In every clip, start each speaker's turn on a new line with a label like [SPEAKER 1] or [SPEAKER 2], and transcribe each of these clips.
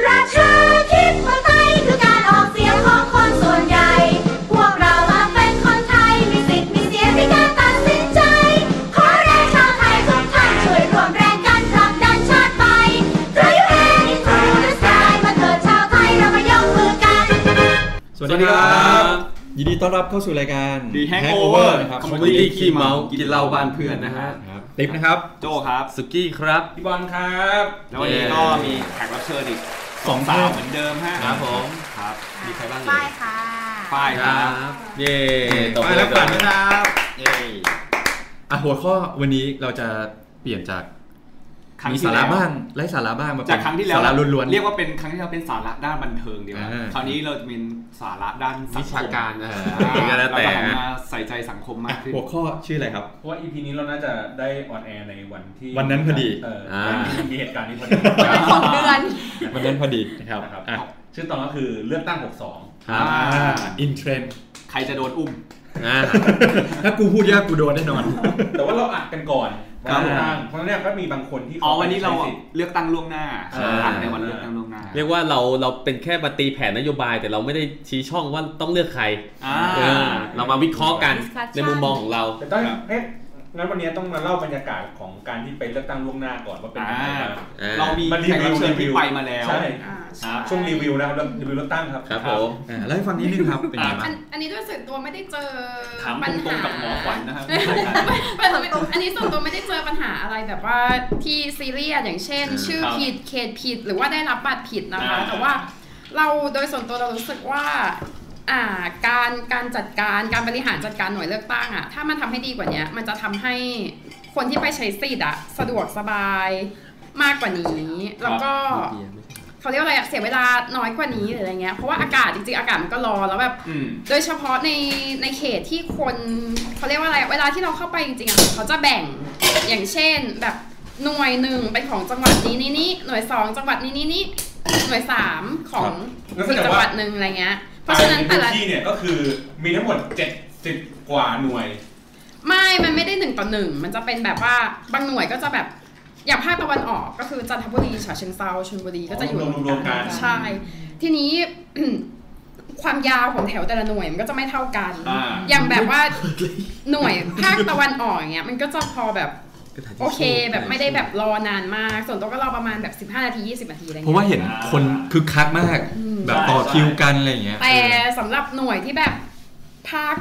[SPEAKER 1] ประชาธิปไตยคือการออกเสียงของคนส่วนใหญ่ พวกเรามาเป็นคนไทย มีสิทธิ์มีเสียงในการตัดสินใจ ขอแรงชาวไทยทุกท่านช่วยร่วมแรงกันผลักดันชาติไป Throw your hand into the sky มาเถิดชาวไทยเรามายกมือกัน
[SPEAKER 2] สวัสดีครับ
[SPEAKER 3] ยินดีต้อนรับเข้าสู่รายการ
[SPEAKER 2] The
[SPEAKER 3] Hangover
[SPEAKER 2] Hangover
[SPEAKER 3] นะครับ
[SPEAKER 2] Completely ขี้เมากินเหล้าบ้านเพื่อนนะฮะ
[SPEAKER 3] ครับติ๊บนะครับ
[SPEAKER 2] โจครับ
[SPEAKER 4] สุกี้ครับ
[SPEAKER 2] พี่บอลครับแล้ววันนี้ก็มีแขกรับเชิญอีกสองสาวเหมือนเดิมฮะ
[SPEAKER 4] ครับผม
[SPEAKER 2] ครับ มีใครบ้างเอ่
[SPEAKER 1] ป้าย ยค่ะ
[SPEAKER 2] ป้ายครับ
[SPEAKER 4] เย่
[SPEAKER 3] ตบมือแล้วปั่นนะครับ
[SPEAKER 4] เย่
[SPEAKER 3] อ่ะหัวข้อวันนี้เราจะเปลี่ยนจาก
[SPEAKER 2] ครั้ง
[SPEAKER 3] มี
[SPEAKER 2] ที่
[SPEAKER 3] สา
[SPEAKER 2] แล้
[SPEAKER 3] ระ
[SPEAKER 2] ว
[SPEAKER 3] บ้างไร้สาระบ้างมาเป็น
[SPEAKER 2] จากครั้งที่แล้ว
[SPEAKER 3] สาระล้วน
[SPEAKER 2] เรียกว่าเป็นครั้งที่เราเป็นสาระด้านบันเทิงดีกว่า
[SPEAKER 3] อ่า
[SPEAKER 2] คราวนี้เราจะเป็นสาระด้านสั
[SPEAKER 4] วิ
[SPEAKER 2] งค
[SPEAKER 4] ชามการเออ
[SPEAKER 2] อ่า
[SPEAKER 4] ก็แล้ว
[SPEAKER 2] เรา
[SPEAKER 4] แต่
[SPEAKER 2] จะหันมาใส่ใจสังคม
[SPEAKER 3] ๆ
[SPEAKER 2] มา
[SPEAKER 3] อ่ะ
[SPEAKER 2] กขึ้น
[SPEAKER 3] หัวข้อชื่ออะไรครับ
[SPEAKER 5] เพราะว่า EP นี้เราน่าจะได้ออนแอร์ในวันที่
[SPEAKER 3] วันนั้นพอดี
[SPEAKER 5] เอออา มีเหตุการณ์นี้พอดี
[SPEAKER 1] ของเดือน
[SPEAKER 3] วันนั้นพอดีนะครับ
[SPEAKER 5] นะครับ
[SPEAKER 3] อ่ะ
[SPEAKER 5] ชื่อตอนก็คือเลือกตั้ง
[SPEAKER 4] ครั
[SPEAKER 2] อ่า
[SPEAKER 4] บ
[SPEAKER 3] อินเทรนด์
[SPEAKER 2] ใครจะโดนอุ้ม
[SPEAKER 4] อ่า
[SPEAKER 3] ถ้ากูพูดยากกูโดนแน่นอน
[SPEAKER 5] 62 แต่ว่าเราอัดกันก่อน
[SPEAKER 3] ครั
[SPEAKER 5] วั
[SPEAKER 3] บ
[SPEAKER 5] นเลือกตั้งเพราะฉะนั้นก็มีบางคนที่
[SPEAKER 2] อ๋อวันนี้เรา
[SPEAKER 5] ใช้สิทธิ์
[SPEAKER 2] เลือกตั้งล่วงหน้า
[SPEAKER 4] ใช่
[SPEAKER 2] อ่าในวันเลือกตั้งล่วงหน้า
[SPEAKER 4] เรียกว่าเราเราเป็นแค่มาตีแผนนโยบาย แต่เราไม่ได้ชี้ช่องว่าต้องเลือกใคร
[SPEAKER 2] อ่า
[SPEAKER 4] เออเรามาวิเคราะห์กัน
[SPEAKER 1] Discussion
[SPEAKER 4] ในมุมมองของเรา
[SPEAKER 5] แต่ต้อง
[SPEAKER 2] ครับ
[SPEAKER 5] เอ๊ะงั้นวันนี้ต้องมาเล่าบรรยากาศของการที่ไปเลือกตั้งล่วงหน้าก่อนว่าเป็นยังไงบ้า
[SPEAKER 2] อ่
[SPEAKER 5] ง
[SPEAKER 4] อ่า
[SPEAKER 2] เรามี
[SPEAKER 5] มารี
[SPEAKER 2] แขก
[SPEAKER 5] วิ
[SPEAKER 2] รับ
[SPEAKER 5] ว
[SPEAKER 2] เชิญที่
[SPEAKER 5] รีวิว
[SPEAKER 2] ไปมาแล้ว
[SPEAKER 5] ใช่
[SPEAKER 1] อ่า
[SPEAKER 2] ครับ
[SPEAKER 5] ช่วงรีวิวนะครับเรื่องรีวิวเลือกตั้งครับ
[SPEAKER 4] ครับผม
[SPEAKER 3] อ่ะเล่าให้ฟังนิดนึงครับ เป็นยังไงบ้าง
[SPEAKER 6] อันนี้ด้วยส่วนตัวไม่ได้เจอ
[SPEAKER 2] ถาม
[SPEAKER 6] ปัญ
[SPEAKER 2] ตรง
[SPEAKER 6] หา
[SPEAKER 2] ๆกับหมอขวัญนะครับ
[SPEAKER 6] ไม่ไม่อันนี้ส่วนตัวไม่ได้เจอปัญหาอะไรแบบว่าที่ซีเรียสอย่างเช่น ชื่อ
[SPEAKER 2] ครับ
[SPEAKER 6] ผิดเขตผิดหรือว่าได้รับบัตรผิดนะคะ
[SPEAKER 2] อ่า
[SPEAKER 6] แต่ว่าเราโดยส่วนตัวเรารู้สึกว่าอ่าการการจัดการการบริหารจัดการหน่วยเลือกตั้งอ่ะถ้ามันทำให้ดีกว่าเนี้ยมันจะทำให้คนที่ไปใช้สิทธิ์อ่ะสะดวกสบายมากกว่านี้ แล้วก็ เขาเรียกว่าอะไรอะเสียเวลาน้อยกว่านี้หรืออะไรเงี้ย เพราะว่าอากาศจริงๆ อากาศมันก็ร้อนแล้วแบบ
[SPEAKER 2] อืม
[SPEAKER 6] โดยเฉพาะในในเขตที่คนเขาเรียกว่าอะไร เวลาที่เราเข้าไปจริงๆอะเขาจะแบ่งอย่างเช่นแบบหน่วยหนึ่งเป็นของจังหวัดนี้นี้นี้หน่วยสองจังหวัดนี้นี้นี้หน่วยสามของ
[SPEAKER 5] ครับ
[SPEAKER 6] อีกจังหวัดหนึ่งอะไรเงี้ย เพราะฉะนั้น
[SPEAKER 5] ภา
[SPEAKER 6] แต่
[SPEAKER 5] ยใน
[SPEAKER 6] ละ
[SPEAKER 5] พื้นที่เนี่ยก็คือมีทั้งหมด 70 กว่าหน่วย
[SPEAKER 6] ไม่มันไม่ได้หนึ่งต่อหนึ่งมันจะเป็นแบบว่าบางหน่วยก็จะแบบอย่างภาคตะวันออกก็คือจันทบุรีฉะเชิงเซาชลบุรีก็จะอยู่
[SPEAKER 5] อ๋อรวมๆกัน
[SPEAKER 6] ใช่ทีนี้ ความยาวของแถวแต่ละหน่วยมันก็จะไม่เท่ากัน
[SPEAKER 2] อ่า
[SPEAKER 6] อย่างแบบ ว่าหน่วยภาคตะวันออกอย่างเงี้ยมันก็จะพอแบบโอ เคแบบไม่ได้แบบรอนานมาก ส่วนตัวก็รอประมาณแบบ 15 นาที 20 นาทีอะไร
[SPEAKER 3] เพราะ
[SPEAKER 6] เงี้ย
[SPEAKER 3] ว่าเห็นคนคึกคักมาก แบบต่อคิวกันอะไรอย่างเงี้ย
[SPEAKER 6] แต่สำหรับหน่วยที่แบบภาค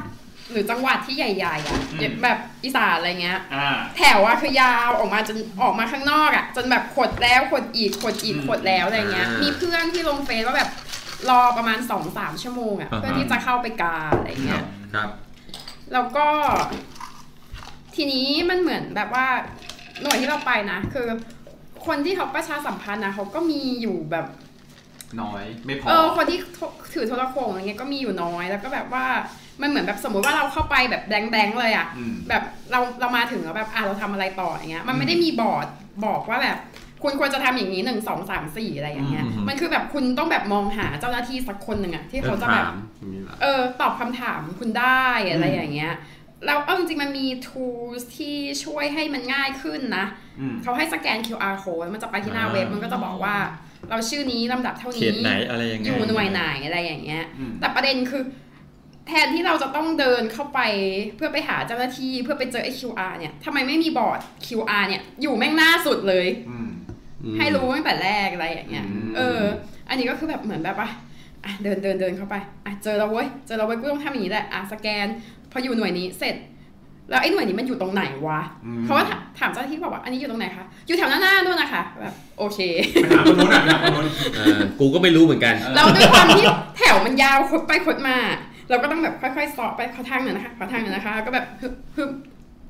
[SPEAKER 6] หรือจังหวัดที่ใหญ่ๆอ่ะ
[SPEAKER 2] อืม
[SPEAKER 6] แบบอีสานอะไรเงี้ย
[SPEAKER 2] อ่า
[SPEAKER 6] แถวอะคือยาวออกมาจนออกมาข้างนอกอะจนแบบขดแล้วขดอีกขดอีก
[SPEAKER 2] อืม
[SPEAKER 6] ขดแล้วอะไรเงี้ย
[SPEAKER 4] อ่ามี
[SPEAKER 6] มีเพื่อนที่ลงเฟซว่าแบบรอประมาณ2อสามชั่วโมงอะ
[SPEAKER 3] อ่าฮะ
[SPEAKER 6] เพื่อที่จะเข้าไปกาอะไรเงี้ย
[SPEAKER 4] ครับ
[SPEAKER 6] แล้วก็ ทีนี้มันเหมือนแบบว่าหน่วยที่เราไปนะคือ คนที่เขาประชาสัมพันธ์นะเขาก็มีอยู่แบบ
[SPEAKER 2] น้อยไม่พอ
[SPEAKER 6] เออคนที่ถือโทรโขงอะไรเงี้ยก็มีอยู่น้อยแล้วก็แบบว่ามันเหมือนแบบสมมุติว่าเราเข้าไปแบบแบงค์ๆเลยอะ
[SPEAKER 2] อืม
[SPEAKER 6] แบบเราเรามาถึงแล้วแบบอ่ะเราทำอะไรต่ออย่างเงี้ยมันไม่ได้มีบอร์ดบอกว่าแบบ คุณควรจะทำอย่างนี้หนึ่งสองสามสี่อะไรอย่างเงี้ย
[SPEAKER 3] อืมอืม
[SPEAKER 6] มันคือแบบคุณต้องแบบมองหาเจ้าหน้าที่สักคนหนึ่งอะที่เขาจะแบบ
[SPEAKER 4] ถามอย่างนี้เหรอ
[SPEAKER 6] เออตอบคำถามคุณได้อะไรอย่างเงี้ยแล้วเอาจริงๆมันมี tools ที่ช่วยให้มันง่ายขึ้นนะ
[SPEAKER 2] อืม
[SPEAKER 6] เขาให้สแกน QR code มันจะไปที่หน้า
[SPEAKER 4] อ่า
[SPEAKER 6] เว็บมันก็จะบอกว่า เราชื่อนี้ลำดับเท่า
[SPEAKER 3] เข
[SPEAKER 6] นี้
[SPEAKER 3] ตไหนอะไรยังไง
[SPEAKER 6] อ
[SPEAKER 3] อ
[SPEAKER 6] ยู่หน่วยไหนอะไรอย่างเงี้ย
[SPEAKER 2] อืม
[SPEAKER 6] แต่ประเด็นคือ แทนที่เราจะต้องเดินเข้าไปเพื่อไปหาเจ้าหน้าที่เพื่อไปเจอไอ้ QR เนี่ยทำไมไม่มีบอร์ด QR เนี่ย อยู่แม่งหน้าสุดเลย
[SPEAKER 2] อืม
[SPEAKER 4] อืม
[SPEAKER 6] ให้รู้ตั้งแต่แรกอะไรอย่างเงี้ย
[SPEAKER 2] อืม
[SPEAKER 6] เออ อันนี้ก็คือแบบเหมือนแบบว่าอ่ะเดินเดินเดินเข้าไปอ่ะเจอแล้วเว้ย เจอแล้วเว้ยกูต้องทำอย่างนี้แหละอ่ะสแกน พออยู่หน่วยนี้เสร็จ แล้วไอ้หน่วยนี้มันอยู่ตรงไหนวะ
[SPEAKER 2] อืม
[SPEAKER 6] เขาก็ถามถามเจ้าหน้าที่บอกว่าอันนี้อยู่ตรงไหนคะ อยู่แถวหน้าหน้านู่นนะคะ แบบโอเค
[SPEAKER 5] ไปถามคนนู้นอ่ะไปถามคนนู้น
[SPEAKER 4] เออกูก็ไม่รู้เหมือนกัน
[SPEAKER 6] เราด้วยความที่แถวมันยาวคดไปคดมา เราก็ต้องแบบค่อยๆเสาะไปขอทางหน่อยนะคะขอทางหน่อยนะคะแล้วก็แบบฮึบฮึบ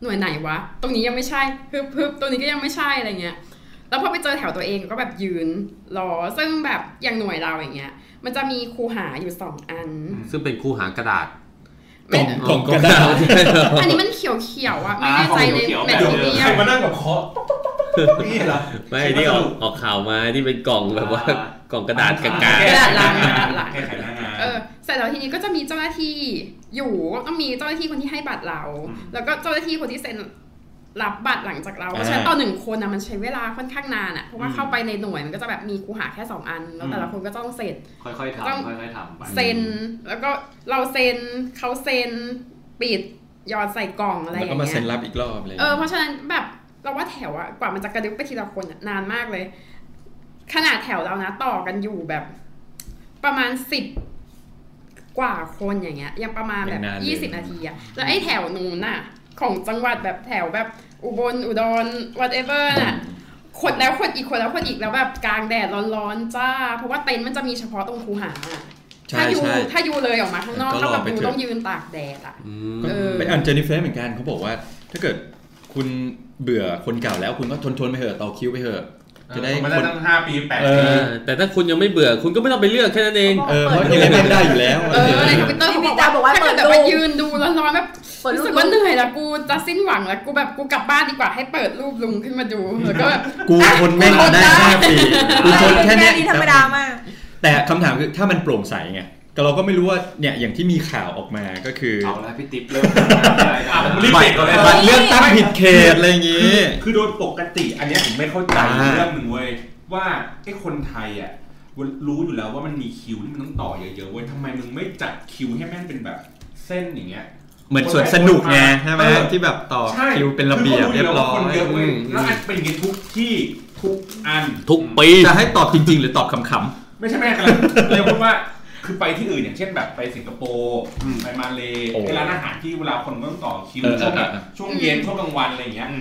[SPEAKER 6] หน่วยไหนวะ ตรงนี้ยังไม่ใช่ฮึบฮึบตรงนี้ก็ยังไม่ใช่อะไรเงี้ยแล้วพอไปเจอแถวตัวเองก็แบบยืนรอซึ่งแบบอย่างหน่วยเราอย่างเงี้ย มันจะมีคูหาอยู่สองอัน
[SPEAKER 4] ซึ่งเป็นคูหากระดาษ
[SPEAKER 6] ไม่
[SPEAKER 3] กล่องกระดาษ
[SPEAKER 6] อันนี้มันเขียวๆอะไม่แน่ใจใน
[SPEAKER 2] อ่าของเขียวๆ
[SPEAKER 6] แม
[SPEAKER 2] แบบ
[SPEAKER 6] ท
[SPEAKER 2] เดิม
[SPEAKER 6] เทีย
[SPEAKER 5] ใคร
[SPEAKER 6] ล
[SPEAKER 5] มานั่งกับเคาะ นี่เหรอ
[SPEAKER 4] ไม่ที่ออกออกข่าวมาที่เป็นกล่องแบบว่า
[SPEAKER 2] อ่า
[SPEAKER 4] กล่องกระดาษกากา
[SPEAKER 5] แก้
[SPEAKER 6] กระดาษลัง
[SPEAKER 5] แก้
[SPEAKER 6] กระดาษลัง
[SPEAKER 5] แค่ไขหน้างาน
[SPEAKER 6] เออเสร็จแล้วทีนี้ก็จะมีเจ้าหน้าที่ อยู่ต้องมีเจ้าหน้าที่คนที่ให้บัตรเรา
[SPEAKER 2] อืม
[SPEAKER 6] แล้วก็เจ้าหน้าที่คนที่เซ็นรับบัตรหลังจากเราเพราะฉะนั้น
[SPEAKER 4] อ่า
[SPEAKER 6] ต่อหนึ่งคนนะมันใช้เวลาค่อนข้างนานอะเพราะว่า
[SPEAKER 2] อืม
[SPEAKER 6] เข้าไปในหน่วยมันก็จะแบบมีคูหาแค่สองอัน แล้วแต่ละ
[SPEAKER 2] อืม
[SPEAKER 6] คนก็ต้องเซ็น
[SPEAKER 7] ค่อยๆ
[SPEAKER 6] ต้อง
[SPEAKER 7] ทำค่อยๆทำไป
[SPEAKER 6] เซ็นแล้วก็เราเซ็นเขาเซ็นปิดหยอดใส่กล่องอะไรอ
[SPEAKER 3] แล้ว
[SPEAKER 6] ย่าง
[SPEAKER 3] ก็
[SPEAKER 6] เงี้ย
[SPEAKER 3] มาเซ็นรับอีกรอบเลย
[SPEAKER 6] เออเพราะฉะนั้นแบบเราว่าแถวอะกว่ามันจะกระดึ๊บไปทีละคนอะนานมากเลย ขนาดแถวเรานะต่อกันอยู่แบบ ประมาณสิบกว่าคนอย่างเงี้ย ยังประมาณแบบ
[SPEAKER 3] ยังนานเลย
[SPEAKER 6] ยี่สิบนาทีอะแล้วไอ้แถวนู้นน่ะ ของจังหวัดแบบแถวแบบอุบลอุดร whatever น่ะคนแล้วคนอีกคนแล้วคนอีกแล้วแบบกลางแดดร้อนๆจ้า เพราะว่าเต็นท์มันจะมีเฉพาะตรงคูหาอะ
[SPEAKER 3] ใช่
[SPEAKER 6] ถ้าอยู่
[SPEAKER 3] ใช่
[SPEAKER 6] ถ้าอยู่เลยออกมาข้างนอก
[SPEAKER 3] ก็
[SPEAKER 6] ก็
[SPEAKER 3] รอ
[SPEAKER 6] แบบ
[SPEAKER 3] ไป
[SPEAKER 6] ดู
[SPEAKER 3] เถอะ
[SPEAKER 6] ต้องยืนตากแดดอะ
[SPEAKER 4] อืม
[SPEAKER 3] ก็
[SPEAKER 6] เออ
[SPEAKER 3] ไปอ่านเจนนิเฟสเหมือนกันเขาบอกว่า ถ้าเกิดคุณเบื่อคนเก่าแล้วคุณก็ทนทนๆไปเถอะต่อคิวไปเถอะ จะได้
[SPEAKER 5] มัน
[SPEAKER 3] ค
[SPEAKER 5] ได้
[SPEAKER 3] น
[SPEAKER 5] ตั้งห้าปีแปด
[SPEAKER 3] เอ
[SPEAKER 5] ปี
[SPEAKER 3] อ
[SPEAKER 4] แต่ถ้าคุณยังไม่เบื่อคุณก็ไม่ต้องไปเลือกแค่นั้นเอง
[SPEAKER 3] เออเพราะยังไงก็ได้อยู่แล้ว
[SPEAKER 6] เออในทวิตเตอร์เขาบอกว่าถ้าเกิดแบบว่ายืนดูแล้วนอนแบบ
[SPEAKER 8] เปิดรู
[SPEAKER 6] รู้
[SPEAKER 8] ป
[SPEAKER 6] สึก
[SPEAKER 8] ลุ
[SPEAKER 6] ว่าง เหนื่อยละกูจะสิ้นหวังละกูแบบกูกลับบ้านดีกว่าให้เปิดรูปลุงขึ้นมาดูแล้วก็แบบ
[SPEAKER 3] กูทนแม่งมาได้ห้าปีกูทนแค่เนี้ย
[SPEAKER 8] นี้ธรรมดามาก
[SPEAKER 3] แต่คำถามคือถ้ามันโปร่งใสไงก็เราก็ไม่รู้ว่าเนี่ยอย่างที่มีข่าวออกมาก็คือ
[SPEAKER 7] เอาละพี่ติ๊บเริ่มทำงานได้แล้ว
[SPEAKER 5] ผมรีบ เด็กก่อนเลย
[SPEAKER 3] บัตรเลือกตั้งผิดเขตอะไรอย่างงี้
[SPEAKER 5] คือโดยปกติ อันเนี้ยผมไม่เข้าใจ
[SPEAKER 3] อ่า
[SPEAKER 5] เรื่องหนึ่งเว้ยว่าไอ้คนไทยอ่ะรู้อยู่แล้วว่ามันมีคิวที่มันต้องต่อเยอะๆเว้ยทำไมมึงไม่จัดคิวให้แม่งเป็นแบบเส้นอย่างเงี้ย
[SPEAKER 3] เหมือนสวนสนุกไงใช่ไหม
[SPEAKER 5] เออ
[SPEAKER 3] ที่แบบต่อคิวเป็นระเบียบเรียบร้อ
[SPEAKER 5] คืขาคน
[SPEAKER 3] ย
[SPEAKER 5] เยอะเว้ย
[SPEAKER 3] อืม
[SPEAKER 5] แล้วอันเป็นอย่างงี้ทุกที่ทุกอัน
[SPEAKER 4] ทุกปี
[SPEAKER 3] จะให้ตอบจริง ๆ หรือตอบขำ
[SPEAKER 5] ไม่ใช่แม่ กำลันเลยพูดว่าคือไปที่อื่นอย่างเช่นแบบไปสิงคโปร์
[SPEAKER 2] อืม
[SPEAKER 5] ไปมาเล
[SPEAKER 3] โอ้
[SPEAKER 5] ไอ้ร้านอาหารที่เวลาคนก็ต้องต่อคิว
[SPEAKER 3] เออ
[SPEAKER 5] ช่วงแบบ
[SPEAKER 3] เออเออ
[SPEAKER 5] ช่วงเย็นช่วงกลางวันอะไรอย่างเงี้ย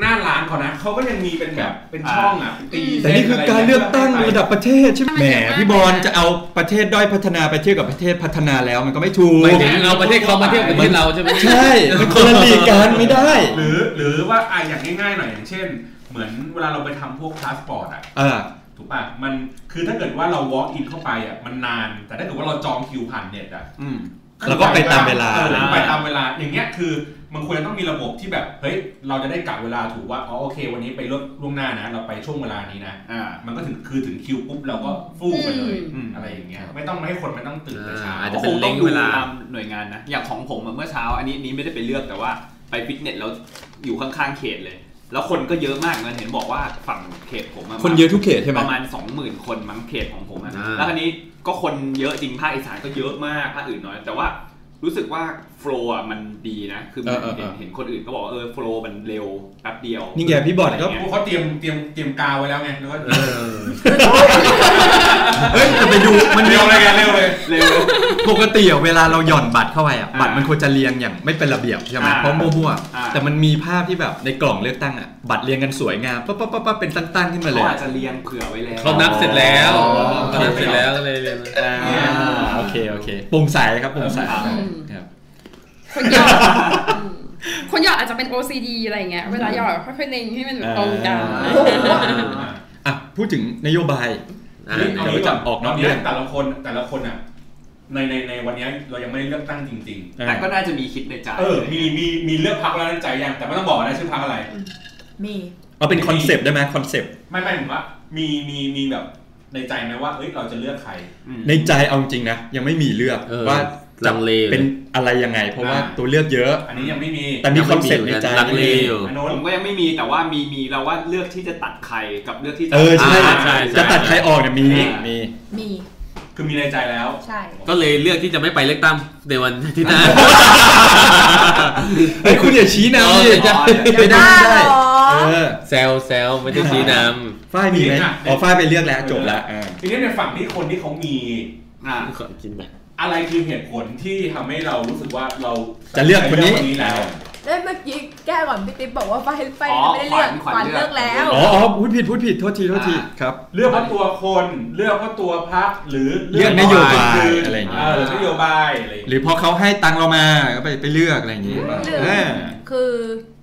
[SPEAKER 5] หน้าร้านเขานะเขาก็ยังมีเป็นแบบเป็นช่องอ่ะเป็นตี
[SPEAKER 3] ๆ
[SPEAKER 5] เส้
[SPEAKER 3] แต่นี่คื
[SPEAKER 5] ะ
[SPEAKER 3] อ
[SPEAKER 5] ไ
[SPEAKER 3] การเลือกตั้งระดับประเทศใช่ไหม
[SPEAKER 6] ใช่
[SPEAKER 3] แหมพี่บอล
[SPEAKER 6] ใช่
[SPEAKER 3] จะเอาประเทศด้อยพัฒนาไปเทียบกับประเทศพัฒนาแล้วมันก็ไม่ถูก
[SPEAKER 4] หมายถึงเอาประเทศเขามาเที่ยวประเทศเราใช่ไหม
[SPEAKER 3] ใช่มันคนละลีกกันไม่ได้
[SPEAKER 5] หรือหรือว่าอ่ะอย่างง่ายๆหน่อยอย่างเช่น เหมือนเวลาเราไปทำพวกพาสปอร์ตอ่ะ
[SPEAKER 3] อ่า
[SPEAKER 5] ถูกป่ะมันคือถ้าเกิดว่าเรา walk in เข้าไปอ่ะมันนาน แต่ถ้าเกิดว่าเราจองคิวผ่านเน็ตอ่ะ
[SPEAKER 2] อืม
[SPEAKER 3] แล้วก็ไปตามเวลา
[SPEAKER 5] ออไปตามเวลา อย่างเงี้ยคือมันควรจะต้องมีระบบที่แบบ เฮ้ย เราจะได้กะเวลาถูกว่า อ๋อโอเค วันนี้ไปเลือกล่วงหน้านะ เราไปช่วงเวลานี้นะ
[SPEAKER 2] อ่า
[SPEAKER 5] มันก็ถึงคือถึงคิวปุ๊บเราก็ฟู่ไปเลย
[SPEAKER 2] อืม
[SPEAKER 5] อะไรอย่างเงี้ย ไม่ต้องให้คนมันต้องตื่นแต่เช้า
[SPEAKER 4] อ่าอาจจะ
[SPEAKER 2] คงต้องดูตามหน่วยงานนะ อย่างของผมอะเมื่อเช้า อันนี้อันนี้ไม่ได้ไปเลือกแต่ว่าไปฟิตเนสแล้วอยู่ข้างๆเขตเลย แล้วคนก็เยอะมากมันเห็นบอกว่าฝั่งเขตผม
[SPEAKER 3] คนเยอะทุกเขตใช่ไหม
[SPEAKER 2] ประมาณ 20,000 คนมั้งเขตของผมอะ
[SPEAKER 4] อ่า
[SPEAKER 2] แล้วคันนี้ก็คนเยอะจริงภาคอีสานก็เยอะมากภาคอื่นน้อย แต่ว่ารู้สึกว่าโฟล์อะมันดีนะ คือมัน
[SPEAKER 3] เออเอ
[SPEAKER 2] เห็
[SPEAKER 3] อ
[SPEAKER 2] นเห็นคนอื่นก็บอกว่าเออโฟล์มันเร็วแป๊บเดียว
[SPEAKER 3] นี่ไงพี่บอลก็
[SPEAKER 5] พวกเขาเตรียมเตรียมเตรียมกาวไว้แล้วไงแล้วก็
[SPEAKER 3] เฮ้ยแต่ไปดูมันมี
[SPEAKER 5] เร็วเลยไงเร็วเลย
[SPEAKER 2] เร็ว
[SPEAKER 3] ปกติอะเวลาเราหย่อนบัตรเข้าไปอ่ะ
[SPEAKER 2] อ่า
[SPEAKER 3] บัตรมันควรจะเรียงอย่างไม่เป็นระเบียบใช่ไหม
[SPEAKER 2] อ่า
[SPEAKER 3] เพราะมั่ว
[SPEAKER 2] อ่า
[SPEAKER 3] ๆแต่มันมีภาพที่แบบในกล่องเลือกตั้งอ่ะบัตรเรียงกันสวยงามปั๊บปั๊บปั๊บปั๊บเป็นตั้งๆขึ้นมาเล
[SPEAKER 2] เขา
[SPEAKER 3] ย
[SPEAKER 2] อาจจะเรียงเผื่อไว้แล้ว
[SPEAKER 4] เขานับเสร็จแล้ว
[SPEAKER 3] อ๋อ
[SPEAKER 4] เขานับเสร็จแล้วก็เลยเรียน
[SPEAKER 2] อ่า
[SPEAKER 3] โอเคโอเคโปร่งใสครับโปร่งใส
[SPEAKER 2] อื
[SPEAKER 6] ม
[SPEAKER 3] ครับ
[SPEAKER 6] คนหยอดคนหยอดอาจจะเป็น OCD อะไรเงี้ยเวลาหยอดค่อยๆเล็งให้มันแบบตรงกัน
[SPEAKER 3] อ่า อ่ะพูดถึงนโยบาย
[SPEAKER 5] เฮ้ยเอา
[SPEAKER 3] เดี๋ยว
[SPEAKER 5] งี้
[SPEAKER 3] จับออกนอกเรื่อง
[SPEAKER 5] แต่ละคนแต่ละคนอ่ะ ในในในวันเนี้ยเรายังไม่ได้เลือกตั้งจริง ๆ
[SPEAKER 2] แต่ก็น่าจะมีคิดในใจ
[SPEAKER 5] เออ มี มี มีเลือกพักแล้วในใจยัง แต่ไม่ต้องบอกนะชื่อพักอะไร
[SPEAKER 8] มี
[SPEAKER 3] เอาเป็นคอนเซปต์ได้ไหมคอนเซปต์
[SPEAKER 5] ไม่ไม่ผมว่า มี มี มีแบบในใจไหมว่า เอ้ย เราจะเลือกใคร
[SPEAKER 3] ในใจเอาจริงๆนะยังไม่มีเลือก
[SPEAKER 4] เออ
[SPEAKER 3] ว่าจะ
[SPEAKER 4] ลังเลอยู่
[SPEAKER 3] เป็นอะไรยังไง เพราะว่า
[SPEAKER 5] อ่า
[SPEAKER 3] ตัวเลือกเยอะ
[SPEAKER 5] อันนี้ยังไม่มี
[SPEAKER 3] แต่มีคอนเซปต์ในใจ
[SPEAKER 4] ลังเลอยู่
[SPEAKER 5] อันโน้
[SPEAKER 2] ผ
[SPEAKER 5] น
[SPEAKER 2] มก็ยังไม่มีแต่ว่ามีมีเราว่าเลือกที่จะตัดใครกับเลือกที่จะ
[SPEAKER 3] เออใช่
[SPEAKER 4] อ่าใช่ใช่
[SPEAKER 3] จะตัดใครออกเนี่ยมี
[SPEAKER 5] อ่ามี
[SPEAKER 3] มี
[SPEAKER 8] มี
[SPEAKER 5] คือมีในใจแล้ว
[SPEAKER 8] ใช่
[SPEAKER 4] ก็เลยเลือกที่จะไม่ไปเลือกตั้งในวันที่หน้า
[SPEAKER 3] เฮ้ยคุณอย่าชี้นำดิ
[SPEAKER 4] อ๋อ
[SPEAKER 3] ไม่ได้ไม่
[SPEAKER 8] ได้
[SPEAKER 3] ได้
[SPEAKER 8] เหรอ
[SPEAKER 3] เออ
[SPEAKER 4] แซลแซลไม่ได้ชี้น
[SPEAKER 3] ฝ้ายมีไหม
[SPEAKER 5] มีค่ะ
[SPEAKER 3] อ๋อฝ้ายไปเลือกแล้วจบแล้วอ่า
[SPEAKER 5] ทีนี้ในฝั่งที่คนที่เขามี
[SPEAKER 2] อ่า
[SPEAKER 4] ำขอกินหน่อย
[SPEAKER 5] อะไรคือเหตุผลที่ทำให้เรารู้สึกว่าเรา
[SPEAKER 3] จะเลือกคนนี้
[SPEAKER 5] จะเลือกนี้แล้ว
[SPEAKER 8] แล้วเมื่อกี้แก้ก่อนพี่ติ๊บบอกว่าไฟไฟ
[SPEAKER 2] อ๋อ
[SPEAKER 8] ไม่ได้เลือก
[SPEAKER 2] ขวัญขวัญ
[SPEAKER 8] เลื
[SPEAKER 2] เลือ
[SPEAKER 8] อก
[SPEAKER 2] ก
[SPEAKER 8] แล้ว
[SPEAKER 3] อ๋ออ๋อพูดผิดพูดผิดโทษทีโทษทีครับ
[SPEAKER 5] เลือกเพราะตัวคน เลือกเพราะตัวพักหรือ
[SPEAKER 3] เลือกนโยบาย
[SPEAKER 5] คื
[SPEAKER 3] ะไรอย่างเงี้ย
[SPEAKER 5] เลือกนโยบายอะไรอย่าง
[SPEAKER 3] ห
[SPEAKER 5] เงี้ย
[SPEAKER 3] รือพอเขาให้ตังค์เรามาก็ไปไปเลือกอะไรอย่างงี้
[SPEAKER 8] เลื
[SPEAKER 3] เอ
[SPEAKER 8] อก
[SPEAKER 3] อ
[SPEAKER 8] คือ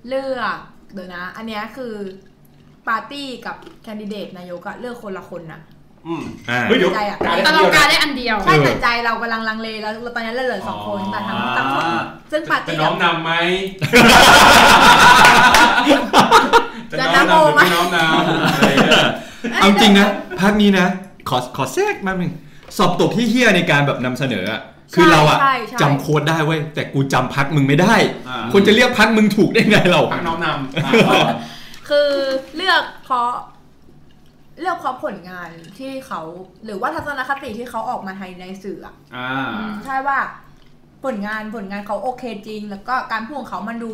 [SPEAKER 8] เลือกเดี๋ยวนะ อันเนี้ยคือปาร์ตี้กับแคนดิเดตนายกอะเลือกคนละคนนะ
[SPEAKER 2] อืม
[SPEAKER 3] อ่า
[SPEAKER 5] เฮ้ยเดี๋ยว
[SPEAKER 8] ใจอะ
[SPEAKER 5] การ
[SPEAKER 6] แต่
[SPEAKER 5] เลื
[SPEAKER 6] เรา
[SPEAKER 5] อก
[SPEAKER 6] การ
[SPEAKER 5] นะ
[SPEAKER 6] ได้อันเดียว
[SPEAKER 8] ใช่
[SPEAKER 3] เออ
[SPEAKER 8] แต่ใจเรากำลังลังเลแล้วตอนนี้เราเหลือสองคน
[SPEAKER 5] อ๋อ
[SPEAKER 8] แต่ทำทั้งคนซึ่งปาร์
[SPEAKER 5] จะ
[SPEAKER 8] ตี้
[SPEAKER 5] น้อ
[SPEAKER 8] กับ
[SPEAKER 5] มนำไหม
[SPEAKER 8] จะน้อมนำหรือไม่น้อมน
[SPEAKER 3] เอาจริงนะพักนี้นะ ขอขอแทรกมาหนึ่งสอบตกที่เฮี้ยในการแบบนำเสนออะ คือเราอะ
[SPEAKER 8] ใช่ใช่
[SPEAKER 3] จำโค้ดได้เว้ยแต่กูจำพักมึงไม่ได้
[SPEAKER 2] อ่า
[SPEAKER 3] คนจะเรียกพักมึงถูกได้ไงเรา
[SPEAKER 5] พักน้อมนำอ่ะ
[SPEAKER 8] คือเลือกเพราะเลือกเพราะผลงานที่เขาหรือว่าทัศนคติที่เขาออกมาให้ในสื่ออะ
[SPEAKER 2] อ่า
[SPEAKER 8] ใช่ว่าผลงานผลงานเขาโอเคจริง แล้วก็การพูดของเขามันดู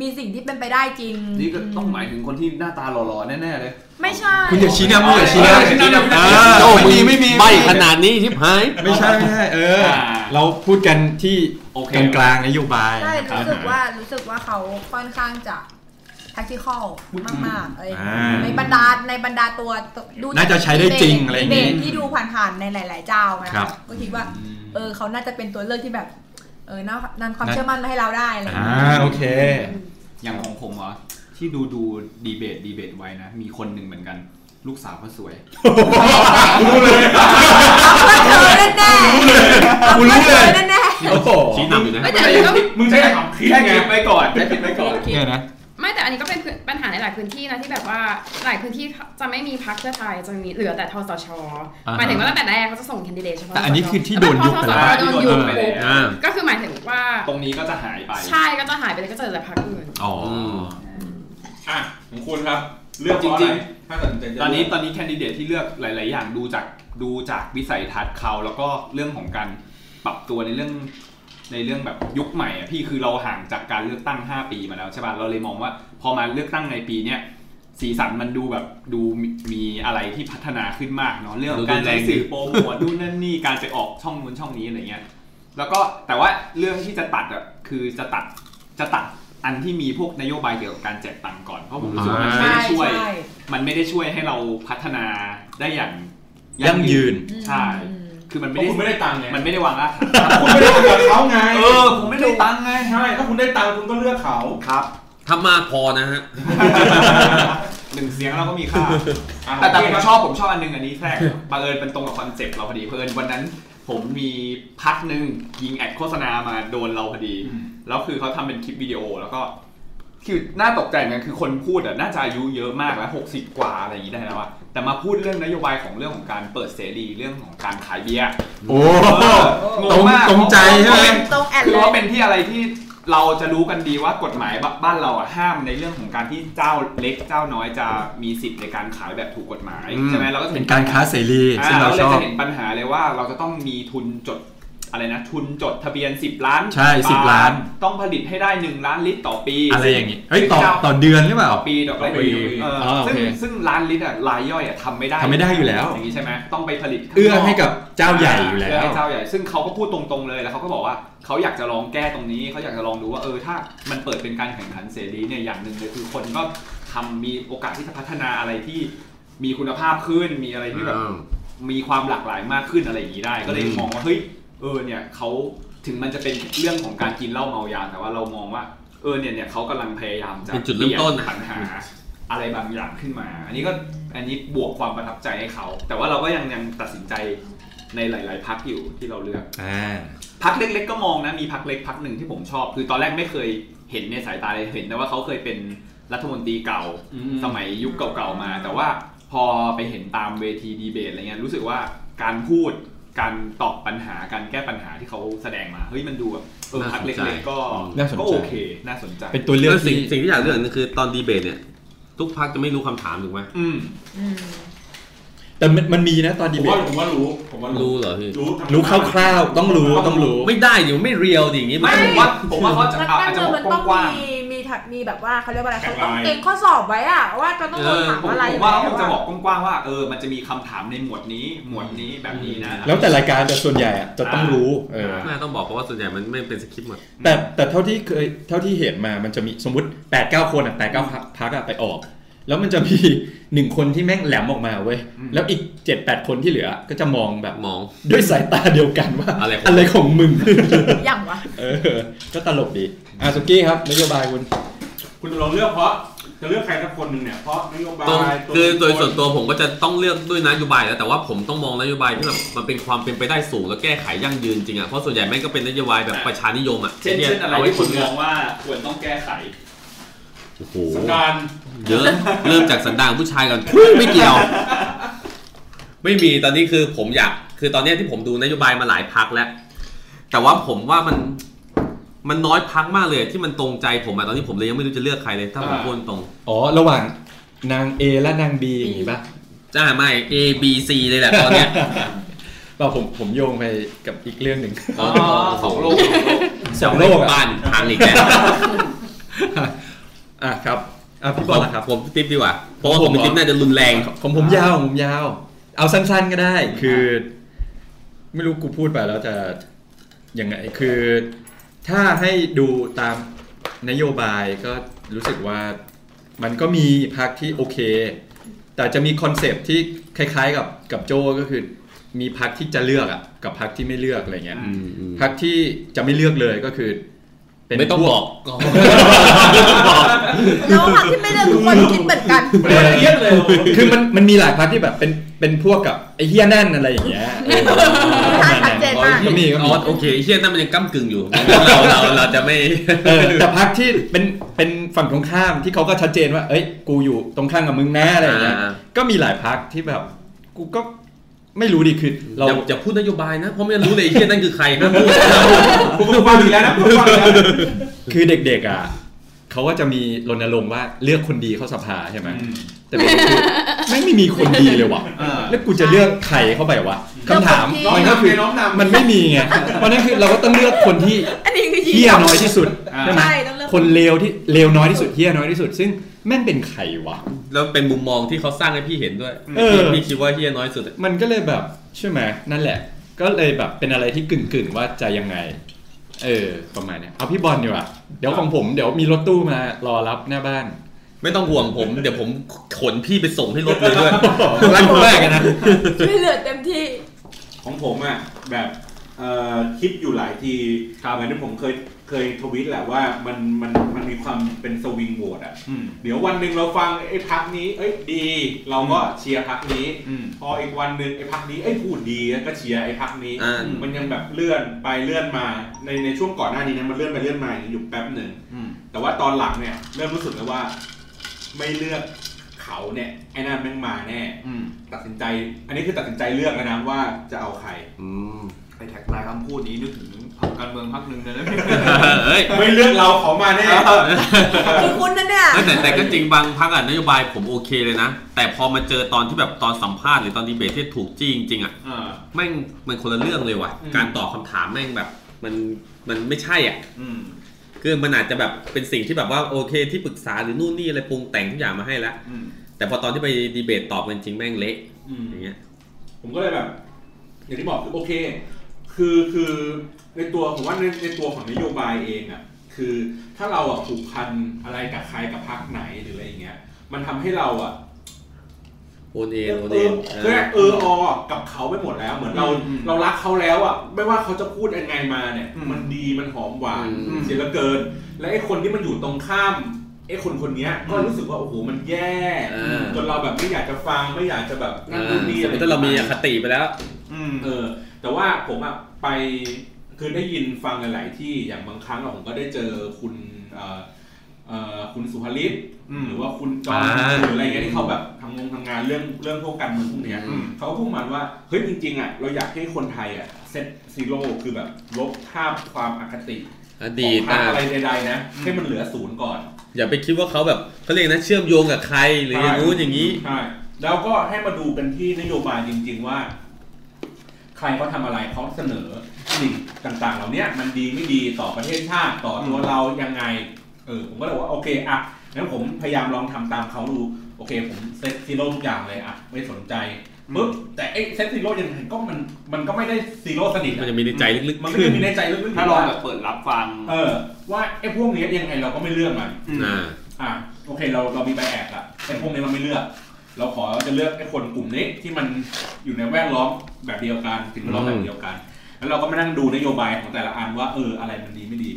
[SPEAKER 8] มีสิ่งที่เป็นไปได้จริง
[SPEAKER 2] นี่ก็ต้องหมายถึงคนที่หน้าตาหล่อๆ แน่ๆเลย
[SPEAKER 8] ไม่ใช่
[SPEAKER 3] คุณอย่าชี้นำคุณอย่าชี้นำ
[SPEAKER 2] เออชี้นำ
[SPEAKER 3] อ่า
[SPEAKER 4] โอ้
[SPEAKER 3] ไม่มี
[SPEAKER 4] มึง
[SPEAKER 3] ไม่มี
[SPEAKER 4] ใบขนาดนี้ทิพหาย
[SPEAKER 3] ไม่ใช่ไม่ใช่เอออา เราพูดกันที่
[SPEAKER 2] โอเค
[SPEAKER 3] กลางๆนโยบาย
[SPEAKER 8] ใช่
[SPEAKER 3] นะคบ
[SPEAKER 8] รู้สึกว่ารู้สึกว่าเขาค่อนข้างจะ tactical มากๆอะไรอย่างเงี้ย
[SPEAKER 3] อ่า
[SPEAKER 8] ในบรรดาในบรรดาตัวตัวดู
[SPEAKER 3] น่าจะใช้ได้จริงอะไรอย่างงี้
[SPEAKER 8] เบที่ดูผ่านๆในหลาย ๆ เจ้านะครับ ก็คิดว่า เออเขาน่าจะเป็นตัวเลือกที่แบบ เออนำนำความเชื่อมั่นมาให้เราได้อะไรอย่าง
[SPEAKER 3] อ่า
[SPEAKER 8] เงี้ย
[SPEAKER 3] โอเค
[SPEAKER 2] อย่างของผมเหรอที่ดูดูดีเบตดีเบตไว้นะ มีคนหนึ่งเหมือนกัน ลูกสาวเขาสวย
[SPEAKER 8] เธอแน่แน่
[SPEAKER 3] กูรู้เลย
[SPEAKER 8] แน่แน่
[SPEAKER 3] โอ้โห
[SPEAKER 4] ชี้นำอยู่นะ
[SPEAKER 6] ไม่แต่อันนี้ก็
[SPEAKER 5] มึงใช้คำคิด
[SPEAKER 2] แค่
[SPEAKER 5] ไง
[SPEAKER 2] คิดไปก่อนแค่คิดไปก่อน
[SPEAKER 3] เนี่ยนะ
[SPEAKER 6] ไม่แต่อันนี้ก็เป็นปัญหาในหลายพื้นที่นะที่แบบว่าหลายพื้นที่จะไม่มีพรรคเพื่อไทยจะมีเหลือแต่ทสช
[SPEAKER 3] อ่าฮะ
[SPEAKER 6] หมายถึงว่าตั้งแต่แรกเขาจะส่งแคนดิเดตเฉพาะ
[SPEAKER 3] แต่อันนี้
[SPEAKER 6] ทสช
[SPEAKER 3] คือที่โดนยุบไปแล้ว
[SPEAKER 6] ต่พอทสชโดนยุบ
[SPEAKER 2] อ่า
[SPEAKER 6] ปุ๊บ
[SPEAKER 4] อ่า
[SPEAKER 6] ก็คือหมายถึงว่า
[SPEAKER 2] ตรงนี้ก็จะหายไป
[SPEAKER 6] ใช่ก็จะหายไปเลยก็จะเหลือแต่พรรคอื่น
[SPEAKER 3] อ๋อ
[SPEAKER 5] อ่ะของคุณครับ เลือก
[SPEAKER 2] จ
[SPEAKER 5] จ
[SPEAKER 2] ริ
[SPEAKER 5] ริ
[SPEAKER 2] ง
[SPEAKER 5] งๆถ้าตัดสินใจจะ
[SPEAKER 2] ตอนนี้
[SPEAKER 5] เลืก
[SPEAKER 2] ตอนนี้แคนดิเดตที่เลือกหลาย ๆ อย่างดูจากดูจากวิสัยทัศน์เขาแล้วก็เรื่องของการปรับตัวในเรื่องในเรื่องแบบยุคใหม่อะพี่คือเราห่างจากการเลือกตั้ง 5 ปีมาแล้วใช่ป่ะเราเลยมองว่า พอมาเลือกตั้งในปีเนี้ยสีสันมันดูแบบดูมีมีอะไรที่พัฒนาขึ้นมากเนาะเรื่องของการใช้สื่อโปรโมทดูนนั่นนี่การไปออกช่องนู้นช่องนี้อะไรเงี้ย แล้วก็แต่ว่าเรื่องที่จะตัดอะคือจะตัดจะตัดอันที่มีพวกนโยบายเกี่ยวกับการแจกตังค์ก่อนเพราะผมรู้สึกว่ามันไม่
[SPEAKER 8] ใช่
[SPEAKER 2] ได้ช่วย
[SPEAKER 8] ใช่
[SPEAKER 2] มันไม่ได้ช่วยให้เราพัฒนาได้อย่าง
[SPEAKER 3] ยั่งยืน
[SPEAKER 2] ใช่
[SPEAKER 8] อืม
[SPEAKER 2] คือมัน
[SPEAKER 5] เพ
[SPEAKER 2] ไม่
[SPEAKER 5] ราะ
[SPEAKER 2] ได้
[SPEAKER 5] คุณไม่ได้ตังค์ไง
[SPEAKER 2] มันไม่ได้วางรากฐาน
[SPEAKER 5] คุณ ไม่ได้ตังค์กับเขาไง
[SPEAKER 2] เออ ผมไม่ได้ตังค์ไง
[SPEAKER 5] ใช่ ถ้าคุณได้ตังค์คุณก็เลือกเขา
[SPEAKER 2] ครับ
[SPEAKER 4] ทำมากพอนะฮะ
[SPEAKER 2] หนึ่งเสียงเราก็มีค่า
[SPEAKER 5] อ่ะ
[SPEAKER 2] แต่แต่
[SPEAKER 5] โเค
[SPEAKER 2] ผม
[SPEAKER 5] ครับ
[SPEAKER 2] ชอบผมชอบอันหนึงอันนี้แทรก บังเอิญเป็นตรงกับคอนเซ็ปต์เราพอดีเพอิญวันนั้นผมมีพักหนึ่งยิงแอดโฆษณามาโดนเราพอดี
[SPEAKER 5] อืม
[SPEAKER 2] แล้วคือเขาทำเป็นคลิปวิดีโอแล้วก็ คือน่าตกใจเหมือนกันคือคนพูดอ่ะน่าจะอายุเยอะมากแล้วหกสิบกว่าอะไรอย่างนี้ได้แล้วอะแต่มาพูดเรื่องนโยบายของเรื่องของการเปิดเสรีเรื่องของการขายเบียร์
[SPEAKER 3] โอ้
[SPEAKER 2] เอองงมาก
[SPEAKER 3] ตรงใจใช่ไหม
[SPEAKER 8] ตรงแอด
[SPEAKER 2] คือ
[SPEAKER 8] เล
[SPEAKER 2] ว่าย เป็นที่อะไรที่เราจะรู้กันดีว่ากฎหมายบบ้านเราอ่ะห้ามในเรื่องของการที่เจ้าเล็กเจ้าน้อยจะมีสิทธิ์ในการขายแบบถูกกฎหมาย
[SPEAKER 3] อืม
[SPEAKER 2] ใช่ไหมเราก็จะ
[SPEAKER 3] เป็นการค้าเสรี
[SPEAKER 2] อ่า
[SPEAKER 3] ซึ่งเราช
[SPEAKER 2] เราก็เลย
[SPEAKER 3] อบ
[SPEAKER 2] จะเห็นปัญหาเลยว่าเราจะต้องมีทุนจดอะไรนะ ทุนจดทะเบียน 10 ล้าน
[SPEAKER 3] ใช่10
[SPEAKER 2] บท
[SPEAKER 3] ล้าน
[SPEAKER 2] ต้องผลิตให้ได้ 1 ล้านลิตรต่อปี
[SPEAKER 3] อะไรอย่าง
[SPEAKER 2] นี้
[SPEAKER 3] งี้เฮ้ยต่อต่อเดือนหรือเปล่า
[SPEAKER 2] ต่อปีต่อปี
[SPEAKER 5] ต่อปี
[SPEAKER 2] เออ
[SPEAKER 3] อ่าโอ
[SPEAKER 2] ซึ่ง
[SPEAKER 3] เค
[SPEAKER 2] ซึ่งล้านลิตรอ่ะรายย่อยอ่ะทำไม่ได้
[SPEAKER 3] ทำไม่ได้อยู่แล้ว
[SPEAKER 2] อย่างนี้ใช่ไหมต้องไปผลิตข้างนก
[SPEAKER 3] เอื้อให้กับเจ้าใหญ่อยู่แล้
[SPEAKER 2] เให้
[SPEAKER 3] ว
[SPEAKER 2] เจ้าใหญ่ ซึ่งเขาก็พูดตรงๆเลย แล้วเขาก็บอกว่าเขาอยากจะลองแก้ตรงนี้ เขาอยากจะลองดูว่าเออ ถ้ามันเปิดเป็นการแข่งขันเสรีเนี่ย อย่างหนึ่งเลยคือคนก็ทำมีโอกาสที่จะพัฒนาอะไรที่มีคุณภาพขึ้น มีอะไรที่แบบ มีความหลากหลายมากขึ้นอะไรอย่างนี้ได้ ก็เลย
[SPEAKER 3] อืม
[SPEAKER 2] มองว่าเฮ้ย เออ เนี่ยเขาถึงมันจะเป็นเรื่องของการกินเหล้าเมายา แต่ว่าเรามองว่า เออ เนี่ยเนี่ยเขากำลังพยายามจะ
[SPEAKER 4] เป็นจุดเริ่มต้น
[SPEAKER 2] ปลี่ยปัญหา อะไรบางอย่างขึ้นมา อันนี้ก็ อันนี้บวกความประทับใจให้เขา แต่ว่าเราก็ยังยังตัดสินใจในหลาย ๆพักอยู่ที่เราเลือก
[SPEAKER 3] อ่า
[SPEAKER 2] พักเล็ก ๆ ก็มองนะ มีพักเล็กพักหนึ่งที่ผมชอบ คือตอนแรกไม่เคยเห็นในสายตาเลยเห็นแต่ว่าเขาเคยเป็นรัฐมนตรีเก่า
[SPEAKER 5] อืม
[SPEAKER 2] สมัยยุคเก่าๆมา แต่ว่าพอไปเห็นตามเวทีดีเบตอะไรเงี้ยรู้สึกว่าการพูดการตอบปัญหาการแก้ปัญหาที่เขาแสดงมาเฮ้ยมันดูแบบเออ
[SPEAKER 4] น่าส
[SPEAKER 2] พัก
[SPEAKER 4] นใจ
[SPEAKER 2] เล็กๆก็
[SPEAKER 3] น่าสนใจ
[SPEAKER 2] ก็โอเค น่าสนใจ
[SPEAKER 3] เป็นตัวเลื
[SPEAKER 4] เรื่
[SPEAKER 3] อ
[SPEAKER 4] อก งสิ่
[SPEAKER 3] ที่
[SPEAKER 4] งสิ่งที่อยากเลือกหนึ่งคือตอนดีเบตเนี่ย ทุกพักจะไม่รู้คำถามถูกไหม
[SPEAKER 2] อืม
[SPEAKER 3] แต่มันมันมีนะตอนดี
[SPEAKER 5] ผม
[SPEAKER 3] เบ
[SPEAKER 5] ว่า
[SPEAKER 3] ต
[SPEAKER 5] ผมว่ารู้ ผมว่ารู้
[SPEAKER 4] รู้เหรอพี่
[SPEAKER 5] รู้ทั้ง
[SPEAKER 3] รู้คร่าวๆ ต้องรู้ต้องรู้
[SPEAKER 4] ไม่ได้อยู่ไม่เรียวดิอย่างนี้
[SPEAKER 2] ไม่ผมว่าผมว่าเขาจะ
[SPEAKER 8] นัก
[SPEAKER 2] เอา
[SPEAKER 8] การ
[SPEAKER 2] อาจจะ
[SPEAKER 8] เมือง
[SPEAKER 2] บอก
[SPEAKER 8] มันต้อง
[SPEAKER 2] กว้าง
[SPEAKER 8] มีมีถักมีแบบว่าเขาเรียกว่าอะไรเขาต้องเตรียมข้อสอบไว้อะว่าจะต้องโดนถาม
[SPEAKER 2] ๆผม
[SPEAKER 8] อะไร
[SPEAKER 2] ผมว่าเขาคงจะบอกกว้างๆว่าเออมันจะมีคำถามในหมวดนี้หมวดนี้แบบนี้นะ
[SPEAKER 3] แล้วแต่รายการแต่ส่วนใหญ่อะจะต้องรู้เออ
[SPEAKER 4] แม่ต้องบอกเพราะว่าส่วนใหญ่มันไม่เป็นสคริปต์หมด
[SPEAKER 3] แต่แต่เท่าที่เคยเท่าที่เห็นมามันจะมีสมมติ8ปดเก้าคนอ่ะแปดเก้าพักอ่ะไปออก แล้วมันจะมี หนึ่งคนที่แม่งแหลมออกมาเว้ย แล้วอีก 7 8 คนที่เหลือก็จะมองแบบ
[SPEAKER 4] มอง
[SPEAKER 3] ด้วยสายตาเดียวกันว่า
[SPEAKER 4] อะไรของ
[SPEAKER 3] ของมึง
[SPEAKER 8] อย่างวะ
[SPEAKER 3] เออ ก็ตลกดีอ่ะสุกี้ครับนโยบายคุณ
[SPEAKER 5] คุณลองเลือกเพราะจะเลือกใครสักคนหนึ่งเนี่ย เพราะนโยบาย
[SPEAKER 4] ตรง
[SPEAKER 5] ตัว
[SPEAKER 4] คือโดยส่วนตัวผมก็จะต้องเลือกด้วยนโยบายแล้วแต่ว่าผมต้องมองนโยบายที่แบบมันเป็นความเป็นไปได้สูงแล้วแก้ไขยั่งยืนจริงอ่ะเพราะส่วนใหญ่แม่งก็เป็นนโยบายแบบประชานิยมอ่ะ
[SPEAKER 2] เช่นเช่นอะไร
[SPEAKER 4] เาว้
[SPEAKER 2] ที่คุ
[SPEAKER 4] น
[SPEAKER 2] ณมองว่าควรต้องแก้ไข
[SPEAKER 4] โอ้โห
[SPEAKER 5] สันดาน
[SPEAKER 4] เยอะ เริ่มจากสันดานผู้ชายก่อน พุ่งไม่เกี่ยว ไม่มีตอนนี้คือผมอยากคือตอนเนี้ยที่ผมดูนโยบายมาหลายพักแล้ว แต่ว่าผมว่ามันมันน้อยพักมากเลยที่มันตรงใจผมอะตอนนี้ผมเลยยังไม่รู้จะเลือกใครเลยถ้าผม
[SPEAKER 2] อ่า
[SPEAKER 4] พูดตรง
[SPEAKER 3] อ๋อ ระหว่างนาง A และนาง B อย่างงี้ป่ะ
[SPEAKER 4] จ้าไม่ A B C เลยแหละตอนเนี้ย
[SPEAKER 3] เปล่าผมผมโยงไปกับอีกเรื่องหนึ่ง
[SPEAKER 7] อ๋อสองโลกสองโลก
[SPEAKER 3] สองโลกอะ
[SPEAKER 4] บ้านพังอีก แล้ว
[SPEAKER 3] อ่ะครับอ่ะพี่
[SPEAKER 4] บบ อ
[SPEAKER 3] อกล
[SPEAKER 4] ละ
[SPEAKER 3] ล่ะ
[SPEAKER 4] ค
[SPEAKER 3] ค
[SPEAKER 4] รั
[SPEAKER 3] รั
[SPEAKER 4] บบ ผมติ๊บดีกว่าเพราะว่าผมเป็นติ๊บน่าจะรุนแรง
[SPEAKER 3] ของผมยาวของผมยาว เอาสั้นๆก็ได้ คือ ไม่รู้กูพูดไปแล้วจะยังไงคือ ถ้าให้ดูตามนโยบายก็รู้สึกว่ามันก็มีพักที่โอเค แต่จะมีคอนเซปต์ที่คล้ายๆกับกับโจก็คือ มีพักที่จะเลือกอ่ะกับพักที่ไม่เลือกอะไรเงี้ยพักที่จะไม่เลือกเลยก็คือ เป็น
[SPEAKER 4] ไม่ต้อง
[SPEAKER 3] พว
[SPEAKER 4] บอก
[SPEAKER 8] แล้วผักที่ไม่เลือกทุกคนคิดเหมือนกัน
[SPEAKER 3] เรียดเลยคือมันมันมีหลายพาร์ทที่แบบเป็นเป็นพวกกับไอ้เฮี้ยนั่นอะไรอย่างเงี้ยเออ
[SPEAKER 8] ใช่ชัดเจนมาก
[SPEAKER 3] ก็มีก็
[SPEAKER 4] อ๋
[SPEAKER 3] มี
[SPEAKER 4] อโอเคไอ้เชี่ยนั่นมันยังก้ากึ่ง อยู่ เราเราเราจะไม่
[SPEAKER 3] เออแต่พาร์ทที่เป็นเป็นฝั่งตรงข้ามที่เขาก็ชัดเจนว่า เอ้ย กูอยู่ตรงข้ามกับมึงนะอะไรอย่างเงี้ย
[SPEAKER 4] อ่า
[SPEAKER 3] ก็มีหลายพาร์ทที่แบบ กูก็ไม่รู้ดิคือเรา
[SPEAKER 4] อย่าอย่าพูดนโยบายนะ เพราะไม่งั้นรู้เลยไอ้เชี่ยนั่นคือใครนะพูด
[SPEAKER 5] ผมก็ฟังอยู่ แล้วนะผมก็ฟังอยู่แล้ว
[SPEAKER 3] คือเด็กๆอ่ะเขาก็จะมีรณรงค์ว่าเลือกคนดีเข้าสภาใช่ไหม
[SPEAKER 5] อืม
[SPEAKER 3] แต่ประเด็นคือไม่งไม่มีคนดีเลยว่ะ
[SPEAKER 5] อ่า
[SPEAKER 3] แล้วกูจะเลือกใครเข้าไปวะคำถามมัน
[SPEAKER 8] เลือกคนที่
[SPEAKER 3] ก็คือ
[SPEAKER 5] น้อมนำน้อมนำ
[SPEAKER 3] มันไม่มีไงเพราะฉะนั้นคือเราก็ต้องเลือกคนที่
[SPEAKER 8] อันนี้คือ
[SPEAKER 3] เฮี้ยน้อยที่สุด
[SPEAKER 5] อ่า
[SPEAKER 3] ใช่ไหม
[SPEAKER 8] ใช่ต้องเลือก
[SPEAKER 3] คนเลวที่เลวน้อยที่สุดเฮี้ยน้อยที่สุด ซึ่งแม่งเป็นใครวะ
[SPEAKER 4] แล้วเป็นมุมมองที่เขาสร้างให้พี่เห็นด้วย
[SPEAKER 3] เออ
[SPEAKER 4] พี่พี่คิดว่าเชี่ยน้อยสุดอะ
[SPEAKER 3] มันก็เลยแบบใช่ไหมนั่นแหละ ก็เลยแบบเป็นอะไรที่กึ่งกึ่งๆว่าจะยังไง เออ ประมาณเนี้ยเอาพี่บอลดีกว่าเดี๋ยวของผมเดี๋ยวมีรถตู้มารอรับหน้าบ้าน
[SPEAKER 4] ไม่ต้องห่วงผม เดี๋ยวผมขนพี่ไปส่งให้รถเลยด้วย
[SPEAKER 3] รักผมมากอะนะ
[SPEAKER 8] ช่วยเหลือเต็มที่
[SPEAKER 5] ของผมอ่ะแบบเอ่อคิดอยู่หลายทีเหมือนที่ผมเคยเคยทวิตแหละว่ามันมันมันมีความเป็นสวิงโหวตอ่ะ
[SPEAKER 2] อืม
[SPEAKER 5] เดี๋ยววันหนึ่งเราฟังไอ้พักนี้ เอ้ยดี เราก็เชียร์พักนี้
[SPEAKER 2] อืม
[SPEAKER 5] พออีกวันหนึ่งไอ้พักนี้เอ้ยพูดดีก็เชียร์ไอ้พักนี้
[SPEAKER 4] อ่า
[SPEAKER 5] มันยังแบบเลื่อนไปเลื่อนมา ในในช่วงก่อนหน้านี้นะมันเลื่อนไปเลื่อนมาอย่างนี้อยู่แป๊บหนึ่ง
[SPEAKER 2] อืม
[SPEAKER 5] แต่ว่าตอนหลังเนี่ยเริ่มรู้สึกแล้วว่า ไม่เลือกเขาเนี่ยไอ้นั่นแม่งมาแน่
[SPEAKER 2] อืม
[SPEAKER 5] ตัดสินใจ อันนี้คือตัดสินใจเลือกแล้วนะว่าจะเอาใคร
[SPEAKER 4] อืม
[SPEAKER 7] ไอ้แท็กไลน์คำพูดนี้นึกถึงพรรคการเมืองพรรคหนึ่งเลยนะ
[SPEAKER 4] เฮ้ย
[SPEAKER 5] ไม่เลือกเราเขามา แน่
[SPEAKER 8] คือคุณนั่นเนี่ย
[SPEAKER 4] เอ้ยแต่แต่ก็จริงบางพักอ่ะนโยบายผมโอเคเลยนะ แต่พอมาเจอตอนที่แบบตอนสัมภาษณ์หรือตอนดีเบตที่ถูกจี้จริงๆอ่ะแม่งมันคนละเรื่องเลยว่ะ
[SPEAKER 5] อืม
[SPEAKER 4] การตอบคำถามแม่งแบบมันมันไม่ใช่อ่ะ
[SPEAKER 5] อืม
[SPEAKER 4] คือมันอาจจะแบบเป็นสิ่งที่แบบว่าโอเคที่ปรึกษาหรือนู่นนี่อะไรปรุงแต่งทุกอย่างมาให้แล้ว
[SPEAKER 5] อืม
[SPEAKER 4] แต่พอตอนที่ไปดีเบตตอบกันจริงแม่งเละ
[SPEAKER 5] อืม
[SPEAKER 4] อย่างเงี้ย
[SPEAKER 5] ผมก็เลยแบบ อย่างที่บอกคือโอเค คือคือในตัวผมว่าในในตัวของนโยบายเองอ่ะคือถ้าเราอ่ะผูกพันอะไรกับใครกับพรรคไหนหรืออะไรอย่างเงี้ย มันทำให้เราอ่ะ
[SPEAKER 4] โอนเอ
[SPEAKER 5] เอนอ
[SPEAKER 4] โอน
[SPEAKER 5] เออ
[SPEAKER 4] เอ
[SPEAKER 5] น เออเออออกับเขาไปหมดแล้ว เหมือนเรา
[SPEAKER 2] อืม
[SPEAKER 5] เรารักเขาแล้วอ่ะไม่ว่าเขาจะพูดยังไงมาเนี่ย
[SPEAKER 2] อืม
[SPEAKER 5] มันดีมันหอมหวาน
[SPEAKER 2] อืม
[SPEAKER 5] เสียเหลือเกิน และไอ้คนที่มันอยู่ตรงข้ามไอ้คนคนเนี้ยก็รู้สึกว่าโอ้โหมันแย่
[SPEAKER 4] เออ
[SPEAKER 5] จนเราแบบไม่อยากจะฟังไม่อยากจะแบบนั่น
[SPEAKER 4] เอ
[SPEAKER 5] นู่
[SPEAKER 4] อน
[SPEAKER 5] นี่
[SPEAKER 4] ส
[SPEAKER 5] อะ
[SPEAKER 4] ม
[SPEAKER 5] ไร
[SPEAKER 4] มติถ้าเรามีอคติไปแล้ว
[SPEAKER 2] อืม
[SPEAKER 5] เออแต่ว่าผมอะไปคือได้ยินฟังหลาย ๆ ที่อย่างบางครั้งอะผมก็ได้เจอคุณเอ่อเอ่อคุณสุภลิศ
[SPEAKER 2] อืม
[SPEAKER 5] หรือว่าคุณจอม
[SPEAKER 4] อ่า
[SPEAKER 5] หรืออะไรเงี้ยที่เขาแบบทำงงทำงานเรื่องเรื่องพวกการเมืองพวกเนี้ย
[SPEAKER 4] อืม
[SPEAKER 5] เขาก็พูดมาว่าเฮ้ยจริง ๆอะเราอยากให้คนไทยอะเซตซีโร่คือแบบลบภาพความอคติ
[SPEAKER 4] อ
[SPEAKER 5] ข
[SPEAKER 4] ดี
[SPEAKER 5] อง
[SPEAKER 4] ต
[SPEAKER 5] พรรค
[SPEAKER 4] อ่ะ
[SPEAKER 5] อะไรใดๆนะให้มันเหลือศูนย์ก่อน
[SPEAKER 4] อย่าไปคิดว่าเขาแบบเขาเรียกนะเชื่อมโยงกับใครหรืออย่างงู้นอย่างนี้
[SPEAKER 5] ใช่แล้วก็ให้มาดูกันที่นโยบายจริง ๆ ว่า ใครเขาทำอะไรเขาเสนอสิ่งต่างๆ เหล่าเนี้ยมันดีไม่ดีต่อประเทศชาติต่อตัวเรายังไง เออผมก็เลยว่าโอเคอ่ะงั้นผมพยายามลองทำตามเขาดู โอเค ผมเซ็ตซีโร่ทุกอย่างเลยอ่ะไม่สนใจปึ๊บแต่ไอ้เซ็ตซีโร่ยังไงก็มันมันก็ไม่ได้ซีโร่สนิท
[SPEAKER 4] มัน
[SPEAKER 5] อะ
[SPEAKER 4] จะมีในใจลึกๆ
[SPEAKER 5] มันก็
[SPEAKER 4] ขึ้น
[SPEAKER 5] จะมีในใจลึกๆ
[SPEAKER 2] ถ้าลอง
[SPEAKER 5] ว่า
[SPEAKER 2] แบบเปิดรับฟัง
[SPEAKER 5] เออ ว่าไอ้พวกเนี้ยยังไงเราก็ไม่เลือกมัน
[SPEAKER 4] อ่า
[SPEAKER 5] อ่ะโอเคเราเรามีใบแอบละไอ้พวกนี้เราไม่เลือก เราขอจะเลือกไอ้คนกลุ่มนี้ที่มันอยู่ในแวดล้อมแบบเดียวกันถึงแวดล้อม
[SPEAKER 4] อืม
[SPEAKER 5] แบบเดียวกัน แล้วเราก็มานั่งดูนโยบายของแต่ละอันว่าเอออะไรมันดีไม่ดี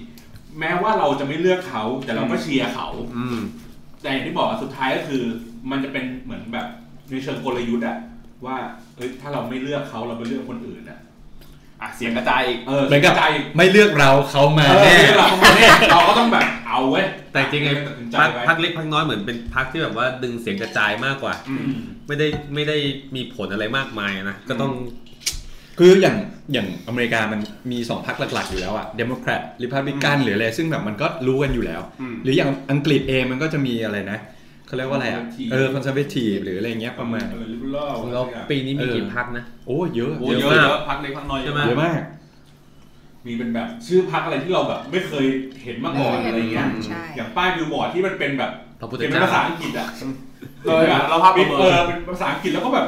[SPEAKER 5] แม้ว่าเราจะไม่เลือกเขาแต่เราก็เชียร์เขา
[SPEAKER 4] อืม
[SPEAKER 5] แต่อย่างที่บอกอะสุดท้ายก็คือ มันจะเป็นเหมือนแบบในเชิงกลยุทธ์อะว่าเอ้ยถ้าเราไม่เลือกเขาเราไปเลือกคนอื่นอะ
[SPEAKER 7] อ่ะเสียงกระจายอีก
[SPEAKER 5] เออ
[SPEAKER 3] เหมือนกับ
[SPEAKER 5] ใจ
[SPEAKER 3] ไม่เลือกเราเขามา
[SPEAKER 5] เออ
[SPEAKER 3] แน่
[SPEAKER 5] เราเข้ามาเนี่ยเราก็ต้องแบบเอาเว้ย
[SPEAKER 4] แต่จริงไง
[SPEAKER 5] ตัดสินใจ
[SPEAKER 4] พัก
[SPEAKER 5] ไว้
[SPEAKER 4] เล็กพักน้อยเหมือนเป็นพักที่แบบว่าดึงเสียงกระจายมากกว่า
[SPEAKER 5] อืม
[SPEAKER 4] ไม่ได้ไม่ได้มีผลอะไรมากมายนะก็ต้อง
[SPEAKER 3] คืออย่างอย่างอเมริกามันมีสองพรรคหลักๆอยู่แล้วอะเดโมแครตริพับลิกันหรืออะไรซึ่งแบบมันก็รู้กันอยู่แล้ว
[SPEAKER 2] อืม
[SPEAKER 3] หรืออย่างอังกฤษเองมันก็จะมีอะไรนะเขาเรียกว่าอะไรอะ
[SPEAKER 5] Conservative
[SPEAKER 3] เออคอนเซอร์เวทีฟหรืออะไรเงี้ยประมาณ
[SPEAKER 5] อะไรรุ่นล่อ
[SPEAKER 4] ของเราปีนี้มีกี่พักนะ
[SPEAKER 3] โอ้เยอะ
[SPEAKER 7] โอ้
[SPEAKER 3] เยอะ
[SPEAKER 7] เยอะ
[SPEAKER 3] มาก
[SPEAKER 7] เยอะพักเล็กพักน้อยเยอะ
[SPEAKER 4] ใช่
[SPEAKER 7] มาก
[SPEAKER 4] ไห
[SPEAKER 3] เยอะมาก
[SPEAKER 5] มีเป็นแบบชื่อพักอะไรที่เราแบบ ไม่เคยเห็นมาก่อนอะไรเงี้ย
[SPEAKER 6] ใช่
[SPEAKER 5] อย่างป้ายบิลบอร์ดที่มันเป็นแบบ
[SPEAKER 4] พระพุทธ
[SPEAKER 5] เป็น
[SPEAKER 4] เจ้า
[SPEAKER 5] ภาษาอังกฤษอ่ะ
[SPEAKER 7] เออเราภาพ
[SPEAKER 5] เอ
[SPEAKER 7] ประ
[SPEAKER 5] อ
[SPEAKER 7] เมิ
[SPEAKER 5] เอน อเป็นภาษาอังกฤษแล้วก็แบบ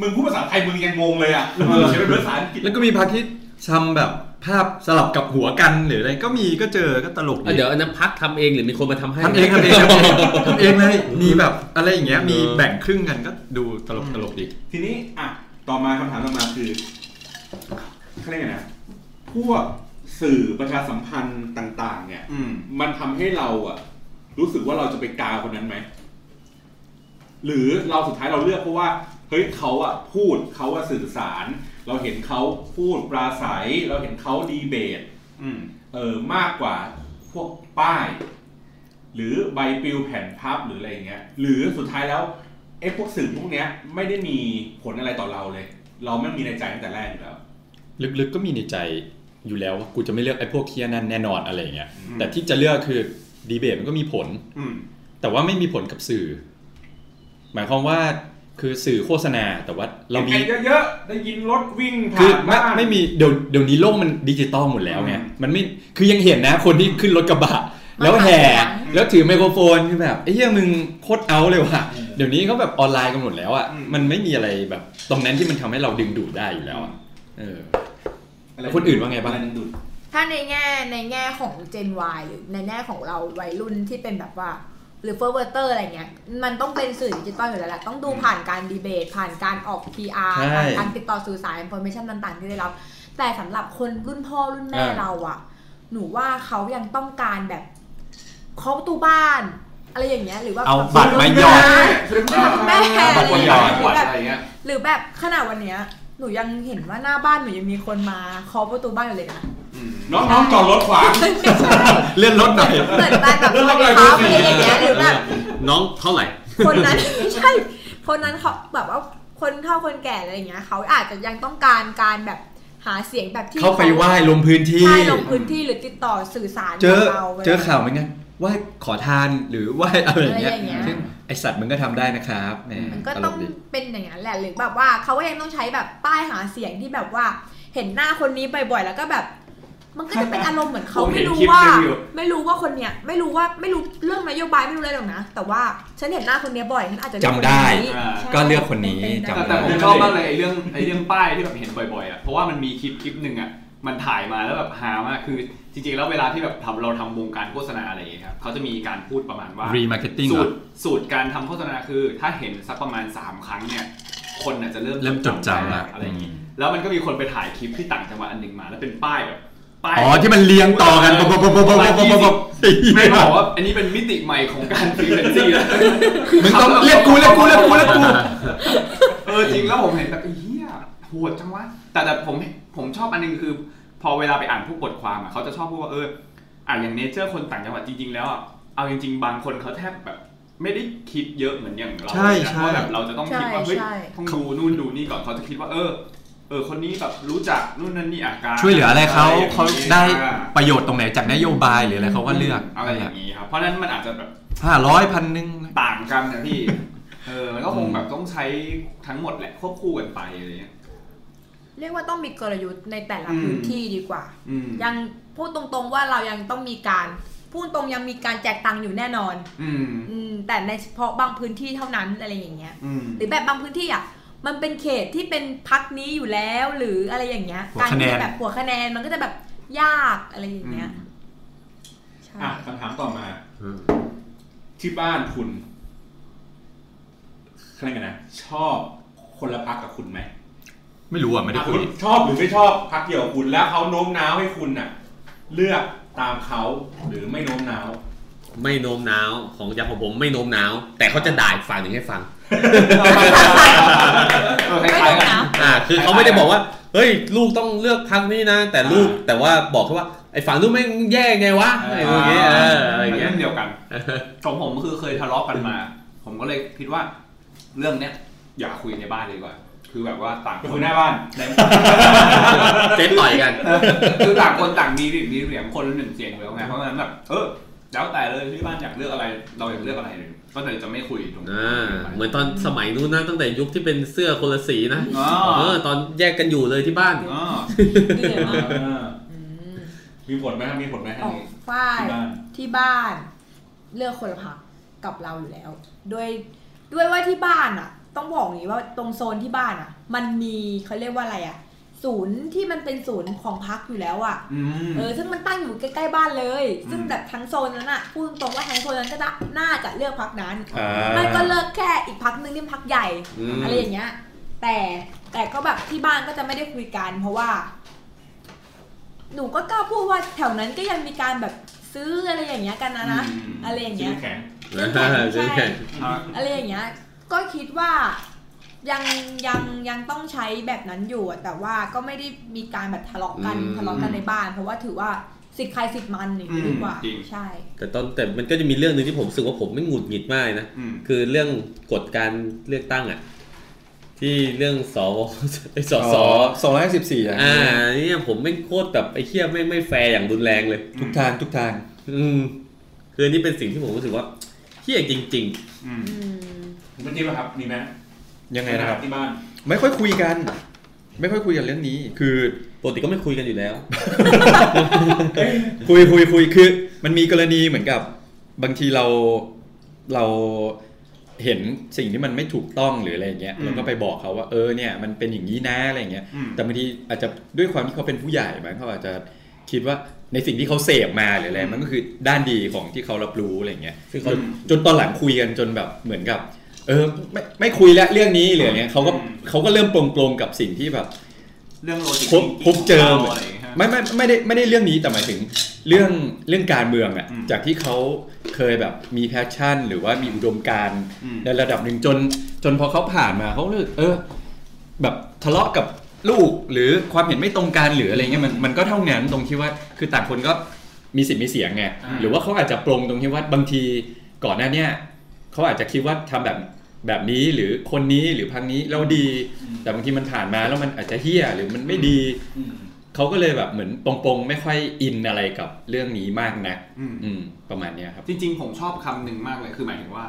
[SPEAKER 5] มึงพูดภาษาไทยมึงยังงงเลยอ่ะเออเขียนเป็นภาษาอังกฤษ
[SPEAKER 3] แล้วก็มีพาร์ทที่ทำแบบภาพสลับกับหัวกันหรืออะไรก็มีก็เจอก็ตลก
[SPEAKER 4] เอ้ยเดี๋ยวอันนั้นพักทำเองหรือมีคนมาทำให้
[SPEAKER 3] ทำเองทำเองทำเองทำเองเลยมีแบบอะไรอย่างเงี้ยมี
[SPEAKER 4] เออ
[SPEAKER 3] แบ่งครึ่งกันก็ดูตลกตลกดี
[SPEAKER 5] ทีนี้อ่ะต่อมาคำถามต่อมาคือเขาเรียกไงนะพวกสื่อประชาสัมพันธ์ต่าง ๆ เนี่ย
[SPEAKER 2] อืม
[SPEAKER 5] มันทำให้เราอะรู้สึกว่าเราจะไปกาคนนั้นไหม หรือเราสุดท้ายเราเลือกเพราะว่าเฮ้ยเขาอะพูดเขาอะสื่อสาร เราเห็นเขาพูดปราศัย เราเห็นเขาดีเบต
[SPEAKER 2] อืม
[SPEAKER 5] เออมากกว่าพวกป้าย หรือใบปลิวแผ่นพับหรืออะไรอย่างเงี้ย หรือสุดท้ายแล้วไอ้พวกสื่อพวกเนี้ย ไม่ได้มีผลอะไรต่อเราเลย เราไม่มีในใจตั้งแต่แรกอยู่แล้ว
[SPEAKER 3] ลึกๆก็มีในใจอยู่แล้วว่ากูจะไม่เลือกไอ้พวกเคียนั่นแน่นอนอะไรอย่างเงี้ย
[SPEAKER 2] อืม
[SPEAKER 3] แต่ที่จะเลือกคือดีเบตมันก็มีผล
[SPEAKER 2] อืม
[SPEAKER 3] แต่ว่าไม่มีผลกับสื่อ หมายความว่าคือสื่อโฆษณาแต่ว่าเรามี
[SPEAKER 5] เห็นกันเยอะๆ ได้ยินรถวิ่ง
[SPEAKER 3] คือน
[SPEAKER 5] ผ่า
[SPEAKER 3] ไม่
[SPEAKER 5] บ้าน
[SPEAKER 3] ไม่มีเดี๋ยวเดี๋ยวนี้โลกมันดิจิตอลหมดแล้วไง
[SPEAKER 2] อืม
[SPEAKER 3] มันไม่คือยังเห็นนะคนที่ขึ้นรถกระบะ แล้วแห่
[SPEAKER 8] มาถ่ายหนัง
[SPEAKER 3] แล้วถือไมโครโฟนคือแบบไอ้เหี้ยมึงโคตรเอาเลยว่ะเดี๋ยวนี้เขาแบบออนไลน์กันหมดแล้วอ่ะมันไม่มีอะไรแบบ ตรงนั้นที่มันทำให้เราดึงดูดได้อยู่แล้วอะเออ
[SPEAKER 5] อะไร
[SPEAKER 3] คนอื่นว่าไงบ้าง
[SPEAKER 5] อะไรดูด
[SPEAKER 8] ถ้าในแง่ในแง่ของ Gen Y หรือในแง่ของเราวัยรุ่นที่เป็นแบบว่า หรือเฟอร์เวอร์เตอร์อะไรเงี้ย มันต้องเป็นสื่อดิจิตอลอยู่แล้วแหละ ต้องดูผ่านการดีเบต ผ่านการออก PR
[SPEAKER 3] ใช่
[SPEAKER 8] ผ่านการติดต่อสื่อสารอินโฟเมชันต่างๆ ที่ได้รับ แต่สำหรับคนรุ่นพ่อรุ่นแม่
[SPEAKER 3] อ่า
[SPEAKER 8] เราอะหนูว่าเขายังต้องการแบบเคาะประตูบ้าน อะไรอย่างเงี้ยหรือว่า
[SPEAKER 3] เอาบัตรมาหยอด
[SPEAKER 8] แม่
[SPEAKER 7] บา
[SPEAKER 8] อะ
[SPEAKER 7] ง
[SPEAKER 8] ไร
[SPEAKER 7] คน
[SPEAKER 8] อ
[SPEAKER 7] ใหญ่
[SPEAKER 8] ย่าง
[SPEAKER 7] กว่า
[SPEAKER 8] เงี้ย
[SPEAKER 7] อะไรเงี้ย
[SPEAKER 8] หรือแบบขนาดวันเนี้ยหนูยังเห็นว่าหน้าบ้านหนูยังมีคนมาเคาะประตูบ้านอยู่เลยนะ
[SPEAKER 5] น้องๆจอดรถขวาง
[SPEAKER 3] เลื่อนรถหน่อย
[SPEAKER 8] เหมือนบ้านแบบสวัสดีครับอะไรอย่างเงี้ยหรือแบบ
[SPEAKER 4] น้องเท่าไหร่
[SPEAKER 8] คนนั้น ไม่ใช่ คนนั้นเขาแบบว่าคนเฒ่าคนแก่อะไรอย่างเงี้ยเขาอาจจะยังต้องการการแบบหาเสียงแบบที่
[SPEAKER 3] เข้าไปไหว้ลงพื้นที่
[SPEAKER 8] ใช่ลงพื้นที่หรือติดต่อสื่อสาร
[SPEAKER 3] เจอ
[SPEAKER 8] กับเราะไร
[SPEAKER 3] เจอข่าวเหมือนกันไหว้ขอทานหรือไหว้อะไรอย่างเงี้ย
[SPEAKER 8] อะไรอย่างเงี้ย
[SPEAKER 3] ซึ่งไอสัตว์มันก็ทำได้นะครับแหม
[SPEAKER 8] มันก็
[SPEAKER 3] ตล
[SPEAKER 8] ต้อง
[SPEAKER 3] กดี
[SPEAKER 8] เป็นอย่างนั้นแหละหรือแบบว่าเขาก็ยังต้องใช้แบบป้ายหาเสียงที่แบบว่า เห็นหน้าคนนี้บ่อยๆแล้วก็แบบ มันก็จะเป็นอารมณ์เหมือนเขา
[SPEAKER 7] ผมเห็
[SPEAKER 8] ไม่
[SPEAKER 7] น
[SPEAKER 8] รู้
[SPEAKER 7] คลิป
[SPEAKER 8] ว่า
[SPEAKER 7] หนึ่งอยู่
[SPEAKER 8] ไม่รู้ว่าคนเนี้ยไม่รู้ว่าไม่รู้เรื่องนโยบายไม่รู้อะไรหรอกนะ แต่ว่าฉันเห็นหน้าคนเนี้ยบ่อยฉันอาจจะเลือกคน
[SPEAKER 3] จำได้
[SPEAKER 8] นี้
[SPEAKER 2] อ่า
[SPEAKER 8] ใช่
[SPEAKER 3] ก็เลือกคนนี้
[SPEAKER 8] เป็ไป
[SPEAKER 3] จำ
[SPEAKER 8] ได้
[SPEAKER 2] แต่แต่ผมชอบมากเลยไอ้เรื่องไอ้เรื่องป้ายที่แบบเห็นบ่อยๆอ่ะเพราะว่ามันมีคลิปคลิปหนึ่งอ่ะมันถ่ายมาแล้วแบบฮามากคือจริงๆแล้วเวลาที่แบบทำเราทำวงการโฆษณาอะไรอย่างเงี้ยครับเขาจะมีการพูดประมาณว่า
[SPEAKER 3] รีมาร์เก็ตติ้ง
[SPEAKER 2] สู
[SPEAKER 3] เหรอ
[SPEAKER 2] ตรสูตรการทำโฆษณาคือ ถ้าเห็นสักประมาณ 3 ครั้งเนี่ย คนน่ะจะเริ่ม
[SPEAKER 3] เริ่มจดจำละ
[SPEAKER 2] อะไรอย่างนี้
[SPEAKER 3] อืม
[SPEAKER 2] แล้วมันก็มีคนไปถ่ายคลิปที่ต่างจังหวัดอันหนึ่งมา แล้วเป็นป้ายแบบป้าย
[SPEAKER 3] อ๋อที่มันเรียงต่อกันปุ๊บปุ๊บปุ๊บปุ๊บปุ๊บปุ๊บปุ๊บปุ๊บ
[SPEAKER 2] ไม่บอกว่าอันนี้เป็นมิติใหม่ของการฟรีแลนซี่แล้ว
[SPEAKER 3] มึงต้องเรียกกูเรียกกูเรียกกูเรียกกู
[SPEAKER 2] เออจริงแล้วผมเห็นแบบไอ้เฮียโหดจังวะแต่แต่ผมผมชอบอันหนึงคือ พอเวลาไปอ่านพวกบทความอ่ะเขาจะชอบพูดว่าเอออ่ะอย่างเนเจอร์คนต่างจังหวัดจริง ๆ แล้วอ่ะเอาจริง ๆ บางคนเขาแทบแบบ ไม่ได้คิดเยอะเหมือนอย่างเรา
[SPEAKER 3] ใช่ใช่
[SPEAKER 2] เพราะแบบเราจะต้องคิดว่าเฮ้ย
[SPEAKER 8] ใช่ใช่
[SPEAKER 2] ต้องดูนู่นดูนี่ก่อนเขาจะคิดว่า เออ เออ คนนี้แบบรู้จักนู่นนั่นนี่อาการ
[SPEAKER 3] ช่วยเหลืออะไรเขาเขาได้
[SPEAKER 2] อ่า
[SPEAKER 3] ประโยชน์ตรงไหนจากนโยบายหรืออะไรเขาก็เลือก
[SPEAKER 2] อะไรอย่างนี้ครับเพราะฉะนั้นมันอาจจะแบบ
[SPEAKER 3] ห้าร้อยพันหนึ่ง
[SPEAKER 2] ต่างกันนะพี่ เออมันก็คง
[SPEAKER 3] อืม
[SPEAKER 2] แบบต้องใช้ทั้งหมดแหละควบคู่กันไปอะไรเงี้ย
[SPEAKER 8] เรียกว่าต้องมีกลยุทธ์ในแต่ละ
[SPEAKER 2] อืม
[SPEAKER 8] พื้นที่ดีกว่า
[SPEAKER 2] อืม
[SPEAKER 8] ยังพูดตรงๆว่าเรายังต้องมีการพูดตรงยังมีการแจกตังค์อยู่แน่นอน
[SPEAKER 2] อืม
[SPEAKER 8] อืมแต่ในเฉพาะบางพื้นที่เท่านั้นอะไรอย่างเงี้ย
[SPEAKER 2] อืม
[SPEAKER 8] หรือแบบบางพื้นที่อ่ะ มันเป็นเขตที่เป็นพักนี้อยู่แล้วหรืออะไรอย่างเงี้ย
[SPEAKER 3] หัว
[SPEAKER 8] การ
[SPEAKER 3] คะแน
[SPEAKER 8] ที่
[SPEAKER 3] น
[SPEAKER 8] แบบหัวคะแนนมันก็จะแบบยากอะไรอย่างเงี้ยใช่
[SPEAKER 5] อ่ะคำถามต่อมา ที่บ้านคุณเขาเรียกไงนะชอบคนละพักกับคุณไหม
[SPEAKER 3] ไม่รู้อ่ะไม่ได้คุ
[SPEAKER 5] คุ
[SPEAKER 3] ย
[SPEAKER 5] ณชอบหรือไม่ชอบพักเดียวกับคุณแล้วเขาโน้มน้าวให้คุณน่ะ เลือกตามเขาหรือไม่โน้มน้าว
[SPEAKER 4] ไม่โน้มน้าวของอย่างของผมไม่โน้มน้าว แต่เขาจะด่าอีกฝั่งหนึ่งให้ฟัง
[SPEAKER 2] เออค
[SPEAKER 8] ไม่
[SPEAKER 2] ล้าย
[SPEAKER 8] รู้
[SPEAKER 2] ๆกัน
[SPEAKER 8] นะ
[SPEAKER 4] อ่าคือเขาไม่ได้บอกว่า เฮ้ย ลูกต้องเลือกพักนี้นะ แต่ลูกแต่ว่าบอกแค่ว่าไอ้ฝั่งนู้นไม่งแย่ไงวะอะไรอย่างเงี้ยเอออะไรอย่างเงี้ย
[SPEAKER 2] มันเรื่องเดียวกัน ของผมคือเคยทะเลาะกันมา ผมก็เลยคิดว่า เรื่องเนี้ย อย่าคุยในบ้านเลยดีกว่า คือแบบว่าต่าง
[SPEAKER 5] ก็
[SPEAKER 2] ค
[SPEAKER 5] คื
[SPEAKER 2] น
[SPEAKER 5] อหน้าบ้าน
[SPEAKER 4] เซตต่อยกัน
[SPEAKER 2] คือต่างคนต่างมีมีเสียงคนละหนึ่งเสียงอยู่แล้วไงเพราะฉะนั้นแบบเออแล้วแต่เลยที่บ้านอยากเลือกอะไรเราอยากเลือกอะไรเลยก็เลยจะไม่คุยตรงนี้
[SPEAKER 4] อ่าเหมือนตอนสมัยนู้นนะตั้งแต่ยุคที่เป็นเสื้อคนละสีนะ
[SPEAKER 2] อ๋อ
[SPEAKER 4] เออตอนแยกกันอยู่เลยที่บ้าน
[SPEAKER 2] อ๋อ
[SPEAKER 8] เหนื่อยมาก
[SPEAKER 5] อ่า
[SPEAKER 8] อืม
[SPEAKER 5] มีผลไหมครับมีผลไหมค
[SPEAKER 8] อ
[SPEAKER 5] รับ
[SPEAKER 8] อกฝ้าย
[SPEAKER 5] ที่บ้าน
[SPEAKER 8] ที่บ้าน เลือกคนละผักกับเราอยู่แล้ว ด้วยด้วยว่าที่บ้านอ่ะ ต้องบอกอย่างนี้ว่าตรงโซนที่บ้านอ่ะ มันมีเขาเรียกว่าอะไรอ่ะ ศูนย์ที่มันเป็นศูนย์ของพักอยู่แล้วอ่ะ
[SPEAKER 2] อืม
[SPEAKER 8] เออซึ่งมันตั้งอยู่ใกล้ๆบ้านเลย ซึ่ง
[SPEAKER 2] อืม
[SPEAKER 8] แบบทั้งโซนนั้นอะพูดตรงๆว่าทั้งโซนนั้นก็จะน่าจะเลือกพักนั้น
[SPEAKER 3] อ่า
[SPEAKER 8] ไม่ก็เลือกแค่อีกพักหนึงที่พักใหญ่
[SPEAKER 4] อืม
[SPEAKER 8] อะไรอย่างเงี้ย แต่แต่ก็แบบที่บ้านก็จะไม่ได้คุยกัน เพราะว่า หนูก็กล้าพูดว่าแถวนั้นก็ยังมีการแบบซื้ออะไรอย่างเงี้ยกันนะนะ
[SPEAKER 2] อืม
[SPEAKER 8] อะไรอย่าง
[SPEAKER 5] ซื้
[SPEAKER 8] เงี้
[SPEAKER 5] อย แข็ง
[SPEAKER 8] เรื่องแข่ง
[SPEAKER 4] เรื่องแข่ง
[SPEAKER 2] อ่ะ
[SPEAKER 8] อะไรอย่างเงี้ย ก็คิดว่ายังยังยังต้องใช้แบบนั้นอยู่อะแต่ว่าก็ไม่ได้มีการแบบทะเลาะกัน
[SPEAKER 4] อืม
[SPEAKER 8] ทะเลาะกันในบ้าน เพราะว่าถือว่าสิทธิ์ใครสิทธิ์มันอย่างนี้ดีกว่า
[SPEAKER 2] อืมจริง
[SPEAKER 8] ใช่
[SPEAKER 4] แต่ตอนแต่มันก็จะมีเรื่องหนึ่งที่ผมรู้สึกว่าผมไม่หงุดหงิดมากเลยนะ
[SPEAKER 2] อืม
[SPEAKER 4] คือเรื่องกฎการเลือกตั้งอ่ะ ที่เรื่องสว ไอ้สส
[SPEAKER 3] สองร้อยห้าสิบสี่อ่ะ
[SPEAKER 4] อ่าเนี่ยผมไม่งโคตรแบบไอ้เคียไม่งไม่แฟร์อย่างรุนแรงเลย
[SPEAKER 3] ทุกทางทุกทาง
[SPEAKER 4] อืมคืออันนี้เป็นสิ่งที่ผมรู้สึกว่าเฮี้ยจริง
[SPEAKER 2] อืม
[SPEAKER 8] อืม
[SPEAKER 5] เมื่อกี้ป่ะครับ มีไหม
[SPEAKER 3] ยังไงนะครับ
[SPEAKER 5] ที่บ้าน
[SPEAKER 3] ไม่ค่อยคุยกัน ไม่ค่อยคุยกันเรื่องนี้ คือ
[SPEAKER 4] ๆปกติก็ไม่คุยกันอยู่แล้ว
[SPEAKER 3] คุยคุยคุยคือ มันมีกรณีเหมือนกับบางทีเราเราเห็นสิ่งที่มันไม่ถูกต้องหรืออะไรอย่างเงี้ย
[SPEAKER 2] อืม
[SPEAKER 3] เราก็ไปบอกเขาว่าเออเนี่ยมันเป็นอย่างนี้นะอะไรอย่างเงี้ย
[SPEAKER 2] อืม
[SPEAKER 3] แต่บางทีอาจจะด้วยความที่เขาเป็นผู้ใหญ่มั้งเขาอาจจะคิดว่าในสิ่งที่เขาเสพมาหรืออะไรมันก็คือด้านดีของที่เขารับรู้อะไรอย่างเงี้ย
[SPEAKER 4] ซึ่งเขา
[SPEAKER 3] จนจนตอนหลังคุยกันจนแบบเหมือนกับ เออไม่ไม่คุยแล้วเรื่องนี้หรืออะไรเงี้ยเขาก็เขาก็เริ่มปรงๆกับสิ่งที่แบบ
[SPEAKER 2] เรื่องโลจิก
[SPEAKER 3] พบพบเจอ
[SPEAKER 2] ะไรย่างเงี้ยฮะ
[SPEAKER 3] ไม่ไม่ไม่ได้ไม่ได้เรื่องนี้แต่หมายถึงเรื่องเรื่องการเมืองอะ
[SPEAKER 2] อืม
[SPEAKER 3] จากที่เขาเคยแบบมีแพชชั่น หรือว่ามีอุดมการณ์
[SPEAKER 2] อืม
[SPEAKER 3] ในระดับหนึ่งจน จนพอเขาผ่านมาเขาเลยเออ แบบทะเลาะกับลูกหรือความเห็นไม่ตรงกันหรืออะไรเงี้ยมันมันก็เท่านั้นตรงที่ว่าคือต่างคนก็มีสิทธิ์มีเสียงไง
[SPEAKER 5] อ่า
[SPEAKER 3] หรือว่าเขาอาจจะปรงตรงที่ว่าบางทีก่อนหน้าเนี้ยเขาอาจจะคิดว่าทำแบบแบบนี้หรือคนนี้หรือพังนี้แล้วดี แต่บางทีมันผ่านมาแล้วมันอาจจะเฮี้ยหรือมันไม่ดี
[SPEAKER 5] อืม
[SPEAKER 3] เขาก็เลยแบบเหมือนปงปงๆไม่ค่อยอินอะไรกับเรื่องนี้มากนัก
[SPEAKER 2] อืม
[SPEAKER 3] อืมประมาณเนี้ยครับ
[SPEAKER 2] จริงๆ ผมชอบคำหนึ่งมากเลยคือหมายถึงว่า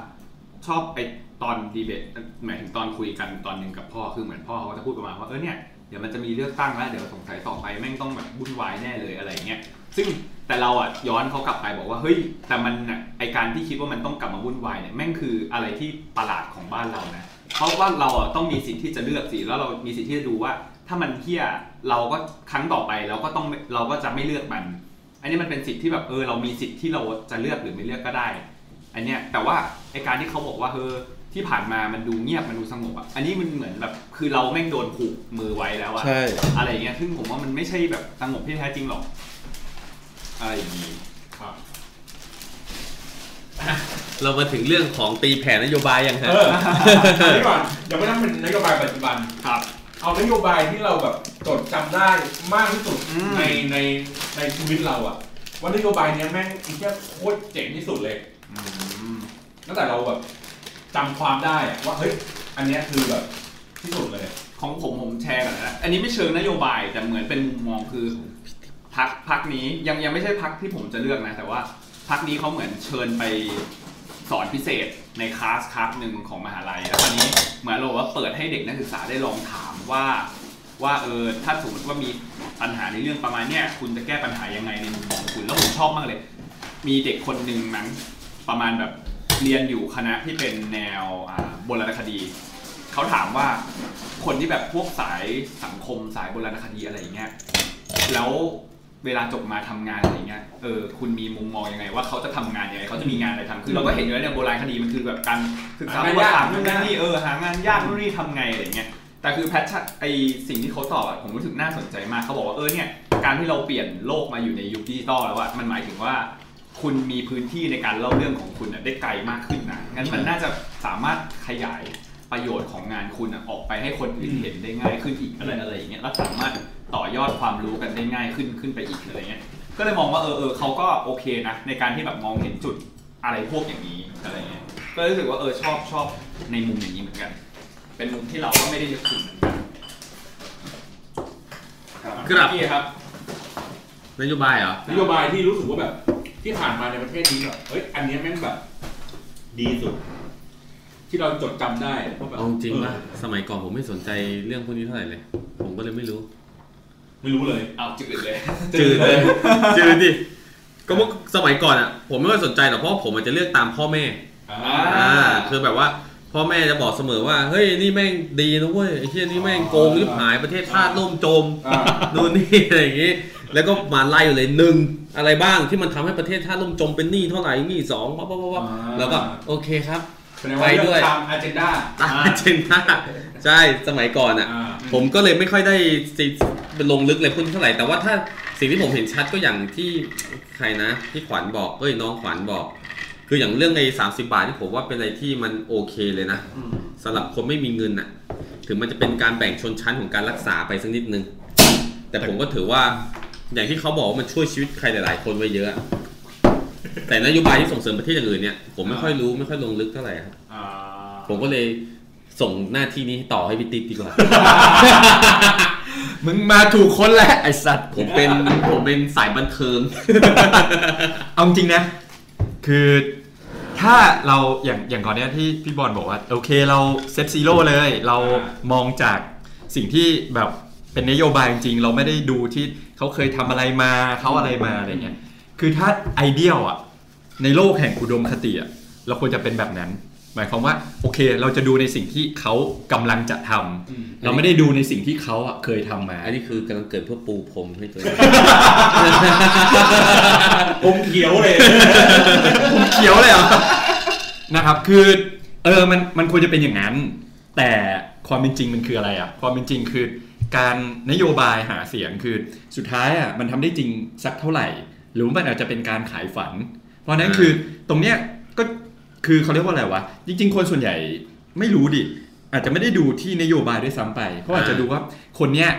[SPEAKER 2] ชอบไอตอนดีเบตหมายถึงตอนคุยกันตอนหนึ่งกับพ่อคือเหมือนพ่อเขาก็จะพูดประมาณว่าเออเนี่ยเดี๋ยวมันจะมีเลือกตั้งแล้วเดี๋ยวสงสัยต่อไปแม่งต้องแบบวุ่นวายแน่เลยอะไรเงี้ยซึ่งแต่เราอ่ะย้อนเขากลับไปบอกว่าเฮ้ยแต่มันน่ะไอการที่คิดว่ามันต้องกลับมาวุ่นวายเนี่ยแม่งคืออะไรที่ประหลาดของบ้านเรานะเพราะว่าเราอ่ะต้องมีสิทธิ์ที่จะเลือกสิแล้วเรามีสิทธิ์ที่จะดูว่า ถ้ามันเที่ยเราก็ครั้งต่อไปเราก็ต้องเราก็จะไม่เลือกมัน อันนี้มันเป็นสิทธิ์ที่แบบเออเรามีสิทธิ์ที่เราจะเลือกหรือไม่เลือกก็ได้ อันเนี้ยแต่ว่าไอการที่เขาบอกว่าเออที่ผ่านมามันดูเงียบมันดูสงบอะอันนี้มันเหมือนแบบคือเราแม่งโดนผูกมือไว้แล้วอะ
[SPEAKER 3] ใช่
[SPEAKER 2] อะไรอย่างเงี้ยซึ่งผมว่ามันไม่ใช่แบบสงบที่แท้จริงหรอกอะไรอย่างงี้
[SPEAKER 5] ครับ
[SPEAKER 4] เรามาถึงเรื่องของตีแผนนโยบายยังฮะ
[SPEAKER 5] เอออัน นี้ก่อนเดี๋ยวไม่ต้องเป็นนโยบายปัจจุบัน
[SPEAKER 2] ครับ
[SPEAKER 5] เอานโยบายที่เราแบบจดจำได้มากที่สุด
[SPEAKER 2] อืม
[SPEAKER 5] ในในในชีวิตเราอะว่านโยบายเนี้ยแม่งไอ้เหี้ยโคตรเจ๋งที่สุดเลย
[SPEAKER 2] อืม
[SPEAKER 5] ตั้งแต่เราแบบจำความได้อะว่าเฮ้ยอันเนี้ยคือแบบที่สุดเลย
[SPEAKER 2] ของผมผมแชร์กันนะอันนี้ไม่เชิงนโยบายแต่เหมือนเป็นมุมมองคือพักพักนี้ยังยังไม่ใช่พักที่ผมจะเลือกนะ แต่ว่าพักนี้เขาเหมือนเชิญไป สอนพิเศษในคลาสคลาสหนึ่งของมหาลัยแล้วตอนนี้เหมือนเราว่าเปิดให้เด็กนักศึกษาได้ลองถามว่าว่าเออถ้าสมมติว่ามีปัญหาในเรื่องประมาณเนี้ยคุณจะแก้ปัญหายังไงในมุมมองคุณแล้วผมชอบมากเลย มีเด็กคนหนึ่งมั้งประมาณแบบเรียนอยู่คณะที่เป็นแนวอ่าโบราณคดี เขาถามว่าคนที่แบบพวกสายสังคมสายโบราณคดีอะไรอย่างเงี้ยแล้วเวลาจบมาทำงานอะไรเงี้ยเออคุณมีมุมมองยังไง ว่าเขาจะทำงานยังไงเขาจะมีงานอะไรทำคือเราก็เห็นอยู่แล้วเนี่ยโบราณคดีมันคือแบบการศึกษา
[SPEAKER 5] หางาน
[SPEAKER 2] ประวัติศาสต
[SPEAKER 5] ยาก
[SPEAKER 2] ร์นู่นนั่นนี่เออหางานยากนู่นนี่ทำไงอะไรเงี้ยแต่คือแพทชั่นไอสิ่งที่เขาตอบอะผมรู้สึกน่าสนใจมากเขาบอกว่าเออเนี่ยการที่เราเปลี่ยนโลกมาอยู่ในยุคดิจิตอลแล้วอะมันหมายถึงว่า คุณมีพื้นที่ในการเล่าเรื่องของคุณน่ะได้ไกลมากขึ้นนะ งั้นมันน่าจะสามารถขยายประโยชน์ของงานคุณน่ะออกไปให้คนอื่นเห็นได้ง่ายขึ้นอีกอะไรอะไรอย่างเงี้ย แล้วสามารถต่อยอดความรู้กันได้ง่ายขึ้นขึ้นไปอีกอะไรเงี้ย ก็เลยมองว่าเออเออเขาก็โอเคนะ ในการที่แบบมองเห็นจุดอะไรพวกอย่างนี้อะไรเงี้ย ก็รู้สึกว่าเออชอบชอบในมุมอย่างนี้เหมือนกัน เป็นมุมที่เราก็ไม่ได้นึกถึงเหมือนกัน
[SPEAKER 4] ครับ
[SPEAKER 5] พี่ครับ
[SPEAKER 4] นโยบายเหรอ
[SPEAKER 5] นโยบายที่รู้สึกว่าแบบ ที่ผ่านมาในประเทศนี้แบบเฮ้ยอันเนี้ยแม่งแบบ ดีสุด ที่เราจดจำได้ว่าแบบ
[SPEAKER 4] เอาจริง
[SPEAKER 5] เออ
[SPEAKER 4] ป่ะสมัยก่อนผมไม่สนใจเรื่องพวกนี้เท่าไหร่เลย ผมก็เลยไม่รู้
[SPEAKER 5] ไม่รู้เลย
[SPEAKER 2] เอาจืดเลย
[SPEAKER 4] จืดเลย จืดดิ ก็เมื่อสมัยก่อนอ่ะ ผมไม่ค่อยสนใจหรอกเพราะผมอาจจะเลือกตามพ่อแม่
[SPEAKER 5] อ่า
[SPEAKER 4] อ่า คือแบบว่าพ่อแม่จะบอกเสมอว่า เฮ้ยนี่แม่งดีนะเว้ยไอ้เชี่ยนี่แม่งโกงริบหายประเทศชาติล่มจม
[SPEAKER 5] อ่า
[SPEAKER 4] นู่นนี่ อะไรอย่างงี้ แล้วก็มาไล่อยู่เลยหนึ่งอะไรบ้างที่มันทำให้ประเทศชาติล่มจมเป็นหนี้เท่าไหร่หนี้สองปั๊บปั๊บปั๊บปั๊บแล้วก็โอเคครับ
[SPEAKER 5] แสดงว่า
[SPEAKER 4] ไปด้
[SPEAKER 5] เรื่
[SPEAKER 4] วย
[SPEAKER 5] องตามอาเจนดา
[SPEAKER 4] ตามเจนหน้าใช่สมัยก่อนอ่ะ
[SPEAKER 5] อ่า
[SPEAKER 4] ผมก็เลยไม่ค่อยได้ซีลงลึกเลยพุ่นเท่าไหร่ แต่ว่าถ้าสิ่งที่ผมเห็นชัดก็อย่างที่ใครนะที่ขวัญบอกเอ้ยน้องขวัญบอก คืออย่างเรื่องใน30 บาทที่ผมว่าเป็นอะไรที่มันโอเคเลยนะสำหรับคนไม่มีเงินน่ะ ถึงมันจะเป็นการแบ่งชนชั้นของการรักษาไปสักนิดนึง แต่ผมก็ถือว่าอย่างที่เขาบอกว่ามันช่วยชีวิตใครหลายๆ คนไว้เยอะอะแต่นโยบายที่ส่งเสริมประเทศอย่างอื่นเนี่ยผมไม่ค่อยรู้ไม่ค่อยลงลึกเท่าไหร่ครับ
[SPEAKER 5] อ่า
[SPEAKER 4] ผมก็เลยส่งหน้าที่นี้ต่อให้พี่ติ๊กดีกว่า
[SPEAKER 3] มึงมาถูกคนแหละไอสัตว์
[SPEAKER 4] ผมเป็นผมเป็นสายบันเทิง
[SPEAKER 3] เอาจริงๆนะ คือถ้าเราอย่างอย่างก่อนเนี้ยที่พี่บอลบอกว่า โอเคเราเซตซีโร่เลย เรามองจากสิ่งที่แบบเป็นนโยบายจริงๆ เราไม่ได้ดูที่เขาเคยทำอะไรมาเขาอะไรมาอะไรเงี้ยคือถ้าไอเดียลอะในโลกแห่งอุดมคติอะเราควรจะเป็นแบบนั้น หมายความว่าโอเคเราจะดูในสิ่งที่เขากำลังจะทำเราไม่ได้ดูในสิ่งที่เขาอะเคยทำมา
[SPEAKER 4] อันนี้คือกำลังเกิดเพื่อปูพรมให้ตัวเอง
[SPEAKER 5] ผมเขียวเลย
[SPEAKER 3] เขียวเลยเหรอ นะครับคือเออมันมันควรจะเป็นอย่างนั้น แต่ความเป็นจริงมันคืออะไรอ่ะ ความเป็นจริงคือการนโยบายหาเสียงคือสุดท้ายอ่ะมันทำได้จริงสักเท่าไหร่ หรือมันอาจจะเป็นการขายฝัน เพราะฉะนั้นคือตรงเนี้ยก็คือเขาเรียกว่าอะไรวะ จริง ๆ คนส่วนใหญ่ไม่รู้ดิ อาจจะไม่ได้ดูที่นโยบายด้วยซ้ำไปเขาอาจจะดูว่าคนเนี้ย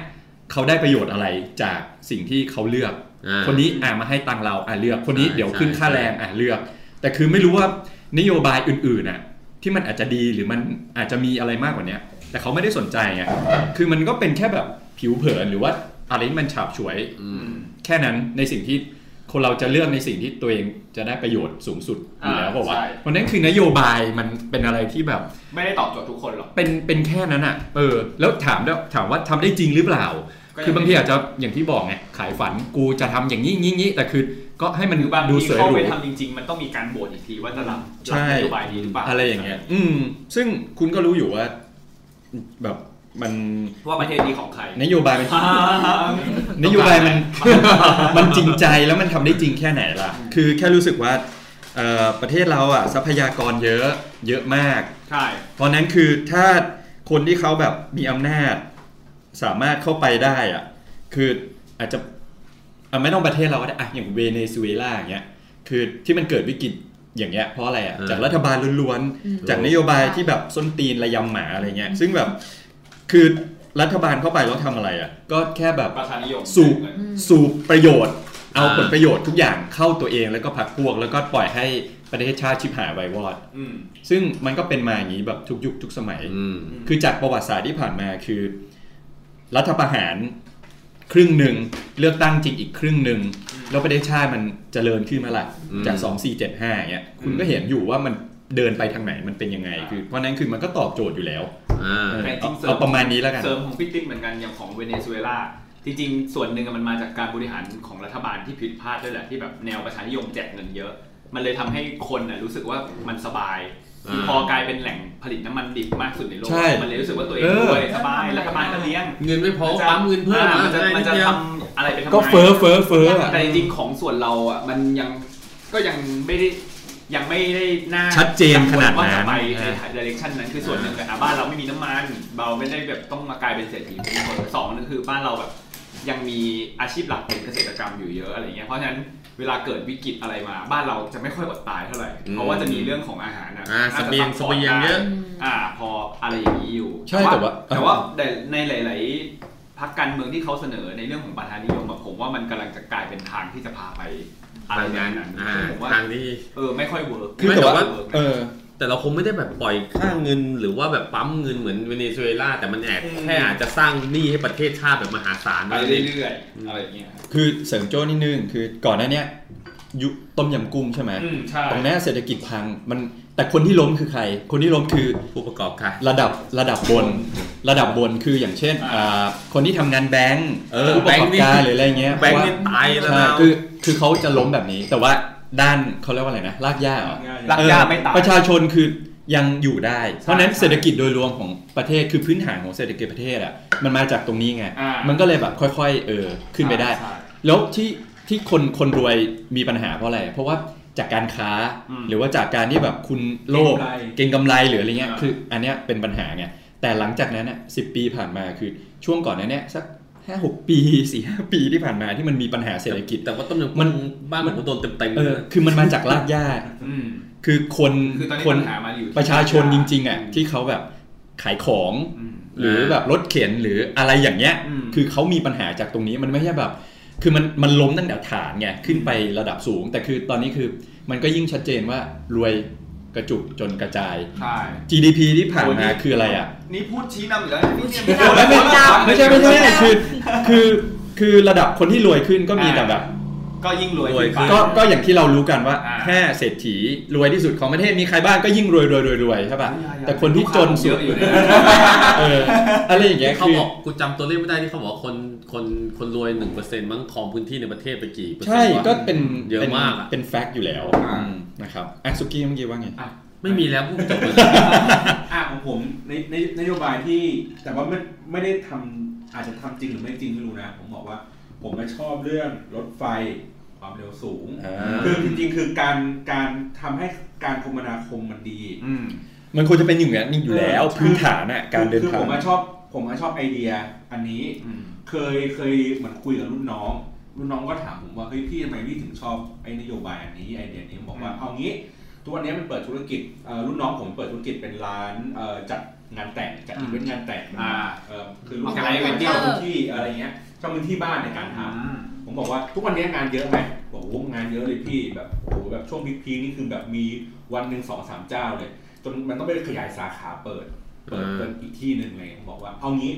[SPEAKER 3] เขาได้ประโยชน์อะไรจากสิ่งที่เขาเลือก
[SPEAKER 4] อ่า
[SPEAKER 3] คนนี้อ่ามาให้ตังค์เราอ่าเลือกคนนี้
[SPEAKER 4] ใช่
[SPEAKER 3] เดี๋ยวขึ้น
[SPEAKER 4] ใช่
[SPEAKER 3] ค่าแรงอ่าเลือก แต่คือไม่รู้ว่านโยบายอื่นๆน่ะที่มันอาจจะดีหรือมันอาจจะมีอะไรมากกว่าเนี้ยแต่เขาไม่ได้สนใจไงคือมันก็เป็นแค่แบบผิวเผินหรือว่าอะไรที่มันฉาบฉวย
[SPEAKER 4] อืม
[SPEAKER 3] แค่นั้นในสิ่งที่คนเราจะเลือกในสิ่งที่ตัวเองจะได้ประโยชน์สูงสุดอยู่แล้ว
[SPEAKER 2] อ่า
[SPEAKER 3] เปล่าวะ
[SPEAKER 2] ใช่
[SPEAKER 3] เพราะฉะนั้นคือนโยบายมันเป็นอะไรที่แบบ
[SPEAKER 2] ไม่ได้ตอบโจทย์ทุกคนหรอก
[SPEAKER 3] เป็นเป็นแค่นั้นอ่ะ เออ แล้วถามด้วยถามว่าทำได้จริงหรือเปล่า
[SPEAKER 2] ก็ยัง
[SPEAKER 3] คือบางทีอาจจะอย่างที่บอกไงขายฝันกูจะทำอย่างนี้งี้งี้แต่คือก็ให้มัน
[SPEAKER 2] คือบาง
[SPEAKER 3] ดู
[SPEAKER 2] ที
[SPEAKER 3] สวย
[SPEAKER 2] เข้า
[SPEAKER 3] หรู
[SPEAKER 2] ไปทำจริง ๆ มันต้องมีการโหวตอีกทีว่าจะรับ
[SPEAKER 3] ใช่
[SPEAKER 2] รับนโยบายนี้หรือเปล่า
[SPEAKER 3] อะไรอย่างเงี้ย อืม ซึ่งคุณก็รู้อยู่ว่า แบบมัน
[SPEAKER 2] ว่าประเทศนี้ของใคร
[SPEAKER 3] นโยบายมันนโยบายมัน มันจริงใจแล้วมันทำได้จริงแค่ไหนล่ะ คือแค่รู้สึกว่าเอ่อประเทศเราอ่ะทรัพยากรเยอะเยอะมาก
[SPEAKER 2] ใช่
[SPEAKER 3] เพราะนั้นคือถ้าคนที่เขาแบบมีอำนาจ สามารถเข้าไปได้อะคืออาจจะอ่ะไม่ต้องประเทศเราก็ได้อะอย่างเวเนซุเอลาอย่างเงี้ยคือที่มันเกิดวิกฤตอย่างเงี้ยเพราะอะไรอะ
[SPEAKER 4] เออ
[SPEAKER 3] จากรัฐบาลล้วน
[SPEAKER 8] อืม
[SPEAKER 3] ๆ จากนโยบายที่แบบส้นตีนระยำหมาอะไรเงี้ยซึ่งแบบคือรัฐบาลเข้าไปแล้วทำอะไรอะก็แค่แบบ
[SPEAKER 2] ประชานิยม
[SPEAKER 3] สูบ
[SPEAKER 8] อืม
[SPEAKER 3] สูบประโยชน์ เอา
[SPEAKER 4] อ่า
[SPEAKER 3] ผลประโยชน์ทุกอย่างเข้าตัวเองแล้วก็พรรคพวก แล้วก็ปล่อยให้ประเทศชาติชิบหายไวายวอด
[SPEAKER 2] อืม
[SPEAKER 3] ซึ่งมันก็เป็นมาอย่างนี้แบบทุกยุคทุกสมัย
[SPEAKER 4] อืม
[SPEAKER 3] คือจากประวัติศาสตร์ที่ผ่านมาคือ รัฐประหารครึ่งหนึ่งเลือกตั้งจริงอีกครึ่งหนึ่งแล้วประเทศชาติมันเจริญขึ้นมาละ
[SPEAKER 4] อืม
[SPEAKER 3] จาก 2475อย่างเงี้ยคุณก็เห็นอยู่ว่ามันเดินไปทางไหนมันเป็นยังไง คือเพราะฉะนั้นคือมันก็ตอบโจทย์อยู่แล้ว
[SPEAKER 4] อ่า
[SPEAKER 3] เออ
[SPEAKER 2] แต่จริ
[SPEAKER 3] เอา
[SPEAKER 2] งๆเสริม
[SPEAKER 3] เอาประมาณนี้แล้วกัน
[SPEAKER 2] เสริมของพี่ติ๊กเหมือนกันอย่างของเวเนซุเอลาจริงๆ ส่วนหนึ่งอะมันมาจากการบริหารของรัฐบาลที่ผิดพลาดด้วยแหละที่แบบแนวประชานิยมแจกเงินเยอะ มันเลยทำให้คนน่ะรู้สึกว่ามันสบาย
[SPEAKER 4] อ่า
[SPEAKER 2] พอกลายเป็นแหล่งผลิตน้ำมันดิบมากสุดในโลก
[SPEAKER 3] ใช่
[SPEAKER 2] มันเลยรู้สึกว่าตัวเอง
[SPEAKER 3] เออ
[SPEAKER 2] รวยสบายรัฐบาลก็เลี้ยง
[SPEAKER 4] เงินไม่พอปั๊มเงินเพิ่ม
[SPEAKER 2] อ่า
[SPEAKER 4] มั
[SPEAKER 2] มัน นจะมัน น
[SPEAKER 4] จะมัจะ
[SPEAKER 2] จะ
[SPEAKER 4] ท
[SPEAKER 2] ทำอะไรไปทำไม
[SPEAKER 3] ก็เฟ้อเฟ้อเฟ้ออะ
[SPEAKER 2] แต่จริงๆของส่วนเราอ่ะมันยังก็ยังไม่ได้ยังไม่ได้น่า
[SPEAKER 3] ชัดเจนขนาด
[SPEAKER 2] ว่า
[SPEAKER 3] นั้
[SPEAKER 2] จะ
[SPEAKER 3] น
[SPEAKER 2] ไปในเดเรคชันนั้นคือส่วนหนึ่งอะนะบ้านเราไม่มีน้ำมันเราไม่ได้แบบต้องมากลายเป็นเศรษฐีเป็นคนสองนึงคือบ้านเราแบบยังมีอาชีพหลักเป็นเกษตรกรรมอยู่เยอะอะไรเงี้ยเพราะฉะนั้นเวลาเกิดวิกฤตอะไรมา บ้านเราจะไม่ค่อยอดตายเท่าไหร่เพราะว่าจะมีเรื่องของอาหารนะ
[SPEAKER 4] ำอ่าเส
[SPEAKER 2] น่าจะ
[SPEAKER 4] บียง
[SPEAKER 2] ซัพพ
[SPEAKER 4] เส
[SPEAKER 2] ร์ต
[SPEAKER 4] บียงเยอะ
[SPEAKER 2] ได้ อ่าพออะไรอย่างนี้อยู่
[SPEAKER 3] ใช่แต่ว่า
[SPEAKER 2] แต่ว่าแต่ในหลาย ๆพักการเมืองที่เขาเสนอในเรื่องของประธานนิยมอะผมว่ามันกำลังจะกลายเป็นทางที่จะพาไปอะไร
[SPEAKER 4] ทาง
[SPEAKER 2] แบบ
[SPEAKER 4] นั้น
[SPEAKER 2] นั้น
[SPEAKER 4] อ่า
[SPEAKER 2] ผมว่า
[SPEAKER 4] ทางที่
[SPEAKER 2] เออไม่ค่อยเวิร์ก
[SPEAKER 3] คือ
[SPEAKER 4] ไม่
[SPEAKER 3] แต่
[SPEAKER 4] แต่
[SPEAKER 3] ว่า
[SPEAKER 4] ว่า
[SPEAKER 2] เวิร์กนะ
[SPEAKER 3] เออ
[SPEAKER 4] แต่เราคงไม่ได้แบบปล่อยค่าเงิน หรือว่าแบบปั๊มเงินเหมือนเวเนซุเอลาแต่มันแอบ
[SPEAKER 2] อืม
[SPEAKER 4] แค่อาจจะสร้างหนี้ให้ประเทศชาติแบบมหาศาล
[SPEAKER 2] ไป
[SPEAKER 4] นั่นเอง
[SPEAKER 2] เรื่อยๆอะไรอย่างเงี้ยครับ
[SPEAKER 3] คือเสริมโจ้นิดนึงคือก่อนหน้าเนี้ยยุคต้มยำกุ้งใช่ไหม
[SPEAKER 2] อืมใช่
[SPEAKER 3] ตรงเนี้ยเศรษฐกิจพังมันแต่คนที่ล้มคือใคร คนที่ล้มคือ
[SPEAKER 4] ผู้ประกอบการ
[SPEAKER 3] ระดับระดับบน ระดับบนคืออย่างเช่นอ่าคนที่ทำงานแบงก์
[SPEAKER 4] เออ
[SPEAKER 3] ผู้ประกอบ
[SPEAKER 4] แบงก์นี่
[SPEAKER 3] การหรืออะไรเงี้ย
[SPEAKER 4] แบงค์นี่ตายแล้ว
[SPEAKER 3] ใช่
[SPEAKER 4] นะ
[SPEAKER 3] คือคือเขาจะล้มแบบนี้ แต่ว่าด้านเขาเรียกว่าอะไรนะรากหญ้าเหรอ
[SPEAKER 2] รักหญ้าไม่ตาย
[SPEAKER 3] เออประชาชนคือยังอยู่ได้ เพราะฉะนั้นเศรษฐกิจโดยรวมของประเทศคือพื้นฐานของเศรษฐกิจประเทศอ่ะมันมาจากตรงนี้ไง
[SPEAKER 2] อ่ามั
[SPEAKER 3] มันก็เลยแบบค่อย ๆ เออขึ้นไปได้
[SPEAKER 2] ใช่
[SPEAKER 3] แล้วที่ที่คนคนรวยมีปัญหาเพราะอะไร เพราะว่าจากการค้า
[SPEAKER 2] อืม
[SPEAKER 3] หรือว่าจากการที่แบบคุณโลภ
[SPEAKER 5] เก็งกำไร
[SPEAKER 3] เก่งกำไรหรืออะไรเงี้ย
[SPEAKER 2] อ่า
[SPEAKER 3] คืออันเนี้ยเป็นปัญหาไงแต่หลังจากนั้นอ่ะสิปีผ่านมาคือช่วงก่อนหนั้นเนี้ยสักห้าหกปีสี่ห้าปีที่ผ่านมาที่มันมีปัญหาเศรษฐกิจ
[SPEAKER 4] แต่ว่าต้มยำ
[SPEAKER 3] มั
[SPEAKER 4] กุ้
[SPEAKER 3] น
[SPEAKER 4] งบ้านผมก็โดนเต็มๆ
[SPEAKER 3] เอ
[SPEAKER 4] เล
[SPEAKER 3] อย คือมันมาจากรากหญ้า
[SPEAKER 2] อืม
[SPEAKER 3] คือคน
[SPEAKER 2] คือตอนนี้
[SPEAKER 3] คน
[SPEAKER 2] ปัญหามาอยู่ที่
[SPEAKER 3] ประชาชนจริงๆอ่ะที่เขาแบบขายของ
[SPEAKER 2] อืม
[SPEAKER 3] หรือแบบรถเข็นหรืออะไรอย่างเงี้ย
[SPEAKER 2] อืม
[SPEAKER 3] คือเขามีปัญหาจากตรงนี้มันไม่ใช่แบบ คือมันมันล้มตั้งแต่ฐานไงขึ้นไประดับสูง แต่คือตอนนี้คือมันก็ยิ่งชัดเจนว่ารวยกระจุกจนกระจาย
[SPEAKER 2] ใช่
[SPEAKER 3] GDP ที่ผ่านมาคืออะไรอ่ะ
[SPEAKER 7] นี่พูดชี้นำอีกแล้วนี่เนี่ยไม่
[SPEAKER 3] ไม่
[SPEAKER 7] ได้
[SPEAKER 3] ไม่
[SPEAKER 7] ว่าเรา
[SPEAKER 3] ไม่ใช่ไม่ใช่คือคือคือระดับคนที่รวยขึ้นก็มีแต่แบบ
[SPEAKER 2] ก็ยิ่งรวย
[SPEAKER 4] รวย
[SPEAKER 2] ขึ้นไป
[SPEAKER 3] ก็ก็อย่างที่เรารู้กันว่า
[SPEAKER 2] อ่า
[SPEAKER 3] แค่เศรษฐีรวยที่สุดของประเทศมีใครบ้างก็ยิ่งรวยรวยรวยรวยใช่ป่ะ
[SPEAKER 2] ใช่ใช่
[SPEAKER 3] แต่คนที่จนสุด
[SPEAKER 2] อยู่นะ
[SPEAKER 3] เอออะไรอย่างเงี้ย
[SPEAKER 4] เขา
[SPEAKER 3] คือ
[SPEAKER 4] บอกกูจำตัวเลขไม่ได้ที่เขาบอกว่าคนคนคนรวยหนึ่งเปอร์เซ็นต์มั้งครองพื้นที่ในประเทศไปกี่เปอร์เซ็นต์
[SPEAKER 3] ใช่
[SPEAKER 4] วะ
[SPEAKER 3] ก็เป็น
[SPEAKER 4] เยอะ
[SPEAKER 3] ป็น
[SPEAKER 4] มากอะ
[SPEAKER 3] เป็นแฟกต์อยู่แล้ว
[SPEAKER 5] อ่า
[SPEAKER 3] อืมนะครับอ่ะสุกี้เมื่อกี้ว่าไง
[SPEAKER 2] อ่ะ
[SPEAKER 4] ไม่มีแล้วพูดจบเลย
[SPEAKER 5] อ่ะของผมในในนโยบายที่แต่ว่าไม่ไม่ได้ทำอาจจะทำจริงหรือไม่จริงไม่รู้นะ ผมบอกว่า ผมไม่ชอบเรื่องรถไฟความเร็วสูง
[SPEAKER 3] อ่า
[SPEAKER 5] คือจริงๆคือการการทำให้การคมนาคมมันดี
[SPEAKER 2] อืม
[SPEAKER 3] มันควรจะเป็นอย่างนั้นอยู่แล้ว
[SPEAKER 5] คือ
[SPEAKER 3] พื้นฐานอ่ะการเดิน
[SPEAKER 5] คือ
[SPEAKER 3] ทาง
[SPEAKER 5] ผมอะชอบผมอะชอบไอเดียอันนี้
[SPEAKER 2] อืม
[SPEAKER 5] เคยเคยเหมือนคุยกับรุ่นน้อง รุ่นน้องก็ถามผมว่าเฮ้ยพี่ทำไมพี่ถึงชอบไอ้นโยบายอันนี้ไอเดียนี้ผมบอกว่า
[SPEAKER 2] อืม
[SPEAKER 5] เอางี้ทุกวันนี้มันเปิดธุรกิจเอ่อรุ่นน้องผมเปิดธุรกิจเป็นร้านเอ่อจัดงานแต่งจัดอีเวนต์งานแต่งมัน
[SPEAKER 2] อ่า
[SPEAKER 5] เอ่อคือรุ่นน้อง
[SPEAKER 2] Organize
[SPEAKER 5] เป็น
[SPEAKER 2] event
[SPEAKER 5] เจ้าพื้นที่อะไรเงี้ยเจ้าพื้นที่บ้านในการทำ ผมบอกว่าทุกวันนี้งานเยอะไหมบอกโอ้งานเยอะเลยพี่แบบโอ้โหแบบช่วงพีคพีนี่คือแบบมีวันหนึ่งสองสามเจ้าเลย จนมันต้องไปขยายสาขาเปิด เปิด
[SPEAKER 4] อ่า
[SPEAKER 5] เปิดอีกที่หนึ่งเลยผมบอกว่าเอางี้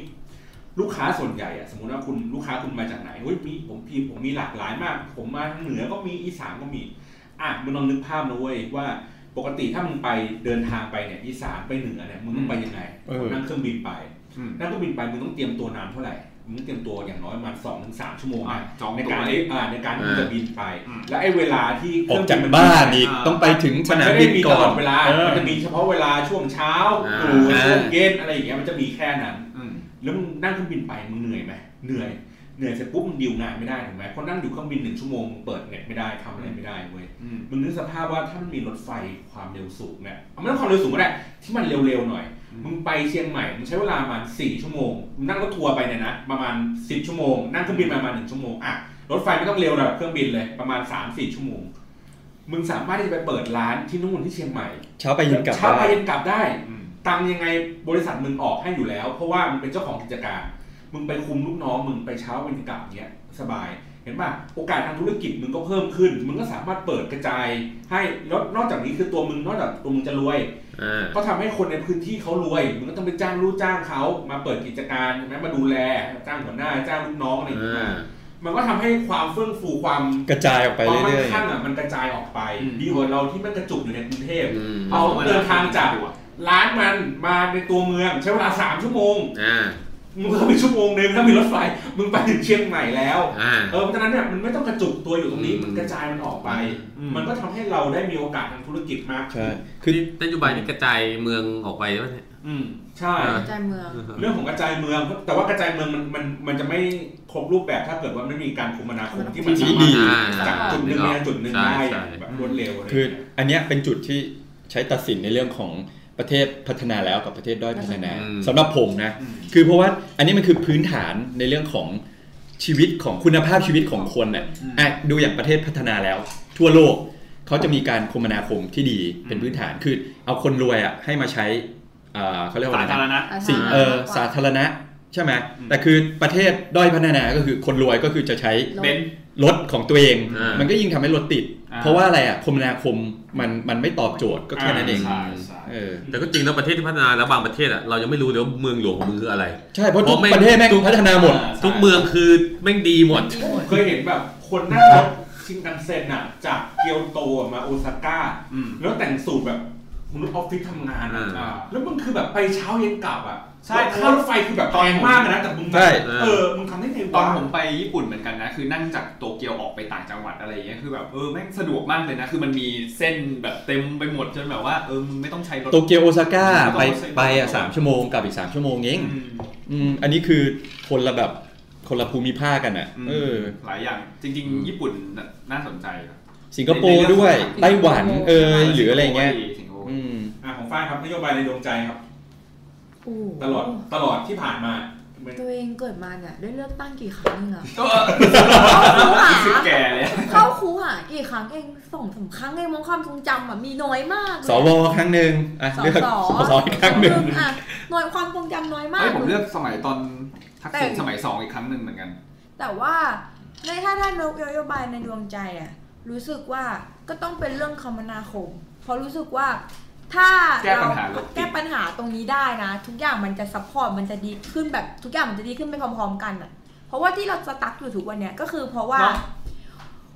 [SPEAKER 5] ลูกค้าส่วนใหญ่อะสมมติว่าคุณลูกค้าคุณมาจากไหนเฮ้ยมีผมพี่ผมมีหลากหลายมาก ผมมาทางเหนือก็มีอีสานก็มี อ่ะมึงลองนึกภาพนะเว้ยว่าปกติถ้ามึงไปเดินทางไปเนี่ยอีสานไปเหนือเนี่ยมึงต้องไปยังไง
[SPEAKER 3] เออ
[SPEAKER 5] นั่งเครื่องบินไป
[SPEAKER 2] อืม
[SPEAKER 5] นั่งเครื่องบินไปมึงต้องเตรียมตัวนานเท่าไหร่มึงต้องเตรียมตัวอย่างน้อยประมาณสองถึงสามชั่วโมง
[SPEAKER 2] อ่ะ
[SPEAKER 5] นะ
[SPEAKER 2] จอง
[SPEAKER 5] ใน
[SPEAKER 2] ตัว
[SPEAKER 5] การ
[SPEAKER 2] เลย
[SPEAKER 5] ที่อ่าในการที่
[SPEAKER 4] อ่า
[SPEAKER 5] จะบินไป
[SPEAKER 2] อืม
[SPEAKER 5] และไอ้เวลาที่เค
[SPEAKER 3] อ
[SPEAKER 5] รื่
[SPEAKER 3] อก
[SPEAKER 5] งบิ
[SPEAKER 3] จากบ้านอีก
[SPEAKER 2] อ่า
[SPEAKER 3] ต้องไปถึงส
[SPEAKER 5] มัน
[SPEAKER 3] นาม
[SPEAKER 5] ไม่
[SPEAKER 3] บิน
[SPEAKER 5] ได้มีต
[SPEAKER 3] ก่อ
[SPEAKER 5] ล
[SPEAKER 3] น
[SPEAKER 5] อดเวลา
[SPEAKER 3] เออ
[SPEAKER 5] มันจะมีเฉพาะเวลาช่วงเช้า
[SPEAKER 4] อ่า
[SPEAKER 5] หรือช่วง
[SPEAKER 3] อ่า
[SPEAKER 5] เย็นอะไรอย่างเงี้ยมันจะมีแค่นั้น
[SPEAKER 2] อืม
[SPEAKER 5] แล้วมึงนั่งเครื่องบินไปมึงเหนื่อยไหมเหนื่อยเหนื่อยเสร็จปุ๊บมึงดิวงานไม่ได้ถูกไหมเพราะนั่งอยู่เครื่องบินหนึ่งชั่วโมงมึงเปิดเน็ตไม่ได้ทำอะไรไม่ได้เว้ย
[SPEAKER 2] อืม
[SPEAKER 5] มึงนึกสภาพว่าถ้ามันมีรถไฟความเร็วสูงเนี่ยเอาไม่ต้องความเร็วสูงก็ได้ที่มันเร็วๆหน่อย
[SPEAKER 2] อืม
[SPEAKER 5] มึงไปเชียงใหม่มึงใช้เวลาประมาณสี่ชั่วโมงมึงนั่งรถทัวร์ไปเนี่ยนะประมาณสิบชั่วโมงนั่งเครื่องบินมาประมาณหนึ่งชั่วโมงอ่ะรถไฟไม่ต้องเร็วระดับเครื่องบินเลยประมาณสามสี่ชั่วโมง มึงสามารถที่จะไปเปิดร้านที่นู่นที่เชียงใหม่
[SPEAKER 3] เช้าไปเย็นกลับ
[SPEAKER 5] เช้าไป
[SPEAKER 3] บ้าน
[SPEAKER 5] เย็นกลับได้
[SPEAKER 2] อืม
[SPEAKER 5] ตังค์ยังไงบริษัทมึงออกให้อยู่แล้ว เพราะว่ามึงเป็นเจ้าของกิจการ มึงไปคุมลูกน้องมึงไปเช้าไปกลับเนี้ยสบาย เห็นป่ะโอกาสทางธุรกิจมึงก็เพิ่มขึ้น มึงก็สามารถเปิดกระจายให้แล้วนอกจากนี้คือตัวมึงนอกจากตัวมึงจะรวย
[SPEAKER 4] อ่า
[SPEAKER 5] ก็ทำให้คนในพื้นที่เขารวย มึงก็ต้องไปจ้างลูกจ้างเขามาเปิดกิจการใช่ไหมมาดูแล จ้างหัวหน้าจ้างลูกน้องอะไรอย่างเงี้ยมันก็ทำให้ความเฟื่องฟูความ
[SPEAKER 3] กระจายออกไป
[SPEAKER 5] ความมั่
[SPEAKER 3] เรื่
[SPEAKER 5] ง
[SPEAKER 3] อย
[SPEAKER 5] คั่งอ่ะมันกระจายออกไป
[SPEAKER 2] อืม
[SPEAKER 5] ดีกว่าเราที่มันกระจุกอยู่ในกรุงเทพ
[SPEAKER 4] อืม
[SPEAKER 5] เอาเดินทางจาก ร้านมันมาในตัวเมืองใช้เวลาสามชั่วโมง
[SPEAKER 4] อ่า
[SPEAKER 5] มึงก็ไปชั่วโมงหนึงถ้ามีรถไฟ มึงไปถึงเชียงใหม่แล้ว
[SPEAKER 4] อ่า
[SPEAKER 5] เออเพราะฉะนั้นเนี่ยมันไม่ต้องกระจุกตัวอยู่ตรงนี้ มันกระจายมันออกไป
[SPEAKER 2] อืม
[SPEAKER 5] มันก็ทำให้เราได้มีโอกาสทางธุรกิจมาก
[SPEAKER 3] ๆ
[SPEAKER 5] ขึ้
[SPEAKER 3] ใช่
[SPEAKER 5] น
[SPEAKER 3] คือ
[SPEAKER 4] นโยบายนี่กระจายเมืองออกไปด้วยเนี่ย
[SPEAKER 5] อืมใช่
[SPEAKER 4] อ่า
[SPEAKER 8] ใจเมือง
[SPEAKER 5] เรื่องของกระจายเมือง แต่ว่ากระจายเมืองมันมันมันจะไม่ครบรูปแบบถ้าเกิดว่าไม่มีการคมนาคมที่มันสา
[SPEAKER 3] ที่
[SPEAKER 5] มารถ
[SPEAKER 3] ดี
[SPEAKER 5] จากจุดหนึ่งไปยังจุดหนึ่ง
[SPEAKER 4] ใช่
[SPEAKER 5] ได้
[SPEAKER 4] ใช่
[SPEAKER 5] แบบรวดเร็วอะไร
[SPEAKER 3] คือ
[SPEAKER 5] เงี้ย
[SPEAKER 3] อันเนี้ยเป็นจุดที่ใช้ตัดสินในเรื่องของประเทศพัฒนาแล้วกับประเทศด้อยพัฒนา
[SPEAKER 4] อืม
[SPEAKER 3] สำหรับผมนะ คือเพราะว่าอันนี้มันคือพื้นฐานในเรื่องของชีวิตของคุณภาพชีวิตของคนน่ะ
[SPEAKER 2] อืม
[SPEAKER 3] อ่ะดูอย่างประเทศพัฒนาแล้ว ทั่วโลกเขาจะมีการคมนาคมที่ดีเป็นพื้นฐานคือเอาคนรวยอ่ะให้มาใช้อ่าเขาเรียกว่า
[SPEAKER 2] สา
[SPEAKER 3] อะไร
[SPEAKER 2] ธาร
[SPEAKER 3] นะ
[SPEAKER 2] ณะ
[SPEAKER 3] สิเออสาธารณะใช่ไหม
[SPEAKER 2] อืม
[SPEAKER 3] แต่คือประเทศด้อยพัฒนาก็คือคนรวยก็คือจะใช้
[SPEAKER 2] เบนซ์
[SPEAKER 3] รถของตัวเอง
[SPEAKER 4] อ่ามั
[SPEAKER 3] มันก็ยิ่งทำให้รถติด
[SPEAKER 2] อ่า
[SPEAKER 3] เพราะว่าอะไรอ่ะคมนาคมมันมันไม่ตอบโจทย์ก็แค่นั้นเอง
[SPEAKER 2] ใช่ใช่
[SPEAKER 3] เออ
[SPEAKER 4] แต่ก็จริงนะประเทศที่พัฒนาแล้วบางประเทศอ่ะเรายังไม่รู้เลยว่าเมืองหลวงของมึงคืออะไร
[SPEAKER 3] ใช่เพราะ
[SPEAKER 4] เพ
[SPEAKER 3] ทุ
[SPEAKER 4] ราะ
[SPEAKER 3] ก
[SPEAKER 4] ไม่
[SPEAKER 3] ประเทศแม่งพัฒนาหมด
[SPEAKER 2] าใช่
[SPEAKER 4] ทุกเมืองคือแม่งดีหมด
[SPEAKER 5] เคยเห็นแบบคนนั่งรถชิงกันเซ็นอะจากเกียวโตอะมาโอซาก้า
[SPEAKER 2] อืม
[SPEAKER 5] แล้วแต่งสูตรแบบมนุษย์ออฟฟิศทำงานอะ
[SPEAKER 2] อ่า
[SPEAKER 5] แล้วมึงคือแบบไปเช้าเย็นกลับอะ
[SPEAKER 2] ใช่
[SPEAKER 5] แล้วค่ารถไฟคือแบบแพงมากนะแต่มึง
[SPEAKER 3] ใช่
[SPEAKER 5] เออมึงทำได้ไง
[SPEAKER 2] ตอน
[SPEAKER 5] วะ
[SPEAKER 2] ผมไปญี่ปุ่นเหมือนกันนะ คือนั่งจากโตเกียวออกไปต่างจังหวัดอะไรอย่างเงี้ยคือแบบเออแม่งสะดวกมากเลยนะ คือมันมีเส้นแบบเต็มไปหมดจนแบบว่าเออมึงไม่ต้องใช้รถ
[SPEAKER 3] โตเกียวโอซาก้าไป
[SPEAKER 2] ไม่ต้อง
[SPEAKER 3] ไปอ่ะ
[SPEAKER 2] ไม่ต้อง
[SPEAKER 3] สามชั่วโมงกลับอีกสามชั่วโมงเอ
[SPEAKER 2] อื
[SPEAKER 3] ง
[SPEAKER 2] ม
[SPEAKER 3] อืมอันนี้คือคนละแบบคนละภูมิภาคกันอ่ะเออ
[SPEAKER 2] หลายอย่างจริง ๆ ญี่ปุ่นน่ะน่าสนใจครับ
[SPEAKER 3] สิงคโปร์ด้วยไต้หวันเออหรืออะไรเงี้ย
[SPEAKER 2] สิงคโปร์
[SPEAKER 3] อืม
[SPEAKER 5] อ่ะของฝ้ายครับนโยบายในดวงใจครับ
[SPEAKER 8] โอ้โห
[SPEAKER 5] ตลอดตลอดที่ผ่านมาเป็น
[SPEAKER 8] ตัวเองเกิดมาเนี่ยได้เลือกตั้งกี่ครั้งเองอะ
[SPEAKER 2] ก็เออ
[SPEAKER 8] เข้าคู
[SPEAKER 2] รู้สึก
[SPEAKER 8] หา
[SPEAKER 2] แก่เลย
[SPEAKER 8] เข้าคูหากี่ครั้งเองสองสามครั้งเองมองความทรงจำอะมีน้อยมากเลย
[SPEAKER 3] สวครั้งหนึ่งอ่ะ
[SPEAKER 8] สอ
[SPEAKER 3] เลือก ส
[SPEAKER 8] ส
[SPEAKER 3] สอีกครั้งหนึ่ง
[SPEAKER 8] อ่ะหน่วยความทรงจำน้อยมาก
[SPEAKER 2] เอ้ยผมเลือกสมัยตอนทัก
[SPEAKER 8] แต่
[SPEAKER 2] ษิณสมัยสองอีกครั้งหนึ่งเหมือนกัน
[SPEAKER 8] แต่ว่าในถ้าด้านนโยบายในดวงใจอะรู้สึกว่าก็ต้องเป็นเรื่องคมนาคม เพราะรู้สึกว่าถ้า
[SPEAKER 2] แก้ปัญหารถติด
[SPEAKER 8] แก้ปัญหาตรงนี้ได้นะ ทุกอย่างมันจะซัพพอร์ตมันจะดีขึ้นแบบทุกอย่างมันจะดีขึ้นไปพร้อมๆกันอะเพราะว่าที่เราสตั๊กอยู่ทุกวันเนี้ยก็คือเพราะว่า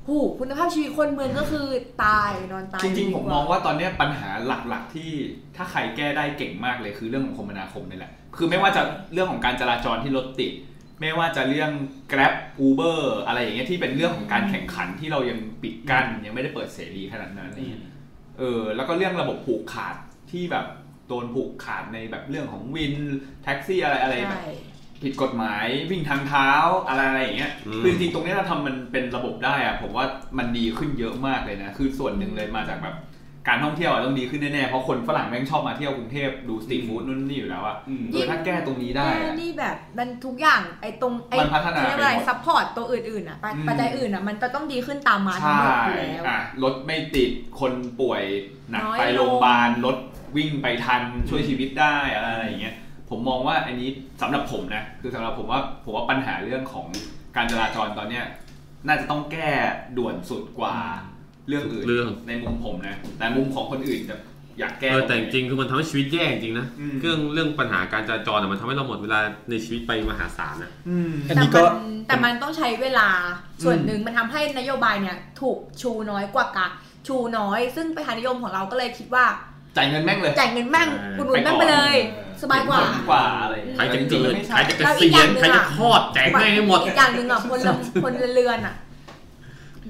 [SPEAKER 8] หูคุณภาพชีวิตคนเมืองก็คือตายนอนตาย
[SPEAKER 2] จริงๆ ผมมองว่าตอนเนี้ยปัญหาหลักๆที่ถ้าใครแก้ได้เก่งมากเลยคือเรื่องของคมนาคมนี่แหละ คือไม่ว่าจะเรื่องของการจราจรที่รถติด ไม่ว่าจะเรื่อง Grab Uber อะไรอย่างเงี้ยที่เป็นเรื่องของการแข่งขันที่เรายังปิดกั้นยังไม่ได้เปิดเสรีขนาดนั้นอะไรเงี้ยเออแล้วก็เรื่องระบบผูกขาดที่แบบโดนผูกขาดในแบบเรื่องของวินแท็กซี่อะไรอะไรแบบ
[SPEAKER 8] ใช่
[SPEAKER 2] ผิดกฎหมายวิ่งทางเท้าอะไรอะไรอย่างเงี้ย
[SPEAKER 4] อืม
[SPEAKER 2] คือจริงๆตรงเนี้ยเราทำมันเป็นระบบได้อะผมว่ามันดีขึ้นเยอะมากเลยนะ คือส่วนหนึ่งเลยมาจากแบบการท่องเที่ยวอะต้องดีขึ้นแน่ๆ เพราะคนฝรั่งแม่งชอบมาเที่ยวกรุงเทพดูสตรีทฟู้ดนู่นนี่อยู่แล้วอะ
[SPEAKER 5] อืม
[SPEAKER 2] เออถ้าแก้ตรงนี้ได้อะ
[SPEAKER 8] แม่นี่แบบมันทุกอย่างไอ้ตรงไอ้
[SPEAKER 2] มันพัฒนา
[SPEAKER 8] เรียกว่าอะไร
[SPEAKER 2] ไปหมด
[SPEAKER 8] ซัพพอร์ตตัวอื่นๆอ่ะปัจ
[SPEAKER 2] อืม
[SPEAKER 8] ปัจจัยอื่นอ่ะมันจะต้องดีขึ้นตามมาทั้ง
[SPEAKER 2] ใช่
[SPEAKER 8] หมดอยู่แล้ว
[SPEAKER 2] อะรถไม่ติดคนป่วยหนัก
[SPEAKER 8] น้อย
[SPEAKER 2] ไป
[SPEAKER 8] ลง
[SPEAKER 2] โรงพยาบาลรถวิ่งไปทันช่วยชีวิตได้อะไรอย่างเงี้ยผมมองว่าอันนี้สำหรับผมนะคือสำหรับผมว่าผมว่าปัญหาเรื่องของการจราจรตอนเนี้ยน่าจะต้องแก้ด่วนสุดกว่าเรื่องอื่น
[SPEAKER 4] เรื่อง
[SPEAKER 2] ในมุมผมนะแต่มุมของคนอื่นจะอยากแก้
[SPEAKER 4] เออแต่จริงๆคือมันทำให้ชีวิตแย่จริงๆนะ
[SPEAKER 2] อืม
[SPEAKER 4] เรื่องเรื่องปัญหาการจราจรอะมันทำให้เราหมดเวลาในชีวิตไปมหาศาลนะ
[SPEAKER 2] อืม
[SPEAKER 3] อัน
[SPEAKER 8] แต่
[SPEAKER 3] นี้
[SPEAKER 8] มั
[SPEAKER 3] ก็
[SPEAKER 8] นแต่มันต้องใช้เวลาส่วนหนึ่งมันทำให้นโยบายเนี่ยถูกชูน้อยกว่ากะชูน้อย ซึ่งประธานนิยมของเราก็เลยคิดว่า
[SPEAKER 2] จ่ายเงินแม่งเลย
[SPEAKER 8] จ่ายเงินแม่ง
[SPEAKER 4] เออ
[SPEAKER 8] อุดหนุนแม่งไปเลย
[SPEAKER 5] เออ
[SPEAKER 8] สบายกว่า
[SPEAKER 2] เห็นผลกว่าอะไรอย่างเงี้ย
[SPEAKER 4] ใครจะ
[SPEAKER 2] จริงๆ
[SPEAKER 4] เกิด
[SPEAKER 2] มันไม่ใช่
[SPEAKER 4] ใครจะเก
[SPEAKER 8] แล้วอี
[SPEAKER 4] ษีณ
[SPEAKER 8] กอยย่างหนึ่งอะ
[SPEAKER 4] ใครจะคลอดแจกแม่งให้หมด
[SPEAKER 8] อีกอย่างหนึ่งอ่ะพลพลเรือนอ่ะ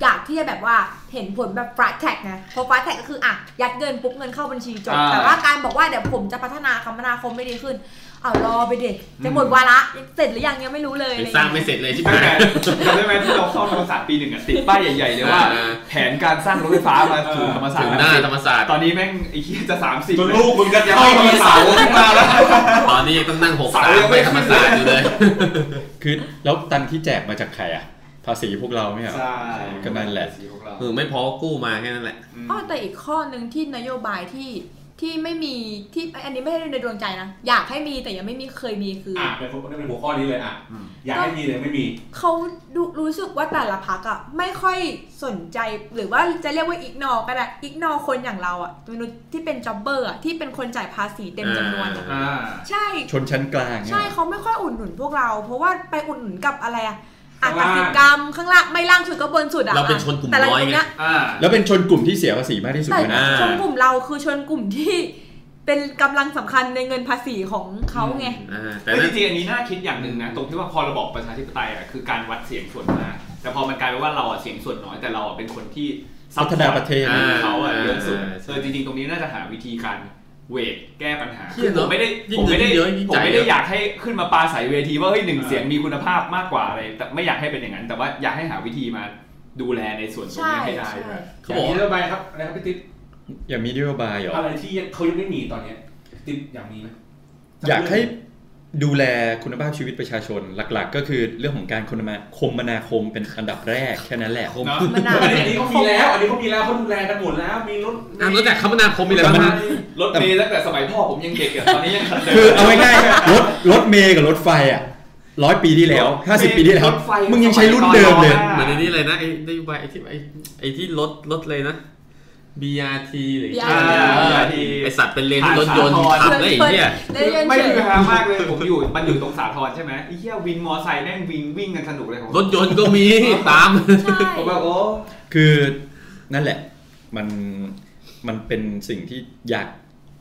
[SPEAKER 8] อยากที่จะแบบว่าเห็นผลแบบฟาสแท็กนะเพราะฟาสแท็กก็คืออ่ะยัดเงินปุ๊บเงินเข้าบัญชีจบ แต่ว่าการบอกว่าเดี๋ยวผมจะพัฒนาคมนาคมไม่ดีขึ้น เอารอไปเด็กจะหมดวาระเสร็จหรือยังยังไม่รู้เลย
[SPEAKER 4] ยังสร้างไม่เสร็จเลยใช่ไหม
[SPEAKER 2] ตั้งแต่จำได้ไหมที่เราเข้าธรรมศาสตร์ปีหนึ่งอะติดป้ายใหญ่ๆเลยว่า
[SPEAKER 4] อ่า
[SPEAKER 2] แผนการสร้างรถไฟฟ้ามาสู่ธรรมศาสต
[SPEAKER 4] ถึ
[SPEAKER 2] ร์
[SPEAKER 4] ง
[SPEAKER 2] แล้ว
[SPEAKER 4] หน้าธรรมศาสตร์
[SPEAKER 2] ตอนนี้แม่งไอ้เหี้ยจะสามสิบ
[SPEAKER 5] จนลูกมึงก็ยังไม่มีเสาขึ้นมาแล้ว
[SPEAKER 4] ตอนนี้ยังต้องนั่งหกสา
[SPEAKER 5] สามยยัง
[SPEAKER 4] ไป
[SPEAKER 5] ไม่
[SPEAKER 4] ธรรมศาสตร์อยู่เลย
[SPEAKER 3] คือแล้วตังค์ที่แจกมาจากใครอ่ะ ภาษีพวกเราเนี่ย
[SPEAKER 2] ใช่
[SPEAKER 3] ก็นั่นแหละ
[SPEAKER 4] คือไม่พอกู้มาแค่นั้นแหละ
[SPEAKER 8] อ้อแต่อีกข้อหนึ่งที่นโยบายที่ที่ไม่มีที่อันนี้ไม่ได้ในดวงใจนะ อยากให้มีแต่ยังไม่มีเคยมีคืออ
[SPEAKER 5] อ่ะเป็นเป็นหัวข้อนี้เลยอ่ะ อยากให้มีเลยไม่มี
[SPEAKER 8] เขาดูรู้สึกว่าแต่ละพักอะไม่ค่อยสนใจหรือว่าจะเรียกว่าอีกนอก็ได้อีกนอคนอย่างเราอะมนุษย์ที่เป็นจ็อบเบอร์อะที่เป็นคนจ่ายภาษีเต็มจำนวนอะ
[SPEAKER 2] อ่า
[SPEAKER 8] ใช่
[SPEAKER 3] ชนชั้นกลางเนี่ย
[SPEAKER 8] ใช่เขาไม่ค่อยอุดหนุนพวกเรา เพราะว่าไปอุดหนุนกับอะไรอะอา
[SPEAKER 5] ข้าง
[SPEAKER 8] กา
[SPEAKER 5] ล่าง
[SPEAKER 8] ศกรรมข้างล่างไม่ล่างสุดก็บนสุดอะ
[SPEAKER 4] เราเป็นชนกลุ่ม
[SPEAKER 8] แต่ละ
[SPEAKER 4] น้อยไง
[SPEAKER 8] เนี้
[SPEAKER 2] อ่า
[SPEAKER 3] แล้วเป็นชนกลุ่มที่เสียภาษีมากที่สุด
[SPEAKER 8] แต่
[SPEAKER 3] ด้วยนะ
[SPEAKER 8] ชนกลุ่มเราคือชนกลุ่มที่เป็นกำลังสำคัญในเงินภาษีของเขาไง
[SPEAKER 4] อ่าแต่
[SPEAKER 2] แต่จ
[SPEAKER 4] นั่น
[SPEAKER 2] ริงๆอันนี้น่าคิดอย่างหนึ่งนะ ตรงที่ว่าพอระบอบประชาธิปไตยอ่ะคือการวัดเสียงส่วนมาก แต่พอมันกลายเป็นว่าเราอ่ะเสียงส่วนน้อยแต่เราอ่ะเป็นคนที่
[SPEAKER 3] พัฒนาประเทศ
[SPEAKER 2] ซัพพอร์ตเขาอ่ะ
[SPEAKER 4] อ่า
[SPEAKER 2] เยอะสุด
[SPEAKER 4] อ่าใช่
[SPEAKER 2] เออจริงๆตรงนี้น่าจะหาวิธีการเวทแก้ปัญหาคื
[SPEAKER 4] เหี้ย
[SPEAKER 2] อผ
[SPEAKER 4] เนอะ
[SPEAKER 2] มไม่ได้
[SPEAKER 4] ยิ่ง
[SPEAKER 2] ผมไม่ได้
[SPEAKER 4] เยอะยิ่ง
[SPEAKER 2] ผม
[SPEAKER 4] จ่าย
[SPEAKER 2] ไม่
[SPEAKER 4] เย
[SPEAKER 2] ได้
[SPEAKER 4] อะ
[SPEAKER 2] อยากให้ขึ้นมาปาใสเวทีว่าเฮ้ยหนึ่ง
[SPEAKER 5] อ่า
[SPEAKER 2] เสียงมีคุณภาพมากกว่าอะไรแต่ไม่อยากให้เป็นอย่างนั้น แต่ว่าอยากให้หาวิธีมาดูแลในส่วนตรงนี้ให้ได้
[SPEAKER 8] ใช่
[SPEAKER 2] ด้วย
[SPEAKER 4] เขาบอก
[SPEAKER 5] นโยบายครับอะไรครับพี่ติ๊บ
[SPEAKER 3] อย่ามีนโยบายเหรอ
[SPEAKER 5] อะไรที่เขายังไม่มีตอนเนี้ยติ๊บอยากมีไหม
[SPEAKER 3] อยากให้ดูแลคุณภาพชีวิตประชาชนหลัก ๆ ก็คือเรื่องของการคมนาคมนาคมเป็นอันดับแรกแค่นั้นแหละ
[SPEAKER 4] คม
[SPEAKER 2] เนาะ
[SPEAKER 8] มันนา
[SPEAKER 5] อัน
[SPEAKER 8] น
[SPEAKER 5] นี้เขามีแล้ว อันนี้เขามีแล้วเขาดูแลกันหมดแล้วมีรถ
[SPEAKER 4] อ่ะแล้วแต่คมนาคมมีอะไรบ้างนะ
[SPEAKER 2] รถเมล์ตั้งแต่สมัยพ่อผมยังเด็กอ่ะตอนนี้ยังคันเดิม
[SPEAKER 3] คือเอาง่ายๆรถรถเมย์กับรถไฟอ่ะ ร้อยปีที่แล้วห้าสิบปีที่แล้ว
[SPEAKER 2] รถไฟ
[SPEAKER 3] มึงยังใช้รุ่นเดิมเลย
[SPEAKER 2] สมัยก่อน
[SPEAKER 4] เหมือนในนี้เลยนะไอ้นโยบายไอ้ที่ไอ้ไอ้ที่ลดลดเลยนะ BRT หรือ
[SPEAKER 8] BRT
[SPEAKER 4] อ่า
[SPEAKER 2] BRT
[SPEAKER 4] ไอสัตว์เป็นเลนที่รถยนต์
[SPEAKER 2] ผ่านสาธรณ์
[SPEAKER 4] ขับได้ไอ้เหี้ย
[SPEAKER 2] ไม่คือฮามากเลยผมอยู่มันอยู่ตรงสาทรใช่ไหมไอ้เหี้ยวินมอไซค์แม่งวิ่งวิ่งกันสนุกเลยผม
[SPEAKER 4] รถยนต์ก็มี ตาม
[SPEAKER 8] ใช่
[SPEAKER 2] ผมแบบโอ้
[SPEAKER 3] คือนั่นแหละมันมันเป็นสิ่งที่อยาก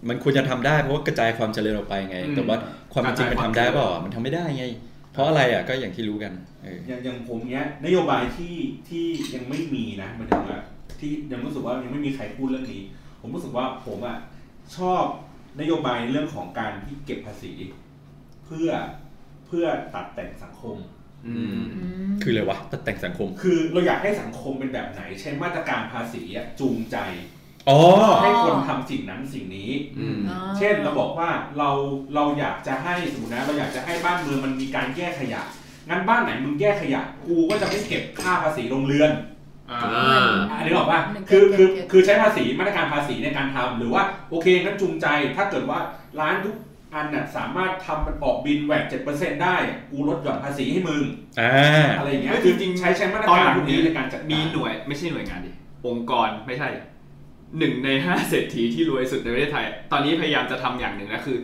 [SPEAKER 3] มันควรจะทำได้เพราะว่ากระจายความเจริญออกไปไง แต่ว่าความเป็นจริงมันทำได้เปล่ามันทำไม่ได้ไง เพราะอะไรอ่ะก็อย่างที่รู้กันเออ
[SPEAKER 5] อย่างอย่างผมเนี้ยนโยบายที่ที่ยังไม่มีนะหมายถึงว่าที่ยังรู้สึกว่ายังไม่มีใครพูดเรื่องนี้ ผมรู้สึกว่าผมอ่ะชอบนโยบายเรื่องของการที่เก็บภาษี เพื่อเพื่อตัดแต่งสังคม
[SPEAKER 2] อืม
[SPEAKER 8] อืม
[SPEAKER 3] คือเลยวะตัดแต่งสังคม
[SPEAKER 5] คือเราอยากให้สังคมเป็นแบบไหน ใช้มาตรการภาษีอะจูงใจ
[SPEAKER 3] อ๋อ
[SPEAKER 5] ให้คนทำสิ่งนั้นสิ่งนี้
[SPEAKER 2] อืม
[SPEAKER 8] อ๋อ
[SPEAKER 5] เช่นเราบอกว่าเราเราอยากจะให้สมมตินะเราอยากจะให้บ้านเมืองมันมีการแยกขยะงั้นบ้านไหนมึงแยกขยะกูก็จะไม่เก็บค่าภาษีโรงเรือน
[SPEAKER 2] อ่า
[SPEAKER 5] อันนี้บอกว่า
[SPEAKER 8] หนึ่ง
[SPEAKER 5] คือ
[SPEAKER 8] เก็
[SPEAKER 5] คือบ
[SPEAKER 8] เก็บ
[SPEAKER 5] คือใช้ภาษีมาตรการภาษีในการทำหรือว่าโอเคงั้นจูงใจถ้าเกิดว่าร้านทุกอันน่ะสามารถทำมันออกบินแหวกเจ็ดเปอร์เซ็นได้กูลดหย่อนภาษีให้มึง
[SPEAKER 3] อ่า
[SPEAKER 5] อะไรอย่างเงี้ย
[SPEAKER 2] เฮ้ย
[SPEAKER 5] คื
[SPEAKER 2] จ
[SPEAKER 5] อ
[SPEAKER 2] ริงๆ
[SPEAKER 5] ใช้ใช้มาตร
[SPEAKER 2] ตอน
[SPEAKER 5] การ
[SPEAKER 2] หลัง
[SPEAKER 5] พวก
[SPEAKER 2] นี้
[SPEAKER 5] นี้ในการจัด
[SPEAKER 2] มี
[SPEAKER 5] การ
[SPEAKER 2] หน่วยไม่ใช่หน่วยงานดิ องค์กรไม่ใช่หนึ่งในห้าเศรษฐีที่รวยสุดในประเทศไทย ตอนนี้พยายามจะทำอย่างหนึ่งนะคือ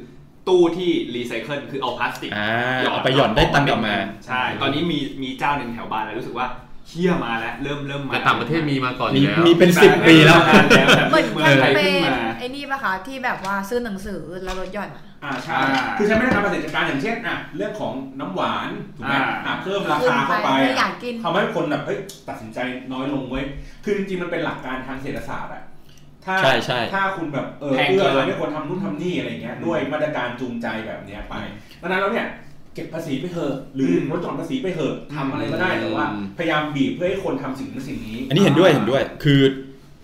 [SPEAKER 2] ตู้ที่รีไซเคิลคือเอาพลาสติก
[SPEAKER 3] อ่าเอาไปหย่อนได้ตังค์กลับมา
[SPEAKER 2] ใช่ ตอนนี้มีมีเจ้าหนึ่งแถวบ้านแล้วรู้สึกว่าเชี่ยมาแล้วเริ่มเริ่มมา
[SPEAKER 4] แต่ต่างประเทศมีมาก่อนอ
[SPEAKER 3] มี
[SPEAKER 4] ยู่แล้ว
[SPEAKER 3] มีเป็นสิบปีแล้ว
[SPEAKER 2] นานแล้วแต่
[SPEAKER 8] เหมือน
[SPEAKER 2] เมื
[SPEAKER 8] แค
[SPEAKER 2] อง
[SPEAKER 8] ม
[SPEAKER 2] ไทย
[SPEAKER 8] เป
[SPEAKER 2] ขึ้น
[SPEAKER 8] ญ
[SPEAKER 2] มา
[SPEAKER 8] ไอ้นี่ปะคะที่แบบว่าซื้อหนังสือแล้วลดหย่อนอะ
[SPEAKER 5] อ่าใช่
[SPEAKER 2] อ่า
[SPEAKER 5] คือใช้มาตรการภาษีจัดการอย่างเช่นอ่ะเรื่องของน้ำหวานถูกไหม
[SPEAKER 2] อ่า
[SPEAKER 5] อ่ะเพิ่มราคาเข้าไป
[SPEAKER 8] ขึ้นไปไม่อยากกิน
[SPEAKER 5] ทำให้คนแบบเฮ้ยตัดสินใจน้อยลงเว้ยคือจริงๆมันเป็นหลักการทางเศรษฐศาสตร์อะถ้า
[SPEAKER 3] ใช่ใช่
[SPEAKER 5] ถ้าคุณแบบเออ
[SPEAKER 2] แพง
[SPEAKER 5] เอื้อ
[SPEAKER 2] เกิน
[SPEAKER 5] เราไม่ควรทำนู่นทำนี่อะไรเงี้ยด้วยมาตรการจูงใจแบบเนี้ยไปดังนั้นแล้วเนี่ยเก็บภาษีไปเถอะหรือลดหย่อนภาษีไปเถอะทำอะไรก็ได้แต่ว่า พยายามบีบเพื่อให้คนทำสิ่งนั้นสิ่งนี้
[SPEAKER 3] อันนี้เห็นด้วยเห็นด้วย คือ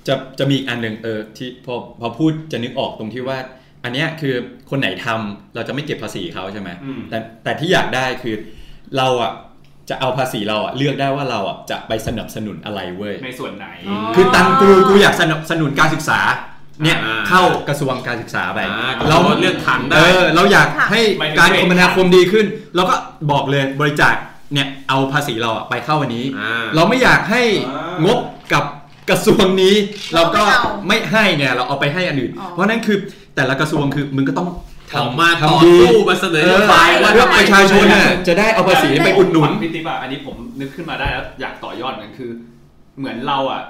[SPEAKER 3] จะจะมีอีกอันหนึ่งเออที่พอพอพูดจะนึกออกตรงที่ว่า อันเนี้ยคือคนไหนทำเราจะไม่เก็บภาษีเขาใช่ไหม
[SPEAKER 2] อืม
[SPEAKER 3] แต่แต่ที่อยากได้คือเราอ่ะจะเอาภาษีเราอ่ะเลือกได้ว่าเราอ่ะจะไปสนับสนุนอะไรเว้ย
[SPEAKER 2] ในส่วนไหน
[SPEAKER 8] อ๋อ
[SPEAKER 3] คือตังค์กูกูอยากสนับสนุนการศึกษาเนี่ย
[SPEAKER 4] อ่า
[SPEAKER 3] เข้ากระทรวงการศึกษาไป
[SPEAKER 4] อ่า
[SPEAKER 3] เรา
[SPEAKER 4] เราเลือกถัง
[SPEAKER 3] เอ
[SPEAKER 4] ได้
[SPEAKER 3] อเราอยากให้
[SPEAKER 2] หมายถึง
[SPEAKER 3] การ
[SPEAKER 2] เวท
[SPEAKER 3] คมนาคมดีขึ้น เราก็บอกเลยบริจาคเนี่ยเอาภาษีเราอะไปเข้าวันนี้
[SPEAKER 4] อ่า
[SPEAKER 3] เราไม่อยากให้งบกับกระทรวงนี้ เราก็ไม่ให้ไงเราเอาไปให้อันอื่น
[SPEAKER 8] อ๋อ
[SPEAKER 3] เพราะนั้นคือแต่ละกระทรวงคือมึงก็ต้อง
[SPEAKER 4] ทำมาต่อ
[SPEAKER 3] ทำดี
[SPEAKER 4] สู้มาเสนอนโยบายว่า
[SPEAKER 3] เพื่อ
[SPEAKER 4] ทำไม
[SPEAKER 3] ประชาชนน่ะจะได้เอาภาษีไปอุดหนุน
[SPEAKER 2] พี่ติ๊บอ่ะอันนี้ผมนึกขึ้นมาได้แล้วอยากต่อยอดเหมือนกันคือ เหมือนเราอ่ะ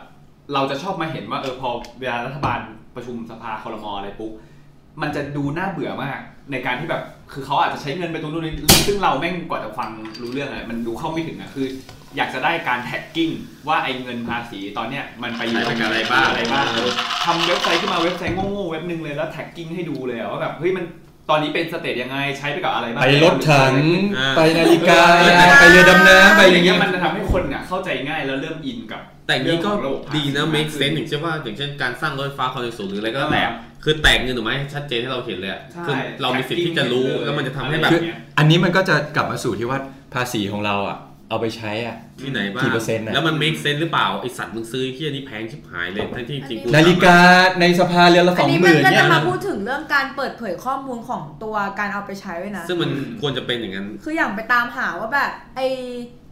[SPEAKER 2] เราจะชอบมาเห็นว่าเออพอเวลารัฐบาลประชุมสภาคอรมออะไรปุ๊บมันจะดูน่าเบื่อมากในการที่แบบคือเขาอาจจะใช้เงินไปตรงนู้นนี่ซึ่งเราแม่งกว่าจะฟังรู้เรื่องอะไรมันดูเข้าไม่ถึงอ่ะคือ อยากจะได้การแท็กกิ้งว่าไอ้เงินภาษีตอนเนี้ยมันไปอยู่ตรงหนอะไรบ้างเออทำเว็บไซต์ขึ้นมาเว็บไซต์โง่ๆเว็บหนึงเลยแล้วแท็กกิ้งให้ดูเลยอะว่าแบบเฮ้ยมันตอนนี้เป็นสเตจยังไงใช้ไปกับอะไรบ้าง
[SPEAKER 3] ไปรถถังไปนาฬิกาไปเรือดำน้ำไป
[SPEAKER 2] ไปอ
[SPEAKER 3] อา
[SPEAKER 2] ย่ย่าง ง
[SPEAKER 3] เงี้
[SPEAKER 2] เงี้
[SPEAKER 3] ย
[SPEAKER 2] ย
[SPEAKER 3] มั
[SPEAKER 2] มัน นจะทำให้คนเนี่ยเข้าใจง่ายแล้วเริ่มอินกับ
[SPEAKER 4] แต่อย่างนี้ก็
[SPEAKER 2] เรื่องของระบบภาษี
[SPEAKER 4] ดีนะเมคเซนต์อย่างเช่นว่าอย่างเช่นการสร้างรถไฟฟ้าความเร็วสูงหรืออะไรก็แล้วแต่คือแตกเงินถูกไหมให้ชัดเจนให้เราเห็นเลยอะ
[SPEAKER 2] ใช่
[SPEAKER 4] คือเรามีสิทธิ์ที่จะรู้แล้วมันจะทำให้แบบ
[SPEAKER 3] คืออันนี้มันก็จะกลับมาสู่ที่ว่าภาษีของเราอ่ะ เอาไปใช้อ่ะ
[SPEAKER 4] ที่ไหนบ้าง
[SPEAKER 3] กี่เปอร์เซ็นต์อะ
[SPEAKER 4] แล้วมันเมคเซนต์หรือเปล่าไอสัตว์มึงซื้อที่อันนี้แพงชิบหายเลยทั้งที่จริงกู
[SPEAKER 3] นาฬิกาในสภาเรือนละส
[SPEAKER 8] อัน
[SPEAKER 3] อง
[SPEAKER 8] นี้
[SPEAKER 3] ห
[SPEAKER 8] มัน
[SPEAKER 3] มื่น
[SPEAKER 8] ก็
[SPEAKER 3] เนี่
[SPEAKER 8] จะ
[SPEAKER 3] ย
[SPEAKER 8] มาพูดถึงเรื่องการเปิดเผยข้อมูลของตัวการเอาไปใช้ด้วยนะ
[SPEAKER 4] ซึ่งมันควรจะเป็นอย่างนั้น
[SPEAKER 8] คืออย่างไปตามหาว่าแบบไอ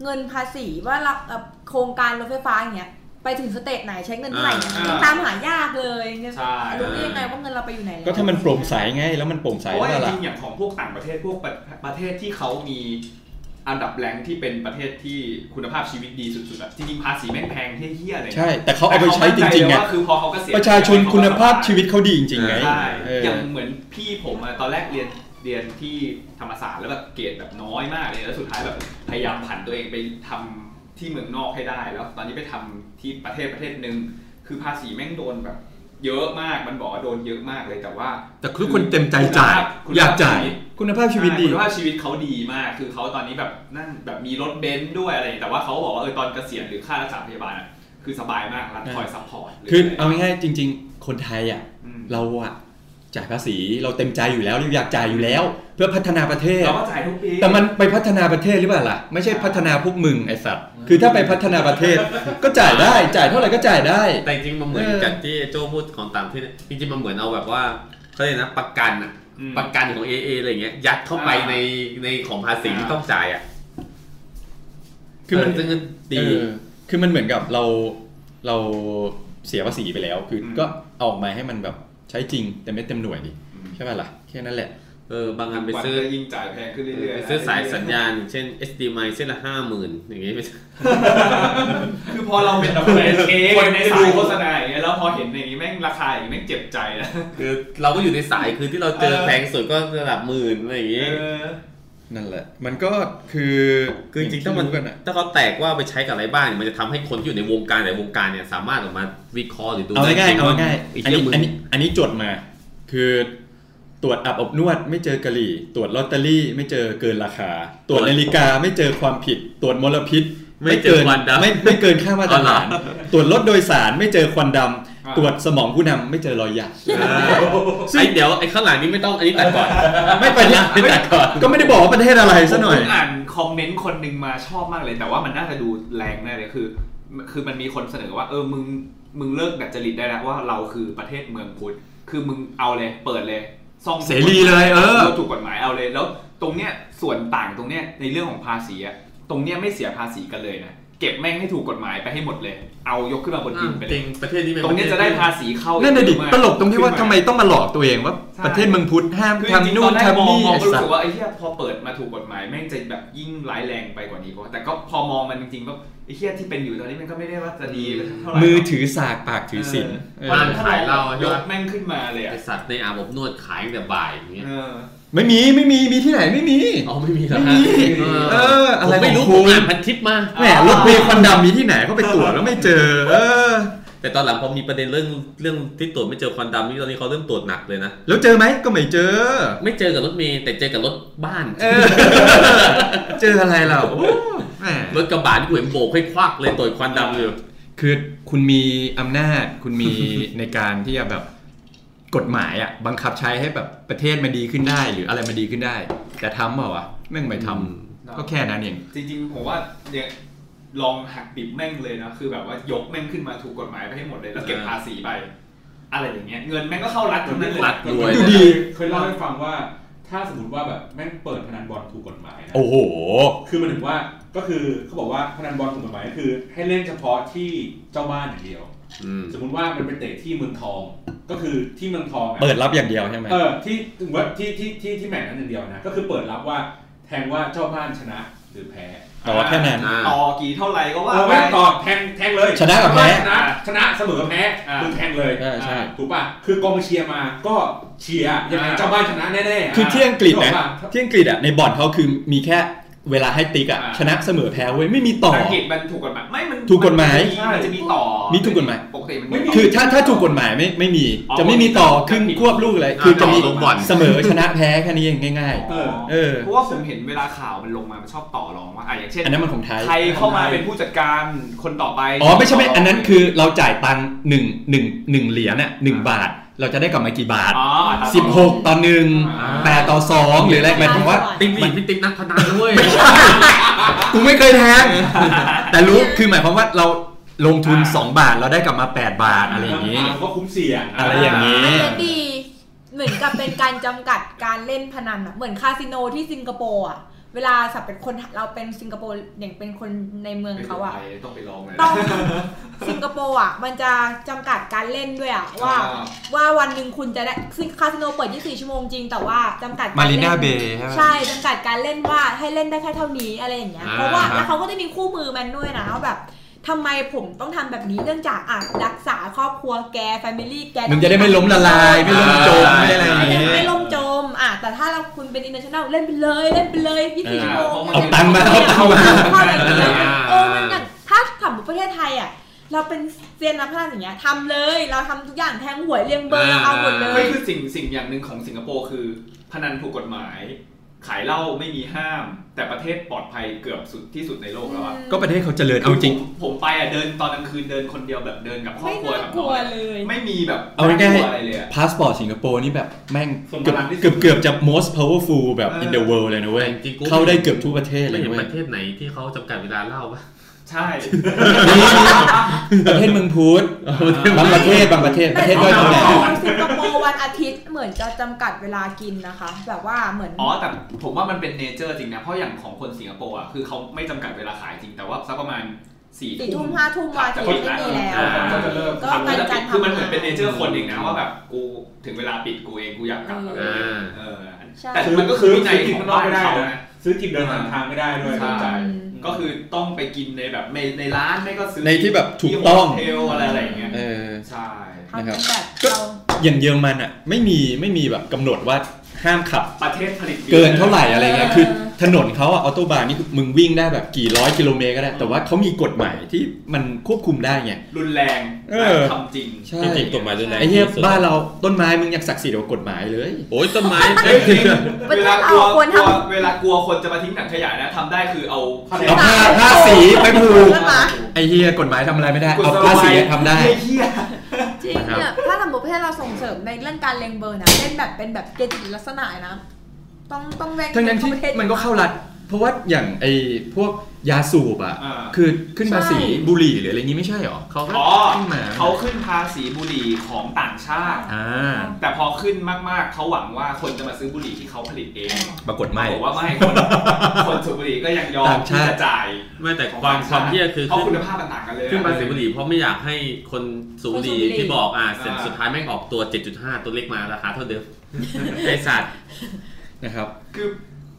[SPEAKER 8] เงินภาษีว่าเราเอ่อโครงการรถไฟฟ้าอย่างเงี้ยไปถึงสเตจไหนใช้เงินเท่าไหร่เนี่ย
[SPEAKER 2] อ่า
[SPEAKER 8] ตามหายากเลยเนี่ย
[SPEAKER 2] ใช่
[SPEAKER 8] รู้ได้ยังไงว่าเงินเราไปอยู่ไหนแล้ว
[SPEAKER 3] ก็ถ้ามันโปร่งใสไงแล้วมันโปร่งใส
[SPEAKER 2] เพราะว่า
[SPEAKER 3] แล้ว
[SPEAKER 2] จ
[SPEAKER 3] ล่ะ
[SPEAKER 2] ริงๆอย่างของพวกต่างประเทศพวกประประเทศที่เขามีอันดับแรงที่เป็นประเทศที่คุณภาพชีวิตดีสุดๆอะจริงๆภาษีแม่งแพงเฮี้ยๆเลยนะ
[SPEAKER 3] ใช่ แต่เขาเอาไปใช้จริงๆไง
[SPEAKER 2] แต่เขามั่นใเลยว่าคือพอเขาเกษียณ
[SPEAKER 3] ประชาชนคุณภาพชีวิตเขาดีจริงๆไง
[SPEAKER 2] ใช่
[SPEAKER 3] เออ
[SPEAKER 2] อย่างเหมือนพี่ผมอะตอนแรกเรียนเรียนที่ธรรมศาสตร์แล้วแบบเกรดแบบน้อยมากเลยแล้วสุดท้ายแบบพยายามผันตัวเองไปทำที่เมืองนอกให้ได้แล้ว ตอนนี้ไปทำที่ประเทศประเทศหนึ่ง คือภาษีแม่งโดนแบบ เยอะมาก มันบอกว่าโดนเยอะมากเลยแต่ว่า
[SPEAKER 3] แต่ทุกคนเต็มใจจ่าย
[SPEAKER 2] คุณภาพ
[SPEAKER 3] อยากจ่ายคุณภาพชีวิตดี
[SPEAKER 2] คุณภาพชีวิตเขาดีมาก คือเขาตอนนี้แบบนั่งแบบมีรถเบนซ์ด้วยอะไร แต่ว่าเขาบอกว่าเออตอนเกษียณหรือค่ารักษาพยาบาลอะคือสบายมากรัฐคอยซัพพอร์ตหรื
[SPEAKER 3] คือ
[SPEAKER 2] อะไร
[SPEAKER 3] เอาง่ายๆจริง ๆ คนไทยอ่ะ
[SPEAKER 2] ม
[SPEAKER 3] เราอ่ะจ่ายภาษีเราเต็มใจอยู่แล้วเราอยากจ่ายอยู่แล้ว เพื่อพัฒนาประเทศ
[SPEAKER 2] เราก็จ่ายทุกปี
[SPEAKER 3] แต่มันไปพัฒนาประเทศหรือเปล่าล่ะ ไม่ใช่พัฒนาพวกมึงไอ้สัตว์คือถ้าไปพัฒนาประเทศก็จ่ายได้จ่ายเท่าไหร่ก็จ่ายได้
[SPEAKER 4] แต่จริงมันเหมือน
[SPEAKER 3] เออ
[SPEAKER 4] กับที่โจพูดของต่างประเทศเนี่ยจริงๆมันเหมือนเอาแบบว่าเขาเรียกนะประกันอะ
[SPEAKER 2] อืม
[SPEAKER 4] ประกันของ AA อะไรเงี้ยยัดเข้าไป
[SPEAKER 2] อ่า
[SPEAKER 4] ในในของภาษีที่ต้องจ่ายอะ
[SPEAKER 3] คือมัน
[SPEAKER 4] เซึ่งดี
[SPEAKER 3] เออคือมันเหมือนกับเราเราเสียภาษีไปแล้ว คืออ
[SPEAKER 7] ม
[SPEAKER 3] ก็เอาออกมาให้มันแบบใช้จริงแต่ไม่เต็มหน่วยดิใช่ป่ะล่ะแค่นั้นแหละ
[SPEAKER 4] เออบางงานไป
[SPEAKER 7] วัน
[SPEAKER 4] ซื้อ
[SPEAKER 7] ก็ยิ่งจ่ายแพงขึ้นเรื่อย
[SPEAKER 4] ไป
[SPEAKER 7] ๆ
[SPEAKER 4] ซื้อสายสัญญาณ เช่น HDMI เส้นละห้าหมื่นอย่างงี้ไป
[SPEAKER 2] คือพอเราเป็นแบบคนในสายโฆษณาอย่างเงี้ยแล้วพอเห็นอย่างงี้แม่งราคาอย่างงี้แม่งเจ็บใจนะ
[SPEAKER 4] คือเราก็อยู่ในสายคือที่เราเจอ
[SPEAKER 2] เออ
[SPEAKER 4] แพงสุดก็ระดับหมื่นอะไรอย่างงี้
[SPEAKER 2] เออ
[SPEAKER 3] นั่นแหละ มันก็คือ
[SPEAKER 4] คือจริงๆถ้ามั
[SPEAKER 3] อ
[SPEAKER 4] น
[SPEAKER 3] ย่ที่กันอะ
[SPEAKER 4] ถ้าเขาแตกว่าไปใช้กับอะไรบ้างเนี่ยมันจะทำให้คนที่อยู่ในวงการแต่วงการเนี่ยสามารถออกมาวิเคราะห์หรือดู
[SPEAKER 3] เอา
[SPEAKER 4] ได้
[SPEAKER 3] ง่าย
[SPEAKER 4] จ
[SPEAKER 3] ๆ
[SPEAKER 4] ริง
[SPEAKER 3] เอา
[SPEAKER 4] ว่
[SPEAKER 3] ง่าย
[SPEAKER 4] ไอ้
[SPEAKER 3] อัน
[SPEAKER 4] เหี้ย
[SPEAKER 3] นี้
[SPEAKER 4] มึง
[SPEAKER 3] อันนี้อันนี้จดมา คือตรวจอับอบนวดไม่เจอกะหรี่ ตรวจลอตเตอรี่ไม่เจอเกินราคา ตรวจนาฬิ กาไม่เจอความผิด ตรวจมลพิษ
[SPEAKER 4] ไม่เจอควันดำ
[SPEAKER 3] ไม่ไม่เกินค่ามาตร
[SPEAKER 4] อ๋อเหร
[SPEAKER 3] ฐา
[SPEAKER 4] อ
[SPEAKER 3] น ตรวจรถโดยสารไม่เจอควันดำ
[SPEAKER 2] อ่า
[SPEAKER 3] ตรวจสมองผู้นำไม่เจอรอยหยัก
[SPEAKER 4] ไอ้เดี๋ยวไอ้ข้างหลังนี้ไม่ต้องอันนี้ตัดก่อน
[SPEAKER 3] ไม่ไปละ
[SPEAKER 4] ไม่ตัดก่อน
[SPEAKER 3] ก็ไม่ได้บอกว่าประเทศอะไรซะหน่อย
[SPEAKER 2] ผมอ่านคอมเมนต์คนหนึ่งมาชอบมากเลย แต่ว่ามันน่าจะดูแรงแน่เลยคือ คือมันมีคนเสนอว่า เออมึงมึงเลิกดัดจริตได้แล้วว่าเราคือประเทศเมืองพุทธคือมึงเอาเลยเปิดเลยซ่อง
[SPEAKER 3] เสรีเลยเออ
[SPEAKER 2] ถูกกฎหมายเอาเลยแล้ว ตรงเนี้ยส่วนต่างตรงเนี้ยในเรื่องของภาษีอะตรงเนี้ยไม่เสียภาษีกันเลยนะเก็บแม่งให้ถูกกฎหมายไปให้หมดเลย เอายกขึ้นมาบนดินไปเล
[SPEAKER 4] จริ
[SPEAKER 2] ย
[SPEAKER 4] งประเทศนี้เป็
[SPEAKER 2] ตรงเนี้ยจะได้ภาษีเข้า
[SPEAKER 3] นั่นน่ะดิ
[SPEAKER 2] เยอะมาก
[SPEAKER 3] ตลกตรงที่ว่าทำไมต้องมาหลอกตัวเองว่า
[SPEAKER 2] ใช่
[SPEAKER 3] ประเทศเมืองพุทธห้าม
[SPEAKER 2] คือจริง
[SPEAKER 3] ทำ
[SPEAKER 2] ๆต
[SPEAKER 3] นู่
[SPEAKER 2] อน นแรกม
[SPEAKER 3] ทำ
[SPEAKER 2] อง
[SPEAKER 3] นี่
[SPEAKER 2] มอง
[SPEAKER 3] ไอ้
[SPEAKER 2] ก็รู้
[SPEAKER 3] สัต
[SPEAKER 2] สึก
[SPEAKER 3] ว์
[SPEAKER 2] ว่าไอ้เหี้ยพอเปิดมาถูกกฎหมายแม่งจะแบบยิ่งร้ายแรงไปกว่านี้เพราะแต่ก็พอมองมันจริงๆก็ไอ้เหี้ยที่เป็นอยู่ตอนนี้มันก็ไม่ได้ว่าจะดีเท่าไหร่
[SPEAKER 3] มือถือสากปากถือศีล
[SPEAKER 2] เอ
[SPEAKER 3] เออ
[SPEAKER 2] อมันขายเรายกแม่งขึ้นมาเลยอะ
[SPEAKER 4] ไอ้สัตว์ในอาบอบนวดขายตั้งแต่บ่ายอย่างเงี้ย
[SPEAKER 2] เออ
[SPEAKER 3] ไม่มีไม่มีมีที่ไหนไม่มี
[SPEAKER 4] อ๋อไม่มีเหรอ
[SPEAKER 3] ไม่
[SPEAKER 4] ฮะ
[SPEAKER 3] มีเออ
[SPEAKER 4] ผ
[SPEAKER 3] อะ
[SPEAKER 4] ม
[SPEAKER 3] ไรของ
[SPEAKER 4] ไม่รู้ผ
[SPEAKER 3] คุ
[SPEAKER 4] ม
[SPEAKER 3] ณ
[SPEAKER 4] อ่านพันทิปมา
[SPEAKER 2] เออ
[SPEAKER 3] แหมรถเมล์ควันดำมีที่ไหนเขาไปตรวจแล้วไม่เจอ เออ
[SPEAKER 4] แต่ตอนหลังพอมีประเด็นเรื่องเรื่องที่ตรวจไม่เจอควันดำนี่ตอนนี้เขาเริ่มตรวจหนักเลยนะ
[SPEAKER 3] แล้วเจอไหมก็ไม่เจอ
[SPEAKER 4] ไม่เจอกับรถเมย์แต่เจอกับรถบ้าน
[SPEAKER 3] เออ เจออะไรเราโอ้แหม
[SPEAKER 4] รถกระบะที่กูเห็นโบกให้ควักเลยตรวจควันดำอยู่
[SPEAKER 3] คือคุณมีอำนาจคุณมี ในการที่จะแบบกฎหมายอ่ะบังคับใช้ให้แบบประเทศมันดีขึ้นได้หรืออะไรมันดีขึ้นได้ แต่ทำเปล่าวะแม่งไม่ทำก็แค่นั้นเอง
[SPEAKER 2] จริงๆผมว่าเนี่ยลองหักดิบแม่งเลยนะคือแบบว่ายกแม่งขึ้นมาถูกกฎหมายไปให้หมดเลยแล้วเก็บภาษีไปอะไรอย่างเงี้ยเงินแม่งก็เข้ารัฐทั้งนั้นเลย
[SPEAKER 4] รัฐรวย
[SPEAKER 3] ดูดี
[SPEAKER 5] เคยเล่าให้ฟังว่าถ้าสมมติว่าแบบแม่งเปิดพนันบอลถูกกฎหมายนะ
[SPEAKER 3] โอ้โห
[SPEAKER 5] คือมันถึงว่าก็คือเขาบอกว่าพนันบอลถูกกฎหมายก็คือ ให้เล่นเฉพาะที่เจ้าบ้านอย่างเดียว
[SPEAKER 4] อืม
[SPEAKER 5] สมมุติว่ามันไปเตะที่เมืองทอง ก็คือที่เมืองทองอะ
[SPEAKER 3] เปิดรับอย่างเดียวใช่ไหม
[SPEAKER 5] เออที่ถึงว่าที่ที่ที่ที่แมตช์นั้นอย่างเดียวนะก็คือเปิดรับว่าแทงว่าเจ้าบ้านชนะหรือแพ้
[SPEAKER 3] ต่อแค่นั้น
[SPEAKER 4] อ่า
[SPEAKER 2] ต่อกี่เท่าไหร่ก็ว่า
[SPEAKER 5] เออ
[SPEAKER 2] ไป
[SPEAKER 5] ไม่ตอบแทงแทงเลย
[SPEAKER 3] ชนะกับแพ้
[SPEAKER 5] ชนะชนะเสมอกับแพ้
[SPEAKER 2] อ่ามึ
[SPEAKER 5] มึงแทงเลย
[SPEAKER 3] ใช่ใช่
[SPEAKER 5] ถูกป่ะคือกองเชียร์มาก็เชียร์ยังไงเจ้าบ้านชนะแน่ๆ
[SPEAKER 3] คือที่อังกฤษนะ
[SPEAKER 5] ถูป่
[SPEAKER 3] ที่อังกฤษอ่ะในบอลเขาคือมีแค่เวลาให้ติ๊กอ่ะ
[SPEAKER 2] อ่า
[SPEAKER 3] ชนะเสมอแพ้เว้ยไม่มีต่อ
[SPEAKER 2] อังกฤษมันถูกกฎหมายไม่มัน
[SPEAKER 3] ถูกกฎหมาย
[SPEAKER 2] นจะมันจะมีต่อ
[SPEAKER 3] มีถูกกฎหมาย
[SPEAKER 2] ปกติมัน
[SPEAKER 5] ไม่มี
[SPEAKER 2] ต่
[SPEAKER 3] คือถ้าถ้าถูกกฎหมายไม่ไม่มี
[SPEAKER 2] อ๋อ
[SPEAKER 3] จะไม่มีต่อครึ่ง
[SPEAKER 2] จะผิด
[SPEAKER 3] ควบลูกเลยคือจะมี
[SPEAKER 4] ต่อลงบอล
[SPEAKER 3] เสมอชนะแพ้แค่นี้เองง่าย
[SPEAKER 5] เออ
[SPEAKER 3] เออ
[SPEAKER 2] เพราะว่าผมเห็นเวลาข่าวมันลงมา มันชอบต่อรองว่าอ่ะอย่าง
[SPEAKER 3] ๆ
[SPEAKER 2] เช่น
[SPEAKER 3] อันนั้นมันของไทย
[SPEAKER 2] ใครเข้ามาเป็นผู้จัดการคนต่อไป
[SPEAKER 3] อ๋อไม่ใช่ไม่อันนั้นคือเราจ่ายตังค์หนึ่งหนึ่งหนึ่งเหรียญน่ะหนึ่งบาท เราจะได้กลับมากี่บาท
[SPEAKER 2] อ๋อตาม
[SPEAKER 3] สิบหกต่อหนึ่ง
[SPEAKER 4] อ่า
[SPEAKER 3] แปดต่อสองหรืออะไรหมายถึงว่า
[SPEAKER 4] ติ๊กนี่พี่ติ๊กนักพนันด้วย
[SPEAKER 3] กูไม่เคยแทง แต่รู้คือหมายความว่าเราลงทุน 2 บาทเราได้กลับมา 8 บาทอะไรอย่างนี้
[SPEAKER 5] ก็คุ้มเสี่ยง
[SPEAKER 3] อะไรอย่างนี้
[SPEAKER 8] อันเนี้ยดีเหมือนกับเป็นการจำกัดการเล่นพนันอะเหมือนคาสิโนที่สิงคโปร์อะเวลาสับเป็นคนเราเป็นสิงคโปร์อย่างเป็นคนในเมืองเขาอะ
[SPEAKER 2] ไปต้องไปลองเลย
[SPEAKER 8] ต้องสิงคโปร์อะมันจะจำกัดการเล่นด้วยอะว่า
[SPEAKER 2] อ่า
[SPEAKER 8] ว่าวันหนึ่งคุณจะได้ซึ่งคาสิโนเปิด 24 ชั่วโมงจริงแต่ว่าจำกัดก
[SPEAKER 3] มาร รี
[SPEAKER 8] ล่น
[SPEAKER 3] น่าเบย์ใช่ไหม
[SPEAKER 8] ใช่จำกัดการเล่นว่าให้เล่นได้แค่เท่านี้อะไรอย่างเงี้ย
[SPEAKER 4] อ่า
[SPEAKER 8] เพราะว่า
[SPEAKER 3] ครับ
[SPEAKER 8] แล้วเขาก็จะมีคู่มือมันด้วยนะว่าแบบทำไมผมต้องทำแบบนี้เนื่องจากอาจรักษาครอบครัวแกแฟมิลี่แก
[SPEAKER 3] มึงจะได้ไม่ล้มละลาย ไม่ล้มจมไม่อะไรอย่างนี้
[SPEAKER 8] ไม่ล่มจมอ่ะแต่ถ้าเราคุณเป็น international เล่นไปเลยเล่นไปเลย24ชั่วโมง
[SPEAKER 3] เอาตังค์มาเอาตังค์มา
[SPEAKER 8] อะไรอย่างเงี้ยเออมันอย่างถ้าสมมติประเทศไทยอ่ะ เราเป็นเซียนนักพนันอย่างเงี้ยทำเลยเราทำทุกอย่างแทงหวยเรียงเบอร์เอาหมดเล
[SPEAKER 2] ไม่
[SPEAKER 8] ย
[SPEAKER 2] คือสิ่งสิ่งอย่างหนึ่งของสิงคโปร์คือ พนันถูกกฎหมาย ขายเหล้าไม่มีห้าม แต่ประเทศปลอดภัยเกือบสุดที่สุดในโลกแล้วอะ
[SPEAKER 3] ก็ประเทศเขาเจริญเอาจริง
[SPEAKER 2] ผมผมไปอ่ะเดินตอนกลางคืนเดินคนเดียวแบบเดินกับครอบ
[SPEAKER 8] ไม่
[SPEAKER 2] ครัว
[SPEAKER 8] น่า
[SPEAKER 2] กับ
[SPEAKER 8] ก
[SPEAKER 2] น้อ
[SPEAKER 8] ลัว
[SPEAKER 2] งอะ
[SPEAKER 8] เลย
[SPEAKER 2] ไม่มีแบบ
[SPEAKER 3] เอา
[SPEAKER 2] น่
[SPEAKER 3] ง่าย
[SPEAKER 2] กลัวอะไรเลยอะ
[SPEAKER 3] ๆพาสปอร์ตสิงคโปร์นี่แบบแม่ง
[SPEAKER 5] ทรงพ
[SPEAKER 3] เกือบ
[SPEAKER 5] ลังที่สุด
[SPEAKER 3] เกือบเกือบจะ most powerful แบบ
[SPEAKER 2] เออ
[SPEAKER 3] in the world เลยนะเว้ย
[SPEAKER 4] จริงๆกู
[SPEAKER 3] เข้าได้เกือบทุกประเทศเล
[SPEAKER 4] ไม่
[SPEAKER 3] ย
[SPEAKER 4] เห็น
[SPEAKER 3] เว้ย
[SPEAKER 4] ประเทศไหนที่เขาจำกัดเวลาเล่าปะ
[SPEAKER 2] ใช่
[SPEAKER 9] ประเทศมึงพูดบางประเทศบางประเทศประเทศด้อยตำแหน่ง
[SPEAKER 8] ของสิงคโปร์วันอาทิตย์เหมือนจะจำกัดเวลากินนะคะ แบบว่าเหมือน
[SPEAKER 2] อ๋อแต่ผมว่ามันเป็นเนเจอร์จริงนะเพราะอย่างของคนสิงคโปร์อ่ะคือเขาไม่จำกัดเวลาขายจริงแต่ว่าสักประมาณสี่
[SPEAKER 8] สี่
[SPEAKER 2] ทุ่
[SPEAKER 8] ทุ่
[SPEAKER 2] ม
[SPEAKER 8] มห้าทุ่มวันอาทิตย์ไม่มีแล้ว
[SPEAKER 2] อ่า
[SPEAKER 5] ก็จะเลิก
[SPEAKER 8] ก็
[SPEAKER 2] ทำ
[SPEAKER 8] กา
[SPEAKER 2] แล้ว
[SPEAKER 8] ร
[SPEAKER 2] จะ
[SPEAKER 8] จั
[SPEAKER 2] ปิ
[SPEAKER 8] ด
[SPEAKER 2] ด
[SPEAKER 8] ทำ
[SPEAKER 2] คือมันเหมือนเป็นเนเจอร์คนเองนะว่าแบบกูถึงเวลาปิดกูเองกูอยากกลับอะไรอย่างเงี้ย
[SPEAKER 4] อ่า
[SPEAKER 2] เออ
[SPEAKER 8] ใช่
[SPEAKER 2] แต่มันก็คือวินัย
[SPEAKER 5] กิ
[SPEAKER 2] ข
[SPEAKER 5] น
[SPEAKER 2] อง
[SPEAKER 5] ข้างนอก
[SPEAKER 2] บ้าน
[SPEAKER 5] ไม่ได้
[SPEAKER 2] เขา
[SPEAKER 5] นะ
[SPEAKER 2] นะ
[SPEAKER 5] ซื้อกินเดินทางทางไม่ได้ด้วย
[SPEAKER 2] ใช่
[SPEAKER 5] ต้องจ่าย
[SPEAKER 8] อืม
[SPEAKER 2] ก็คือต้องไปกินในแบบในในร้านไม่ก็ซื้อ
[SPEAKER 3] ในที่แบบถูกต้อง
[SPEAKER 2] ที่โฮเทลอะไรอะไรอย่างเงี้ย
[SPEAKER 3] เออ
[SPEAKER 2] ใช่
[SPEAKER 8] ทำเป็นแบบ
[SPEAKER 3] ก็
[SPEAKER 8] เรา
[SPEAKER 3] อย่างเยอรมันอ่ะไม่มีไม่มีแบบกำหนดว่าห้ามขับ
[SPEAKER 2] ประเทศผลิตบียร์
[SPEAKER 3] เกินเท่าไหร่อะไรเงี้ยคือถนนเขาอะออโตบานนี่คือมึงวิ่งได้แบบกี่ร้อยกิโลเมตรก็ได้ แต่ว่าเขามีกฎหมายที่มันควบคุมได้ไง
[SPEAKER 2] รุนแรง
[SPEAKER 3] เอ
[SPEAKER 2] และ
[SPEAKER 3] อ
[SPEAKER 2] ทำจริง
[SPEAKER 3] ใช่
[SPEAKER 4] จริงๆกฎหมายรุนแรง
[SPEAKER 3] ไอ้เหี้ย
[SPEAKER 4] ที่สุด
[SPEAKER 3] บ้านเราต้นไม้มึงยังศักดิ์สิทธิ์กว่ากฎหมายเลย
[SPEAKER 4] โอ้ยต้นไม้
[SPEAKER 2] เอ้ยจริง
[SPEAKER 8] ประ
[SPEAKER 2] เว
[SPEAKER 8] เท
[SPEAKER 2] ลา
[SPEAKER 8] ศ
[SPEAKER 2] กลัว
[SPEAKER 8] เราควร
[SPEAKER 2] ก
[SPEAKER 8] ท
[SPEAKER 2] ลัวเวลากลัวคนจะมาทิ้งถังขยะนะทำได้คือเอา
[SPEAKER 3] เอาผ้าผ้าสีไปผู
[SPEAKER 8] ำ
[SPEAKER 3] ก
[SPEAKER 8] ต้นไม้
[SPEAKER 3] ไอ้เหี้ยกฎหมายทำอะไรไม่ได้ เอาผ้าสีอะทำได้
[SPEAKER 2] เฮ้ยเหี้ย
[SPEAKER 8] จริงเนี่ย ถ้าสมมติประเทศเราส่งเสริมในเรื่องการเลงเบอร์นะเล่นแบบเป็นแบบเกจิลักษณะนะ ต้องต้องเล่น
[SPEAKER 3] ทั้งนั้นที่
[SPEAKER 8] ประเศ
[SPEAKER 3] มันก็เข้ารัฐ เพราะว่าอย่างไอ้พวกยาสูบอ่ะ
[SPEAKER 2] อ่า
[SPEAKER 3] คือขึ้นภาษี
[SPEAKER 8] ใช่
[SPEAKER 3] บุหรี่หรืออะไรงี้ไม่ใช่หรอเขาก็
[SPEAKER 2] อ๋อ
[SPEAKER 3] ขึ้นมา
[SPEAKER 2] เขาขึ้นภาษีบุหรี่ของต่างชาติ
[SPEAKER 3] อ่า
[SPEAKER 2] แต่พอขึ้นมากๆ เขาหวังว่าคนจะมาซื้อบุหรี่ที่เขาผลิตเอง
[SPEAKER 3] ปรากฏไม่
[SPEAKER 2] บอกฏว่าไม่ คนคนสูบบุหรี่ก็ยังยอม
[SPEAKER 3] ต่างชา
[SPEAKER 2] ที่
[SPEAKER 3] ติ
[SPEAKER 2] จะจ่าย
[SPEAKER 4] ไม่แต่ความความเที่ยคือ
[SPEAKER 2] เพราะ
[SPEAKER 4] ขึ้น
[SPEAKER 2] คุณภาพมันต่างกันเลย
[SPEAKER 4] ขึ้นภาษีบุหรี่เพราะไม่อยากให้คนสูบบุหรี่
[SPEAKER 8] คนสูบบุหรี่
[SPEAKER 4] ที่บอกอ่ะเสร็จสุดท้ายแม่งออกตัว 7.5 ตัวเล็กมาราคาเท่าเดิมไอสัตว์
[SPEAKER 3] นะครับ
[SPEAKER 2] คือ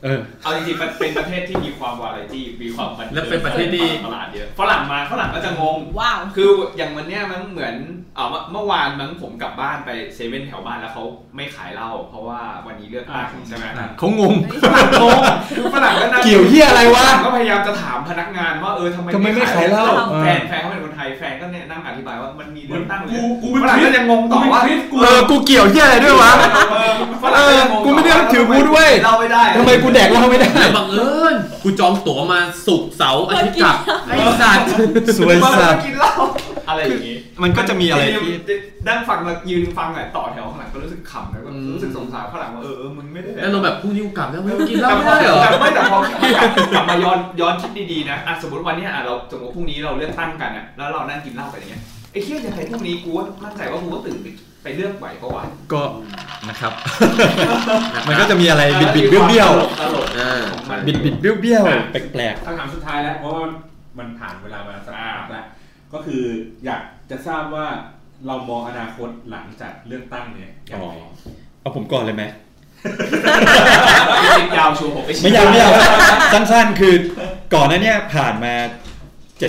[SPEAKER 3] เออ
[SPEAKER 2] เอาจริงๆมันเป็นประเทศที่มีความวาไรตี้มีความบัทิง
[SPEAKER 4] และเป็นประเทศที่
[SPEAKER 2] มีความประหลาดเยอะฝรั่งมาฝรั่งก็จะงง
[SPEAKER 8] ว้าว
[SPEAKER 2] คืออย่างวันเนี้ยมันเหมือนเอ่อเมื่อเมื่อวานมั้งผมกลับบ้านไปเซเว่นแถวบ้านแล้วเขาไม่ขายเหล้าเพราะว่าวันนี้เลือกตั้งใช่ไหม
[SPEAKER 3] เขางง
[SPEAKER 2] ฝรั่งงงคือฝรั่งก็นั่ง
[SPEAKER 3] เกี่ยวเหี้ยอะไรวะ
[SPEAKER 2] ก็พยายามจะถามพนักงานว่าเออทำไม
[SPEAKER 3] ทำไมไม่ขายเหล้า
[SPEAKER 2] แฟนแฟนเขาเป็นคนไทยแฟนก็เนี่ยนั่งอธิบายว่ามันมีเลือกตั้ง
[SPEAKER 5] กูกู
[SPEAKER 2] ฝ
[SPEAKER 5] เป็น
[SPEAKER 2] รั่ง
[SPEAKER 5] คริ
[SPEAKER 2] ก็
[SPEAKER 5] ส
[SPEAKER 2] ยังงงต่อว่า
[SPEAKER 5] กูเป็นคริสกู
[SPEAKER 3] เออ กูเกี่ยวเหี้ยอะไรด้วยวะ
[SPEAKER 2] เออฝรั่งยังงง
[SPEAKER 3] กูไม่ได้นับถือพุทธเว้ย
[SPEAKER 2] เหล้าไม่ได้
[SPEAKER 3] ทำไมกูแดกเหล้าไม่ได้
[SPEAKER 4] แล้วบังเอิญกูจองตั๋วมาสุกร์เสาร์อาทิตย์กลับไอสัตว์
[SPEAKER 3] สวยสัส
[SPEAKER 2] กินเหล้าอะไรอย่างงี้
[SPEAKER 3] มันก็จะมีอะไรที่
[SPEAKER 2] นั่งฟังมายืนฟังอะต่อแถวข้างหลังก็รู้สึกขำแล้วก็รู้สึกสงสารข้างหลังว่าเออเออมึงไม่ได้
[SPEAKER 4] แล้วเราแบบพรุ่งนี้กูกลับแล้วไม่กินเหล้า
[SPEAKER 2] แต่
[SPEAKER 4] ไม่
[SPEAKER 2] พอ
[SPEAKER 4] ได้เหรอ
[SPEAKER 2] แต่ไม่แต่พอกลับมาย้อนย้อนคิดดีๆนะอ่ะสมมติวันเนี้ยอ่ะเราสมมติพรุ่งนี้เราเลือกตั้งกันอะแล้วเรานั่งกินเหล้าไปอย่างเงี้ยไอ้เคี้ยยังไงพรุ่งนี้กูว่ามั่นใจว่ากูก็ตื่นไปไปเลือกไหวเพราะว่า
[SPEAKER 3] ก็นะครับ มันก็จะมีอะไรบิดบิดเบี้ยวเบี้ยว
[SPEAKER 2] ตลก
[SPEAKER 4] เออ
[SPEAKER 2] ของมัน
[SPEAKER 3] บิดบิดเบี้ยวเบี้ยวแปลก
[SPEAKER 5] คำถามสุดท้ายแล้ว เพราะว่ามันผ่านเวลามาสักพักแล้ว ก็คืออยากจะทราบว่าเรามองอนาคตหลังจากเลือกตั้งเนี่ย
[SPEAKER 3] ๆ
[SPEAKER 5] ยั
[SPEAKER 3] อ๋
[SPEAKER 5] ง
[SPEAKER 3] อ
[SPEAKER 5] ไง
[SPEAKER 3] เอาผมก่อนเลยไหม
[SPEAKER 2] ติดยาวชัวร์ผมไม่
[SPEAKER 3] ไม่
[SPEAKER 2] เชื่
[SPEAKER 3] ยาวไม่ยาว สั้นๆ คือก่อนหน้าเนี้ผ่านมา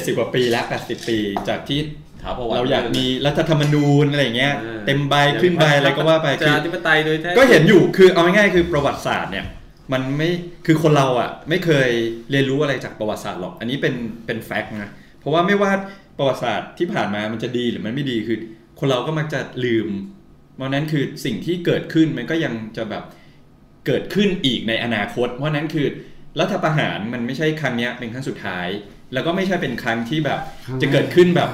[SPEAKER 3] 70 กว่าปีแล้ว 80 ปี จากที่
[SPEAKER 4] ถามประวัติ
[SPEAKER 3] เราอยากมีรัฐธรรมนูญอะไรอย่างเงี้ย
[SPEAKER 4] เออ
[SPEAKER 3] เต็มใบครึ่งใบอะไรก็ว่าไป
[SPEAKER 4] ป
[SPEAKER 3] คื
[SPEAKER 4] ระ
[SPEAKER 3] อ
[SPEAKER 4] ชาธิปไตยโดยแท้
[SPEAKER 3] ก็เห็นอยู่คือเอาง่ายๆคือประวัติศาสตร์เนี่ย มันไม่คือคนเราอ่ะ ไม่เคยเรียนรู้อะไรจากประวัติศาสตร์หรอก อันนี้เป็นเป็นแฟกต์นะ เพราะว่าไม่ว่าประวัติศาสตร์ที่ผ่านมามันจะดีหรือมันไม่ดีคือ คนเราก็มักจะลืมเพราะฉะนั้นคือสิ่งที่เกิดขึ้นมันก็ยังจะแบบ เกิดขึ้นอีกในอนาคต เพราะฉะนั้นคือรัฐประหารมันไม่ใช่ครั้งเนี้ยเป็นครั้งสุดท้าย แล้วก็ไม่ใช่เป็นครั้งที่แบบจะเกิดขึ้นแบบ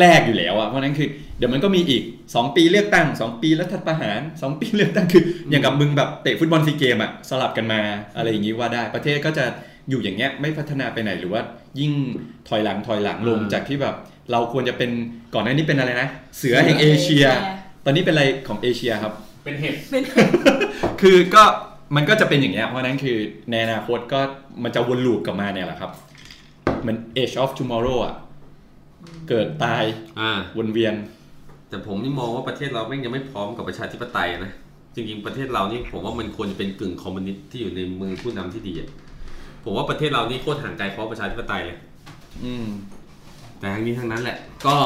[SPEAKER 3] แรก ๆอยู่แล้วอะเพราะฉะนั้นคือเดี๋ยวมันก็มีอีก 2 ปีเลือกตั้ง 2 ปีรัฐประหาร 2 ปีเลือกตั้งคือ อย่างกับมึงแบบเตะฟุตบอลซีเกมอะสลับกันมาอะไรอย่างนี้ว่าได้ประเทศก็จะอยู่อย่างเงี้ยไม่พัฒนาไปไหนหรือว่ายิ่งถอยหลังถอยหลังลง
[SPEAKER 4] อืม
[SPEAKER 3] จากที่แบบเราควรจะเป็นก่อนหน้านี้เป็นอะไรนะเสือแห่งเอเชีย ตอนนี้เป็นอะไรของเอเชียครับ
[SPEAKER 5] เป็นเห็บ
[SPEAKER 8] เป็น
[SPEAKER 3] คือก็มันก็จะเป็นอย่างเงี้ยเพราะฉะนั้นคือในอนาคตก็มันจะวนลูปกลับมาเนี่ยแหละครับ เหมือน Age of Tomorrow อ่ะ เกิดตาย
[SPEAKER 4] อ่า
[SPEAKER 3] วนเวียน
[SPEAKER 4] แต่ผมนี่มองว่าประเทศเราแม่งยังไม่พร้อมกับประชาธิปไตยนะ จริงๆประเทศเรานี่ผมว่ามันควรจะเป็นกึ่งคอมมิวนิสต์ที่อยู่ในมือผู้นำที่ดีอะผมว่าประเทศเรานี่โคตรห่างไกลของประชาธิปไตยเลย
[SPEAKER 3] อืม
[SPEAKER 4] แต่ทั้งนี้ทั้งนั้นแหละ ก็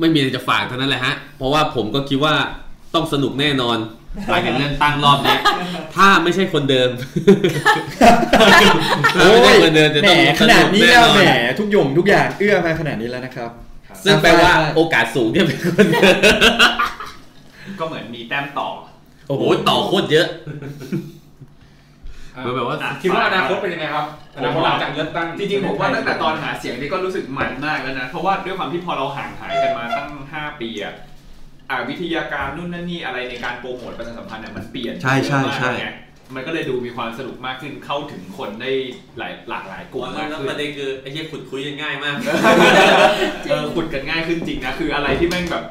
[SPEAKER 4] ไม่มีอะไรจะฝากเท่านั้นแหละฮะ เพราะว่าผมก็คิดว่าต้องสนุกแน่นอนหลังจากเลือกตั้งรอบเนี้ยถ้าไม่ใช่คนเดิ ม
[SPEAKER 3] โอ้
[SPEAKER 4] ถ้า
[SPEAKER 3] ย
[SPEAKER 4] ไม่ใช่คนเดิมจะ
[SPEAKER 3] แหม
[SPEAKER 4] ต้อง
[SPEAKER 3] ข
[SPEAKER 4] ส
[SPEAKER 3] นาด
[SPEAKER 4] นุก
[SPEAKER 3] นี้
[SPEAKER 4] แน่
[SPEAKER 3] แล้ว
[SPEAKER 4] นอ
[SPEAKER 3] แหม
[SPEAKER 4] น
[SPEAKER 3] ทุกหยงทุกอย่างเอื้อมาขนาดนี้แล้วนะครับ
[SPEAKER 4] ซึ่งแปลว่าโอกาสสูงที่จะเป็นคนเดิม
[SPEAKER 2] ก็เหมือนมีแต้มต่อ
[SPEAKER 3] โอ้โห
[SPEAKER 4] โอ้ยต่อโคตรเยอะ เหมือนแบบว่า
[SPEAKER 5] คิดว่าอนาคตเป็นยังไงครับอนาคตหลังจากเลือกตั้ง
[SPEAKER 2] จริงๆผมว่าตั้งแต่ตอนหาเสียงนี่ก็รู้สึกมันมากแล้วนะ เพราะว่าด้วยความที่พอเราห่างหายกันมาตั้ง 5 ปีอะอ่าวิทยาการนู่นนั่นนี่อะไรในการโปรโมทประชาสัมพันธ์เนี่ยมันเปลี่ยน
[SPEAKER 3] ใช่ใช่
[SPEAKER 2] เยอะมาก
[SPEAKER 3] ใช่
[SPEAKER 2] ไง มันก็เลยดูมีความสนุกมากขึ้นเข้าถึงคนได้หลายหลากหลายกลุ่มมาก
[SPEAKER 4] แล้ว
[SPEAKER 2] ขึ้
[SPEAKER 4] ป
[SPEAKER 2] น
[SPEAKER 4] ระเด็นคือไอ้เหี้ยขุดคุยกันง่ายมาก
[SPEAKER 2] เออขุดกันง่ายขึ้นจริงนะ คืออะไรที่แม่งแบบ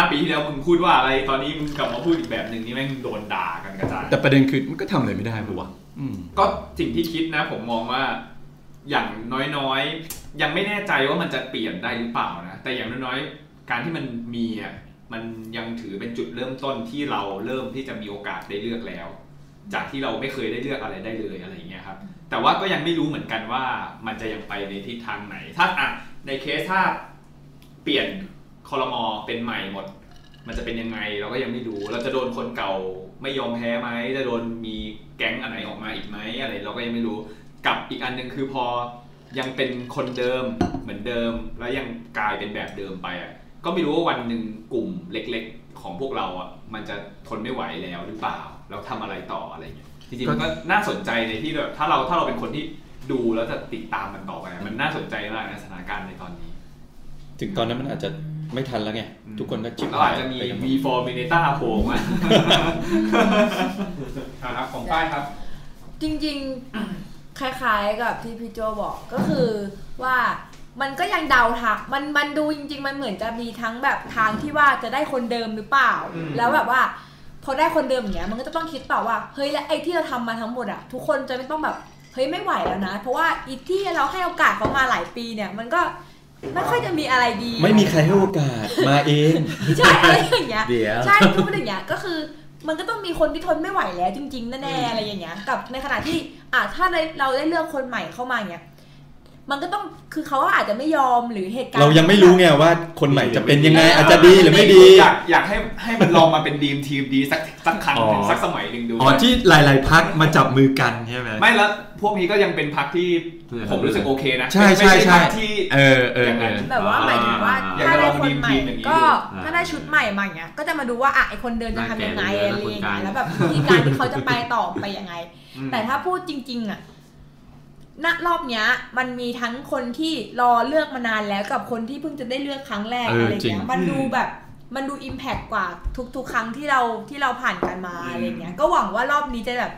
[SPEAKER 2] 5 ปีที่แล้วมึงพูดว่าอะไรตอนนี้มึงกลับมาพูดอีกแบบหนึ่งนี่แม่งโดนด่ากันกระจาย
[SPEAKER 3] แต่ประเด็นคือมันก็ทำอะไรไม่ได้ปะวะอืม
[SPEAKER 2] ก็สิ่งที่คิดนะผมมองว่าอย่างน้อยๆ ยังไม่แน่ใจว่ามันจะเปลี่ยนได้หรือเปล่านะ แต่อย่างน้อยๆ การที่มันมีอ่ะมันยังถือเป็นจุดเริ่มต้นที่เราเริ่มที่จะมีโอกาสได้เลือกแล้ว จากที่เราไม่เคยได้เลือกอะไรได้เลยอะไรอย่างเงี้ยครับ แต่ว่าก็ยังไม่รู้เหมือนกันว่ามันจะยังไปในทิศทางไหน ถ้าอ่ะในเคสถ้าเปลี่ยนคอรมอเป็นใหม่หมด มันจะเป็นยังไงเราก็ยังไม่รู้เราจะโดนคนเก่าไม่ยอมแพ้ไหมจะโดนมีแก๊งอันไหนออกมาอีกไหมอะไรเราก็ยังไม่รู้กับอีกอันหนึ่งคือพอยังเป็นคนเดิมเหมือนเดิม แล้วยังกลายเป็นแบบเดิมไปอ่ะก็ไม่รู้ว่าวันหนึ่งกลุ่มเล็กๆ ของพวกเราอ่ะมันจะทนไม่ไหวแล้วหรือเปล่าแล้วทำอะไรต่ออะไรเงี้ยจริงๆมันก็น่าสนใจในที่แบบถ้าเราถ้าเราเป็นคนที่ดูแล้วจะติดตามมันต่อไปอะมันน่าสนใจมากนะสถานการณ์ในตอนนี้
[SPEAKER 9] ถึงตอนนั้นมันอาจจะไม่ทันแล้วไง
[SPEAKER 2] อืม
[SPEAKER 9] ทุกคนก็ชิบ
[SPEAKER 2] เรา
[SPEAKER 9] หา
[SPEAKER 2] อาย จจะมี
[SPEAKER 9] ไปกันหม
[SPEAKER 2] V
[SPEAKER 9] ด
[SPEAKER 2] for Mineta โผล่มา
[SPEAKER 5] อ่ะครับของป้ายครับ
[SPEAKER 8] จริงๆ คล้ายๆกับที่พี่โจบอกก็คือว่ามันก็ยังเดาทางมันมันดูจริง ๆ มันเหมือนจะมีทั้งแบบทางที่ว่าจะได้คนเดิมหรือเปล่า
[SPEAKER 2] อืม
[SPEAKER 8] แล้วแบบว่าพอได้คนเดิมอย่างเงี้ยมันก็จะต้องคิดต่อว่าเฮ้ยแล้วไอ้ที่เราทำมาทั้งหมดอะทุกคนจะไม่ต้องแบบเฮ้ยไม่ไหวแล้วนะ เพราะว่าอีที่เราให้โอกาสเขามาหลายปีเนี่ยมันก็ไม่ค่อยจะมีอะไรดี
[SPEAKER 9] ไม่มีใครให้โอกาสมาเอง
[SPEAKER 8] ใช่อะไรอย่างเงี้ย
[SPEAKER 9] เดี๋ยว
[SPEAKER 8] ใช่พูดอย่างเงี้ยก็คือมันก็ต้องมีคนที่ทนไม่ไหวแล้วจริงๆแน่ๆอะไรอย่างเงี้ยกับในขณะที่อ่ะถ้าในเราได้เลือกคนใหม่เข้ามาเนี้ยมันก็ต้องคือเขาอาจจะไม่ยอมหรือเหตุการณ์
[SPEAKER 9] เรายังไม่รู้ไงว่าคนใหม่จะเป็นยังไง อาจจะดีหรือไม่ดี
[SPEAKER 2] อยากอยากให้ให้มันลองมาเป็นดีมทีมดีสักสักครั้ง
[SPEAKER 9] อ๋อ
[SPEAKER 2] สักสมัยหนึ่งดู
[SPEAKER 3] อ๋อที่หลาย ๆ พักมาจับมือกันใช่ไหม
[SPEAKER 2] ไม่แล้วพวกนี้ก็ยังเป็นพักที่
[SPEAKER 3] เออ
[SPEAKER 2] ผมรู้สึกโอเคนะ
[SPEAKER 3] ใช่ใช่
[SPEAKER 2] ไม่
[SPEAKER 3] ใช่
[SPEAKER 2] พรรคที่
[SPEAKER 3] เออเออเออ
[SPEAKER 8] แบบว่าหมายถึงว่า
[SPEAKER 2] อ่า
[SPEAKER 8] ถ้าได้คนใหม่
[SPEAKER 2] อยากจะลองดีมๆอย่างนี้ดู
[SPEAKER 8] ก็
[SPEAKER 4] อ่า
[SPEAKER 8] ถ้าได้ชุดใหม่มาเนี้ยก็จะมาดูว่าอ่ะไอคนเดินจะทำยังไงอะไรอย่างเงี้ยแล้วแบบวิธีการที่เขาจะไปต่อไปยังไง
[SPEAKER 2] อืม
[SPEAKER 8] แต่ถ้าพูดจริง ๆ อ่ะ ณ รอบเนี้ย มันมีทั้งคนที่รอเลือกมานานแล้วกับคนที่เพิ่งจะได้เลือกครั้งแรก
[SPEAKER 3] เอออ
[SPEAKER 8] อะไร
[SPEAKER 3] จริง
[SPEAKER 8] เงี้ย มันดูแบบ มันดูอิมแพกกว่าทุก ๆ ครั้งที่เราที่เราผ่านกันมาอะไรเงี้ย ก็หวังว่ารอบนี้จะแบบ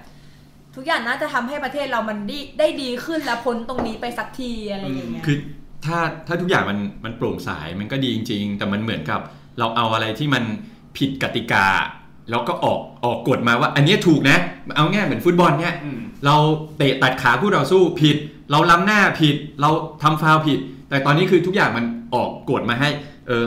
[SPEAKER 8] ทุกอย่างน่าจะทำให้ประเทศเรามันได้ได้ดีขึ้นและพ้นตรงนี้ไปสักทีอะไรอย่างเงี้ย
[SPEAKER 3] คือถ้าถ้าทุกอย่างมันมันโปร่งใสมันก็ดีจริง ๆ แต่มันเหมือนกับเราเอาอะไรที่มันผิดกติกา แล้วก็ออกออกกฎมาว่า อันเนี้ยถูกนะ เอาง่ายเหมือนฟุตบอลเนี่ย
[SPEAKER 2] อืม
[SPEAKER 3] เราเตะตัดขาคู่ต่อสู้ผิด เราล้ำหน้าผิด เราทำฟาวล์ผิด แต่ตอนนี้คือทุกอย่างมันออกกฎมาให้ เออ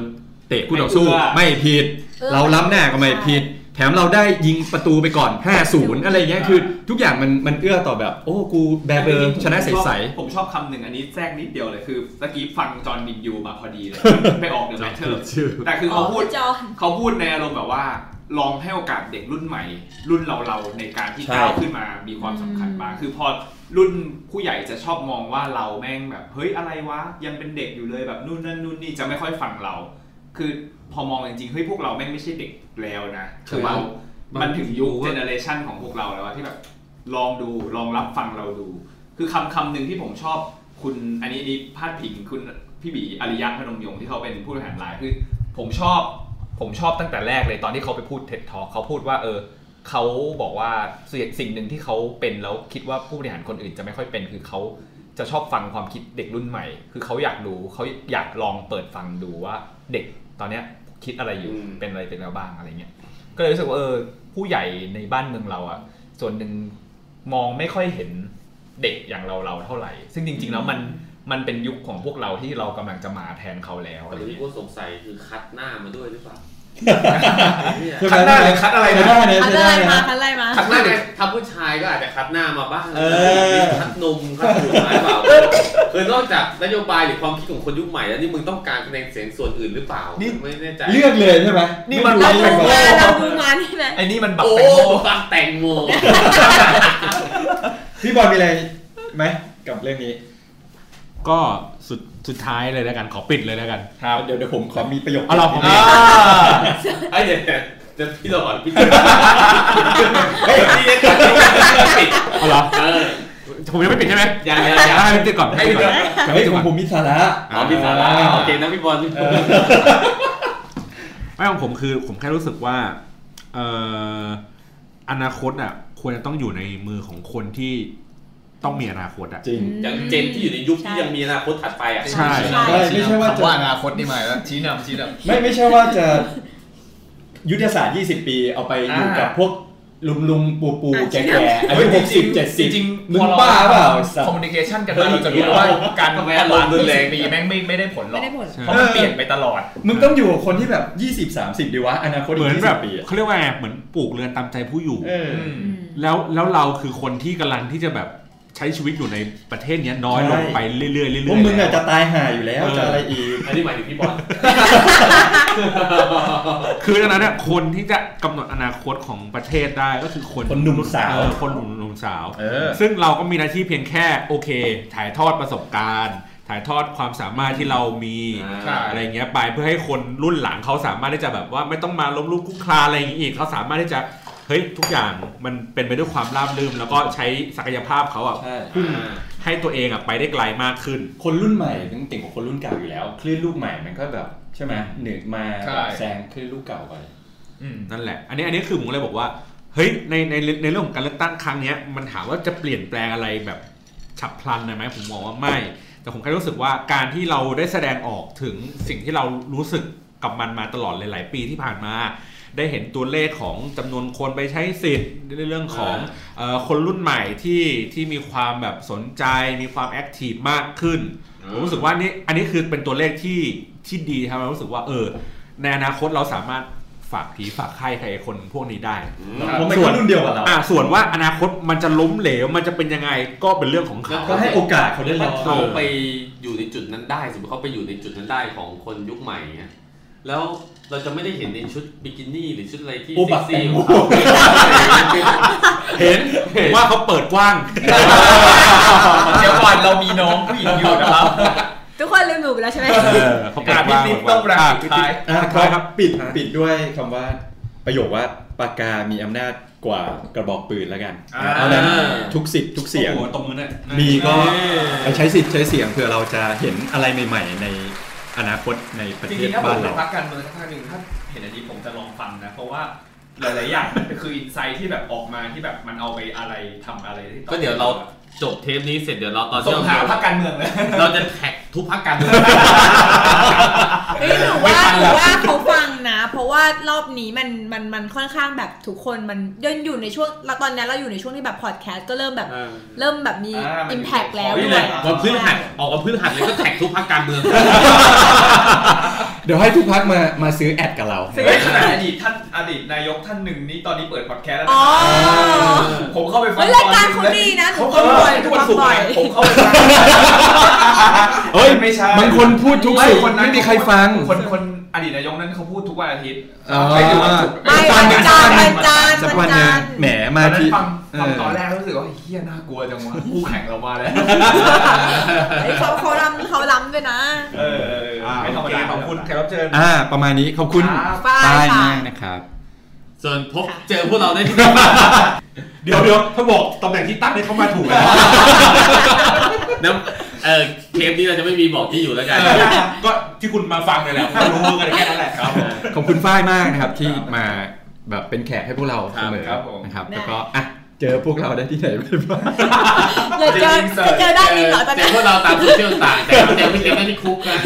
[SPEAKER 3] เตะคู่ต่อสู้
[SPEAKER 2] ไม่เอื้อ
[SPEAKER 3] ไม่ผิด
[SPEAKER 8] เออ
[SPEAKER 3] เราล้ำหน้าก็ไม่
[SPEAKER 8] ใช่
[SPEAKER 3] ผิด แถมเราได้ยิงประตูไปก่อน5-0อะไรอย่างเงี้ยคือ ทุกอย่างมันมันเอื้อต่อแบบ โอ้กูแบเบอร์ชนะใสๆ
[SPEAKER 2] ผมชอบคำหนึ่งอันนี้แทรกนิดเดียวเลยคือตะกี้ฟังจอห์นวินยูมาพอดีเลย ไปออกเดอะแมทเทอร์
[SPEAKER 3] ชื่อ
[SPEAKER 2] แต่คือเขาพูด
[SPEAKER 8] จอห์น
[SPEAKER 2] เขาพูดในอารมณ์แบบว่า ลองให้โอกาสเด็กรุ่นใหม่ รุ่นเราเราๆในการที่
[SPEAKER 9] ใช่
[SPEAKER 2] ก้าวขึ้นมามีความสำคัญมากคือพอรุ่นผู้ใหญ่จะชอบมองว่าเราแม่งแบบเฮ้ยอะไรวะยังเป็นเด็กอยู่เลยแบบนู่นนั่นนู่นนี่จะไม่ค่อยฟังเรา คือพอมองจริงๆเฮ้ยพวกเราแม่งไม่ใช่เด็กแล้วนะคือเรา
[SPEAKER 4] บาง
[SPEAKER 2] มันถึงยุคเจเนอเรชันของพวกเราแล้วอะที่แบบลองดูลองรับฟังเราดู คือคำคำหนึ่งที่ผมชอบคุณอันนี้อันนี้พาดพิงคุณพี่บีอริยะพนมยงค์ที่เขาเป็นผู้บริหารไลน์คือ ผมชอบ ผมชอบตั้งแต่แรกเลยตอนที่เขาไปพูดเท็ดทอเขาพูดว่า เออเขาบอกว่าสิ่งสิ่งหนึ่งที่เขาเป็นแล้วคิดว่าผู้บริหารคนอื่นจะไม่ค่อยเป็น คือเขาจะชอบฟังความคิดเด็กรุ่นใหม่ คือเขาอยากรู้เขาอยากลองเปิดฟังดูว่าเด็กตอนเนี้ยคิดอะไรอยู่
[SPEAKER 4] อืม
[SPEAKER 2] เป็นอะไรเป็นแล้วบ้างอะไรเงี้ยก็เลยรู้สึกว่าเออผู้ใหญ่ในบ้านเมืองเราอะส่วนหนึ่งมองไม่ค่อยเห็นเด็กอย่างเราเราๆเท่าไหร่ ซึ่งจริง ๆ แล้วมันมันเป็นยุคของพวกเราที่เรากำลังจะมาแทนเขาแล้วอะไร
[SPEAKER 4] แต่ที่
[SPEAKER 2] เงี้ย
[SPEAKER 4] กูสงสัยคือคัดหน้ามาด้วยหรือเปล่า
[SPEAKER 9] ใช่ไม
[SPEAKER 2] คัดหน้าหรือคัดอะไรนะ
[SPEAKER 9] คัดหน้าเนี่ย
[SPEAKER 8] คั
[SPEAKER 9] คั
[SPEAKER 8] ด
[SPEAKER 9] ด
[SPEAKER 8] อะ
[SPEAKER 9] หน้าเนี่ย
[SPEAKER 8] ไรมาคัดอะไรมา
[SPEAKER 4] คัดหน้าเนี่ยถ้าผู้ชายก็อาจจะคัดหน้ามาบ้าง
[SPEAKER 9] เออ
[SPEAKER 4] คัดนมคัดผลไม้เปล่าคือนอกจากนโยบายหรือความคิดของคนยุคใหม่แล้วนี่มึงต้องการคะแนนเสียงส่วนอื่นหรือเปล่า ไม่แน่ใจ
[SPEAKER 9] เลือกเลยใช่ไหม
[SPEAKER 2] นี่มัน
[SPEAKER 8] เรา
[SPEAKER 9] ไรู้
[SPEAKER 8] ดู
[SPEAKER 9] ไปก่อน
[SPEAKER 8] มาเราดูมานี่นะ
[SPEAKER 2] ไอ้นี่มันบัก
[SPEAKER 4] โอ้
[SPEAKER 2] แตงโม
[SPEAKER 4] ฟังแตงโม
[SPEAKER 9] พี่บอลมีอะไรไหมกับเรื่องนี้
[SPEAKER 7] ก็สุดสุดท้ายเลยแล้วกันขอปิดเลยแล้วกัน
[SPEAKER 9] ครับเดี๋ยวเดี๋ยวผมขอมีประโยค
[SPEAKER 7] เอาเราของ
[SPEAKER 9] เ
[SPEAKER 7] พี่
[SPEAKER 4] ไอ้เดี๋ยวเดี๋ยวพี่หลอดพี่หลอดเฮ้ยพี่เนี่ยตัดสิน
[SPEAKER 7] เอาเหรอ
[SPEAKER 4] เออ
[SPEAKER 7] ผมยังไม่ปิดใช่ไหม
[SPEAKER 4] ยังยังยัง
[SPEAKER 7] อ่ะให้ปิดก่อนให้
[SPEAKER 4] ให้
[SPEAKER 7] ปิด
[SPEAKER 4] พี่หล
[SPEAKER 7] ก่อ
[SPEAKER 4] อด
[SPEAKER 7] น
[SPEAKER 9] ฮ้ยของผมมีสาระ
[SPEAKER 4] อ๋อพี่สาระโอเคนะพี่บอลพี่บอล
[SPEAKER 7] ไม่ของผมคือผมแค่รู้สึกว่าเอ่ออนาคตอ่ะ
[SPEAKER 5] ควรจะต้องอยู่ในมือของคนที่ต้องมีอนาคตอะ
[SPEAKER 3] จริง
[SPEAKER 4] อย่างเจนที่อยู่ในยุคที่ยังมีอนาคตถัดไปอ่ะ
[SPEAKER 5] ใช่
[SPEAKER 3] ใช่ไม่ใช่ว่าจะ
[SPEAKER 2] คำว่าอนาคตนี่หมายแล้วชี้นำชี้น
[SPEAKER 3] ไม่ไม่ใช่ว่าจะยุทธศาสตร์ 20 ปีเอาไปอยู่กับพวกลุงลุงปูปูแก่แก่อายุ
[SPEAKER 2] เฮ้ย
[SPEAKER 3] หกสิ
[SPEAKER 2] จริ
[SPEAKER 3] บ
[SPEAKER 2] งๆ
[SPEAKER 3] เจ็ดสิบ
[SPEAKER 2] จริงๆ
[SPEAKER 3] มึง
[SPEAKER 2] พอเรา
[SPEAKER 3] บ้าเปล่าสั
[SPEAKER 2] ค
[SPEAKER 3] ต
[SPEAKER 2] อ
[SPEAKER 3] ว์
[SPEAKER 2] มมิวนิเคชันกันมาเราจะรู้ว่าการแวะลงรุนแรงปีแม่งไม่ไม่ได้ผลหรอก
[SPEAKER 8] ไม่ได้ผล
[SPEAKER 2] เพราะมันเปลี่ยนไปตลอด
[SPEAKER 3] มึงต้องอยู่กับคนที่แบบ 20 30 ดีวะ อนาคต
[SPEAKER 5] เห
[SPEAKER 3] อีก
[SPEAKER 5] มือนแบบ
[SPEAKER 3] 20ปีอะ
[SPEAKER 5] เขาเรียกว่าไงเหมือนปลูกเรือนตามใจผู้อยู่
[SPEAKER 3] เออ
[SPEAKER 5] แล้วแล้วเราคือคนที่กำลังที่จะแบบใช้ชีวิตอยู่ในประเทศเนี้ยน้อยลงไปเรื่อยๆเรื่อยๆ
[SPEAKER 3] พวกมึงอาจจะตายห่าอยู่แล้ว
[SPEAKER 5] เ
[SPEAKER 3] จะอะไรอีก
[SPEAKER 4] อันนี้หมายถึงพี่บอล
[SPEAKER 5] คือดังนั้นเนี่ยคนที่จะกำหนดอนาคตของประเทศได้ก็คือคน
[SPEAKER 3] คนหนุ่มสาว
[SPEAKER 5] เออคนหนุ่มหนุ่มสาว
[SPEAKER 3] เออ
[SPEAKER 5] ซึ่งเราก็มีหน้าที่เพียงแค่โอเค ถ่ายทอดประสบการณ์ ถ่ายทอดความสามารถที่เรามี
[SPEAKER 4] อ่า
[SPEAKER 5] อะไรเงี้ยไปเพื่อให้คนรุ่นหลังเขาสามารถที่จะแบบว่าไม่ต้องมาล้มลุกคลุกคลานอะไรอย่างงี้อีกเขาสามารถที่จะเฮ้ยทุกอย่างมันเป็นไปด้วยความราบรื่นแล้วก็ใช้ศักยภาพเขาอ่ะ
[SPEAKER 3] ใช่
[SPEAKER 5] ให้ตัวเองอ่ะไปได้ไกลมากขึ้น
[SPEAKER 3] คนรุ่นใหม่ต้องเก่งกว่าคนรุ่นเก่าอยู่แล้ว คลื่นลูกใหม่มันก็แบบใช่ไหมหนึ่งมา
[SPEAKER 2] ใช่
[SPEAKER 3] แบบแซงคลื่นลูกเก่าไป
[SPEAKER 2] อืม
[SPEAKER 5] นั่นแหละ อันนี้อันนี้คือผมเลยบอกว่า เฮ้ย ในในในเรื่องของการเลือกตั้งครั้งเนี้ย มันถามว่าจะเปลี่ยนแปลงอะไรแบบฉับพลันเลยไหมผมมองว่าไม่ แต่ผมแค่รู้สึกว่าการที่เราได้แสดงออกถึงสิ่งที่เรารู้สึกกับมันมาตลอดหลาย ๆ ปีที่ผ่านมา ได้เห็นตัวเลขของจำนวนคนไปใช้สิทธิ์ในเรื่องของเอ่อคนรุ่นใหม่ที่ที่มีความแบบสนใจมีความแอคทีฟมากขึ้น ผมรู้สึกว่านี่อันนี้คือเป็นตัวเลขที่ที่ดีทำให้รู้สึกว่าเออ ในอนาคตเราสามารถฝากผีฝากไข้ใครคนพวกนี้ได้
[SPEAKER 3] เพราะมันก็รุ่นเดียวกับเรา
[SPEAKER 5] อ่าส่วนว่าอนาคตมันจะล้มเหลว มันจะเป็นยังไงก็เป็นเรื่องของเขา
[SPEAKER 3] ก็ให้โอกาสเขาได้ล
[SPEAKER 4] ถ้า
[SPEAKER 3] อง
[SPEAKER 4] เขาไปอยู่ในจุดนั้นได้ สมมติเขาไปอยู่ในจุดนั้นได้ของคนยุคใหม่เงี้ยแล้วเราจะไม่ได้เห็นในชุดบิกินี่หรือชุดอะไรที่
[SPEAKER 3] โอ้
[SPEAKER 4] เซ็
[SPEAKER 3] บั
[SPEAKER 4] ก
[SPEAKER 3] กแต
[SPEAKER 4] ซี่
[SPEAKER 3] ง
[SPEAKER 4] ข
[SPEAKER 3] โม
[SPEAKER 4] องเขา
[SPEAKER 5] เห็นผมว่าเขาเปิดกว้าง
[SPEAKER 2] เดี๋ยวก่อนเรามีน้องผู้หญิงอยู่นะครับ
[SPEAKER 8] ทุกคนลืมหนูไปแล้วใช่ไหม
[SPEAKER 5] เออเขาเปิ
[SPEAKER 2] อ่ะ
[SPEAKER 5] ดก
[SPEAKER 2] พี่ติ๊ก
[SPEAKER 5] ว้าง
[SPEAKER 2] ต้องรักสุดท้าย
[SPEAKER 3] อ่ะ
[SPEAKER 5] ใช่ครับ
[SPEAKER 3] ปิดปิดด้วยคำว่าประโยคว่าปากกามีอำนาจกว่ากระบอกปืนแล้วกัน
[SPEAKER 2] อ่า
[SPEAKER 3] เพราะฉะนั้นทุกสิทธิ์ทุกเสียง
[SPEAKER 5] โอ้โหตรงนั้นน่ะ
[SPEAKER 3] มีก็ไปใช้สิทธิ์ใช้เสียงเผื่อเราจะเห็นอะไรใหม่ ๆ ในอนาคตในประ
[SPEAKER 2] จ
[SPEAKER 3] เท
[SPEAKER 2] ริ
[SPEAKER 3] ศ
[SPEAKER 2] งๆถ้าผ
[SPEAKER 3] บ้าม น
[SPEAKER 2] เป็
[SPEAKER 3] เรา
[SPEAKER 2] นพักการเมืองสักพักหนึ่งถ้าเห็นอันนี้ผมจะลองฟังนะ เพราะว่าหลายๆอย่างมันคืออินไซต์ที่แบบออกมาที่แบบมันเอาไปอะไรทำอะไรที่ต่อ
[SPEAKER 4] ก็เดี๋ยวเราจบเทปนี้เสร็จเดี๋ยวเราตอน
[SPEAKER 2] ส่
[SPEAKER 4] ที่
[SPEAKER 2] ง
[SPEAKER 4] เรา
[SPEAKER 2] หาพักการเมืองเลย
[SPEAKER 4] เราจะแท็กทุกพักการเมือง
[SPEAKER 8] เฮ้ยหนูว่าหนูว่าเขาฟังนะ เพราะว่ารอบนี้มันมันมันค่อนข้างแบบทุกคนมันเดินอยู่ในช่วงเราตอนนี้เราอยู่ในช่วงที่แบบพอดแคสต์ก็เริ่มแบบเริ่มแบบมี
[SPEAKER 2] อ่ามัน
[SPEAKER 8] อิมแพก
[SPEAKER 2] อยู่ใน
[SPEAKER 8] แล้ว
[SPEAKER 2] ของนี่เลย ย
[SPEAKER 4] วั
[SPEAKER 8] ด้ว
[SPEAKER 4] นพฤหัสออกวันพฤหัสเลยก็แท็กทุกพักการเมือง
[SPEAKER 3] เดี๋ยวให้ทุกพักมามาซื้อแอดกับเรา
[SPEAKER 2] เฮ้ยขนาดอดีตท่านอดีตนายกท่านหนึ่งนี่ตอนนี้เปิดพอดแคสต์แล้ว
[SPEAKER 8] อ๋
[SPEAKER 2] นะ
[SPEAKER 8] อ
[SPEAKER 2] ผมเข้าไปฟั
[SPEAKER 8] เฮ้ยรายการเขาดีนะหนู
[SPEAKER 2] เขา
[SPEAKER 8] ก็
[SPEAKER 2] เข้าไป
[SPEAKER 8] บ่อย
[SPEAKER 2] ทุกวันศุกร์
[SPEAKER 8] บ่อย
[SPEAKER 2] นะผมเข้าไปฟัง
[SPEAKER 3] เฮ้ย
[SPEAKER 2] ไม่ใช่
[SPEAKER 3] บางคนพูดทุก
[SPEAKER 2] ไม่
[SPEAKER 3] สิ่ง
[SPEAKER 2] คนนั้น
[SPEAKER 3] ไม่มีใครฟัง
[SPEAKER 2] คนคนอดีตนายกนั้นเขาพูดทุกวันอาทิตย์
[SPEAKER 3] อ๋อ
[SPEAKER 2] ไปดูวันศุกร์
[SPEAKER 8] ไม่วันจันทร์วันจันทร์
[SPEAKER 3] สัก
[SPEAKER 8] วั
[SPEAKER 3] วัน
[SPEAKER 8] น
[SPEAKER 3] หนึ
[SPEAKER 8] จั
[SPEAKER 3] ง
[SPEAKER 8] นทร์
[SPEAKER 3] แหม
[SPEAKER 2] ต
[SPEAKER 3] มา
[SPEAKER 2] อนนั้น
[SPEAKER 3] ที่
[SPEAKER 2] ฟังฟังตอน
[SPEAKER 3] เอ
[SPEAKER 2] แร
[SPEAKER 3] อก
[SPEAKER 2] รู้สึกว่าเฮียน่ากลัวจังวะ คู่แข่งเรามาแล้ว
[SPEAKER 8] เฮ้ยเขาเขาล้ำเขาล้ำด้วยนะ
[SPEAKER 2] เออเออเออไม่ธรรมดาขอบคุณแขกรับเชิญ
[SPEAKER 3] อ่า ประมาณนี้ขอบคุณ
[SPEAKER 2] ครับ
[SPEAKER 8] ป้าย
[SPEAKER 3] ป้าย
[SPEAKER 8] ค่ะ
[SPEAKER 3] มากนะครับ
[SPEAKER 4] ส่วนพบเจอพวกเราได้ที่
[SPEAKER 5] เดี๋ยวเดี๋ยวถ้าบอกตำแหน่งที่ตั้งเนี่ยเขามาถูก แล้ว
[SPEAKER 4] น้ำเออเทปนี้เราจะไม่มีบอกที่อยู่แล้วกัน
[SPEAKER 5] ก็ที่คุณมาฟังเนี่ยแหละคุณรู้กันแค่นั้นแหละครับ
[SPEAKER 3] ขอบคุณฝ้ายมากนะครับที่มาแบบเป็นแขกให้พวกเราเสมอ
[SPEAKER 2] ครับผม
[SPEAKER 3] นะครับ
[SPEAKER 8] ได้
[SPEAKER 3] แล้วก็อ่ะเจอพวกเราได้ที่ไหนบ้าง
[SPEAKER 8] เดี๋ยวเจอจะเจอได้ยินเหรอตอน
[SPEAKER 4] แต่
[SPEAKER 8] นี้
[SPEAKER 4] พวกเราตามโซเชียลต่าง แต่เดี๋ยวพี่เลี้ยงได้ที่คุก นะ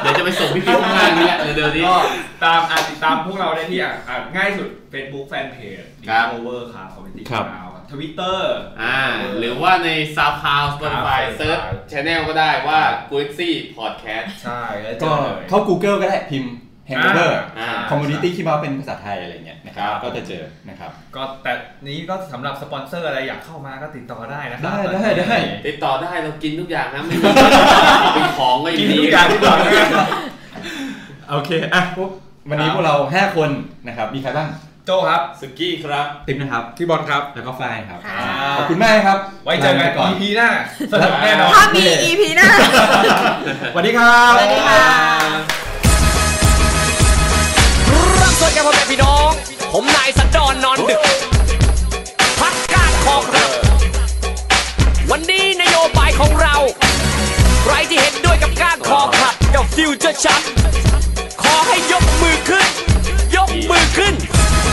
[SPEAKER 4] เดี๋ยวจะไปส่งพี่คุกข้างล่างนี่แหละเดี๋ยวๆนี้
[SPEAKER 2] ก็ตามอ่ะติดตามพวกเราได้ที่อ่ะอ่ะง่ายสุด Facebook Fanpage
[SPEAKER 4] ครับ
[SPEAKER 2] โอเวอร์ครับคอมเมนต์
[SPEAKER 3] ครับ
[SPEAKER 2] ทวิตเตอร์
[SPEAKER 4] อ่า หรือว่าในซาวพาวสปอติฟายเซิร์ชชแนลก็ได้ว่ากูเอ็กซี่พอดแคสต์
[SPEAKER 2] ใช่แล้วเจ
[SPEAKER 3] ก็
[SPEAKER 2] อเลย
[SPEAKER 3] เข้า Google ก็ได้พิมพ์ Hangover
[SPEAKER 4] อ่า
[SPEAKER 3] Community ที่มาเป็นภาษาไทยอะไรเงี้ยนะครับ
[SPEAKER 4] ครับ
[SPEAKER 3] ก็จะเจอนะครับ
[SPEAKER 2] ก็แต่นี้ก็สำหรับสปอนเซอร์อะไรอยากเข้ามาก็ติดต่อได้นะครั
[SPEAKER 3] ได้ได้ได้
[SPEAKER 4] ติดต่อได้เรากินทุกอย่างนะไม่ มีเป็นของก็ยั
[SPEAKER 2] กิ
[SPEAKER 4] ง
[SPEAKER 2] น
[SPEAKER 4] ดี
[SPEAKER 2] ทุกอย่างที่บอกนะ
[SPEAKER 3] โอเค อ่ะพวกวันนี้
[SPEAKER 2] ครับ
[SPEAKER 3] พวกเรา 5 คนนะครับ มีใครบ้าง
[SPEAKER 2] โจครับ
[SPEAKER 4] สุกี้ครับ
[SPEAKER 3] ติ๊มนะครับ
[SPEAKER 5] พี่บอลครับ
[SPEAKER 3] แล้วก็ฝ้ายครับ
[SPEAKER 8] ค่ะ
[SPEAKER 3] ขอบคุณมากครับ
[SPEAKER 2] ไว้เจอ
[SPEAKER 3] ลา
[SPEAKER 2] กัน
[SPEAKER 3] ไปก่อน
[SPEAKER 2] EP หน้าสนุกแน่นอน
[SPEAKER 8] ถ้ามี EP หน้า
[SPEAKER 3] สวัสดีครับ
[SPEAKER 8] สวัสดีค่ะ
[SPEAKER 10] รับสวัสดีพ่อแม่พี่น้อง ผมนายสันดอนนอนดึก พักการคองครับ วันนี้นโยบายของเรา ใครที่เห็นด้วยกับการคอขัดกับฟิวเจอร์ชันขอให้ยกมือขึ้น ยกมือขึ้น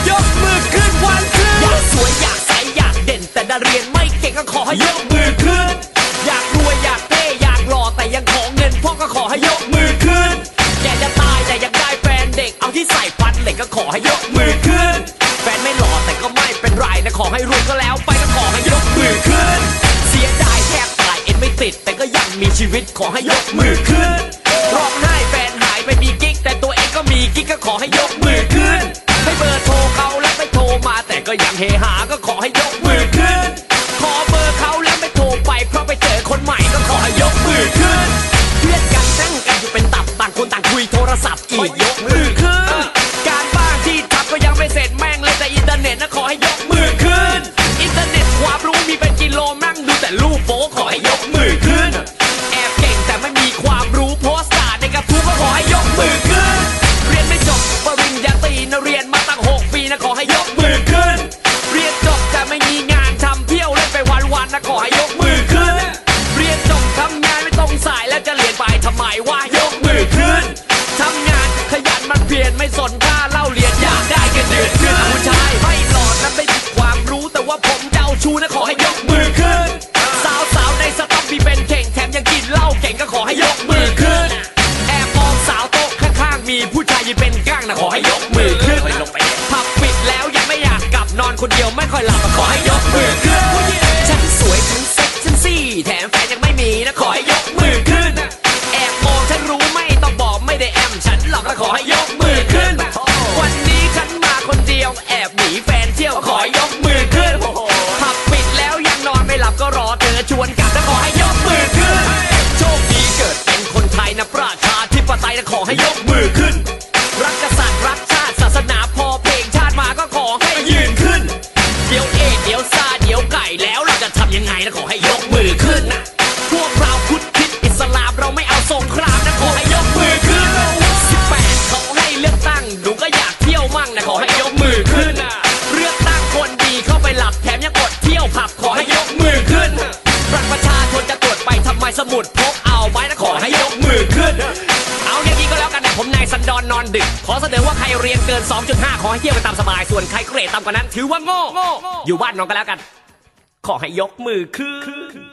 [SPEAKER 10] ยกมือขึ้นวันขึ้น อยากสวยอยากใส ต้องขอให้ยกมือขึ้น อยากรวยอยากเท่อยากหล่อแต่ยังขอเงินพ่อก็ขอให้ยกมือขึ้น แกจะตายแต่อยากได้แฟนเด็ก เอาที่ใส่ฟันเหล็กก็ขอให้ยกมือขึ้น แฟนไม่หล่อแต่ก็ไม่เป็นไรนะขอให้รวยก็แล้วไปก็ขอให้ยกมือขึ้น เสียดายแทบตายเอ็นไม่ติด แต่ก็ยังมีชีวิตขอให้ยกมือขึ้นร้องไห้แฟนหายไปมีกิ๊กแต่ตัวเองก็มีกิ๊กก็ขอให้ยกมือขึ้นให้เบอร์โทรเขาแล้วไม่โทรมาแต่ก็ยังเฮหาก็ขอให้ยกมือขึ้น ขอเบอร์เขาแล้วไม่โทรไปเพราะไปเจอคนใหม่ก็ขอให้ยกมือขึ้น เพื่อนกันนั่งกันอยู่เป็นตับต่างคนต่างคุยโทรศัพท์อีกยกมือขึ้น การบ้านที่ทำก็ยังไม่เสร็จแม่งเลยแต่อินเทอร์เน็ตนะขอให้ยกมือขึ้น อินเทอร์เน็ตความรู้มีเป็นกิโลนั่งดูแต่รูปโป๊ขอให้ยกมือขึ้น แอบเก่งแต่ไม่มีความรู้โพสต์ด่าในกระทู้ก็ขอให้ยกมือขึ้น เรียนไม่จบปริญญาตรีนะเรียนมาตั้งหกปีนะขอให้ยกมือขึ้น เรียนจบแต่ไม่มีงานทำเที่ยวเล่นไปวันๆนะขอให้ยกมือขึ้น เรียนจบทำงานไม่ตรงสายแล้วจะเรียนไปทำไมวะยกมือขึ้นทำงานขยันมันเพียนไม่สนค่าเล่าเรียนอยากได้เงินเดือนขึ้นผู้ชายไม่หลอดนะไม่มีความรู้แต่ว่าผมเจ้าชูนะขอให้ยกมือขึ้น สาวสาวๆในสต็อกมีเป็นเก่งแถมยังกินเหล้าเก่งก็ขอให้ยกมือขึ้น แอบมองสาวโต๊ะข้างๆมีผู้ชายยืนเป็นก้างนะขอให้ยกมือขึ้นผับปิดแล้วยังไม่อยากกลับนอนคนเดียวไม่ค่อยหลับอะขอให้ยกมือขึ้น ฉันสวยฉันเซ็กฉันซี่แถมแฟนยังไม่มีนะขอให้ยกมือขึ้น แอบมองฉันรู้ไม่ต้องบอกไม่ได้แอมฉันหลับแล้วขอให้ยกมือขึ้น วันนี้ฉันมาคนเดียวแอบหนีแฟนเที่ยวขอให้ยกมือขึ้นผับปิดแล้วยังนอนไม่หลับก็รอเธอชวนกลับแล้วขอให้ยกมือขึ้น โชคดีเกิดเป็นคนไทยนะประชาธิปไตยนะขอให้ยกมือขึ้น รักกษัตริย์รักชาติศาสนาพอเพลงชาติมาก็ขอให้ยืนขึ้น เดี๋ยวเอเดี๋ยวซาเดี๋ยวไก่แล้วเราจะทำยังไงนะขอให้ยกมือขึ้นนะพวกเราพุทธคริดอิสลามเราไม่เอาสงครามนะขอให้ยกมือขึ้น18เขาให้เลือกตั้งหนูก็อยากเที่ยวมั่งนะขอให้ยกมือขึ้นเลือกตั้งคนดีเข้าไปหลับแถมยังอดเที่ยวผับขอให้ยกมือขึ้นบัตรประชาชนจะตรวจไปทำไมสมุดพกเอาไว้นะขอให้ยกมือขึ้น เอาอย่างนี้ก็แล้วกันนะผมนายสันดอนนอนดึก ขอเสนอว่าใครเรียนเกิน 2.5 ขอให้เที่ยวไปตามสบาย ส่วนใครเกรดต่ำกว่านั้น ถือว่าโง่ อยู่บ้านนอนก็แล้วกัน ขอให้ยกมือขึ้น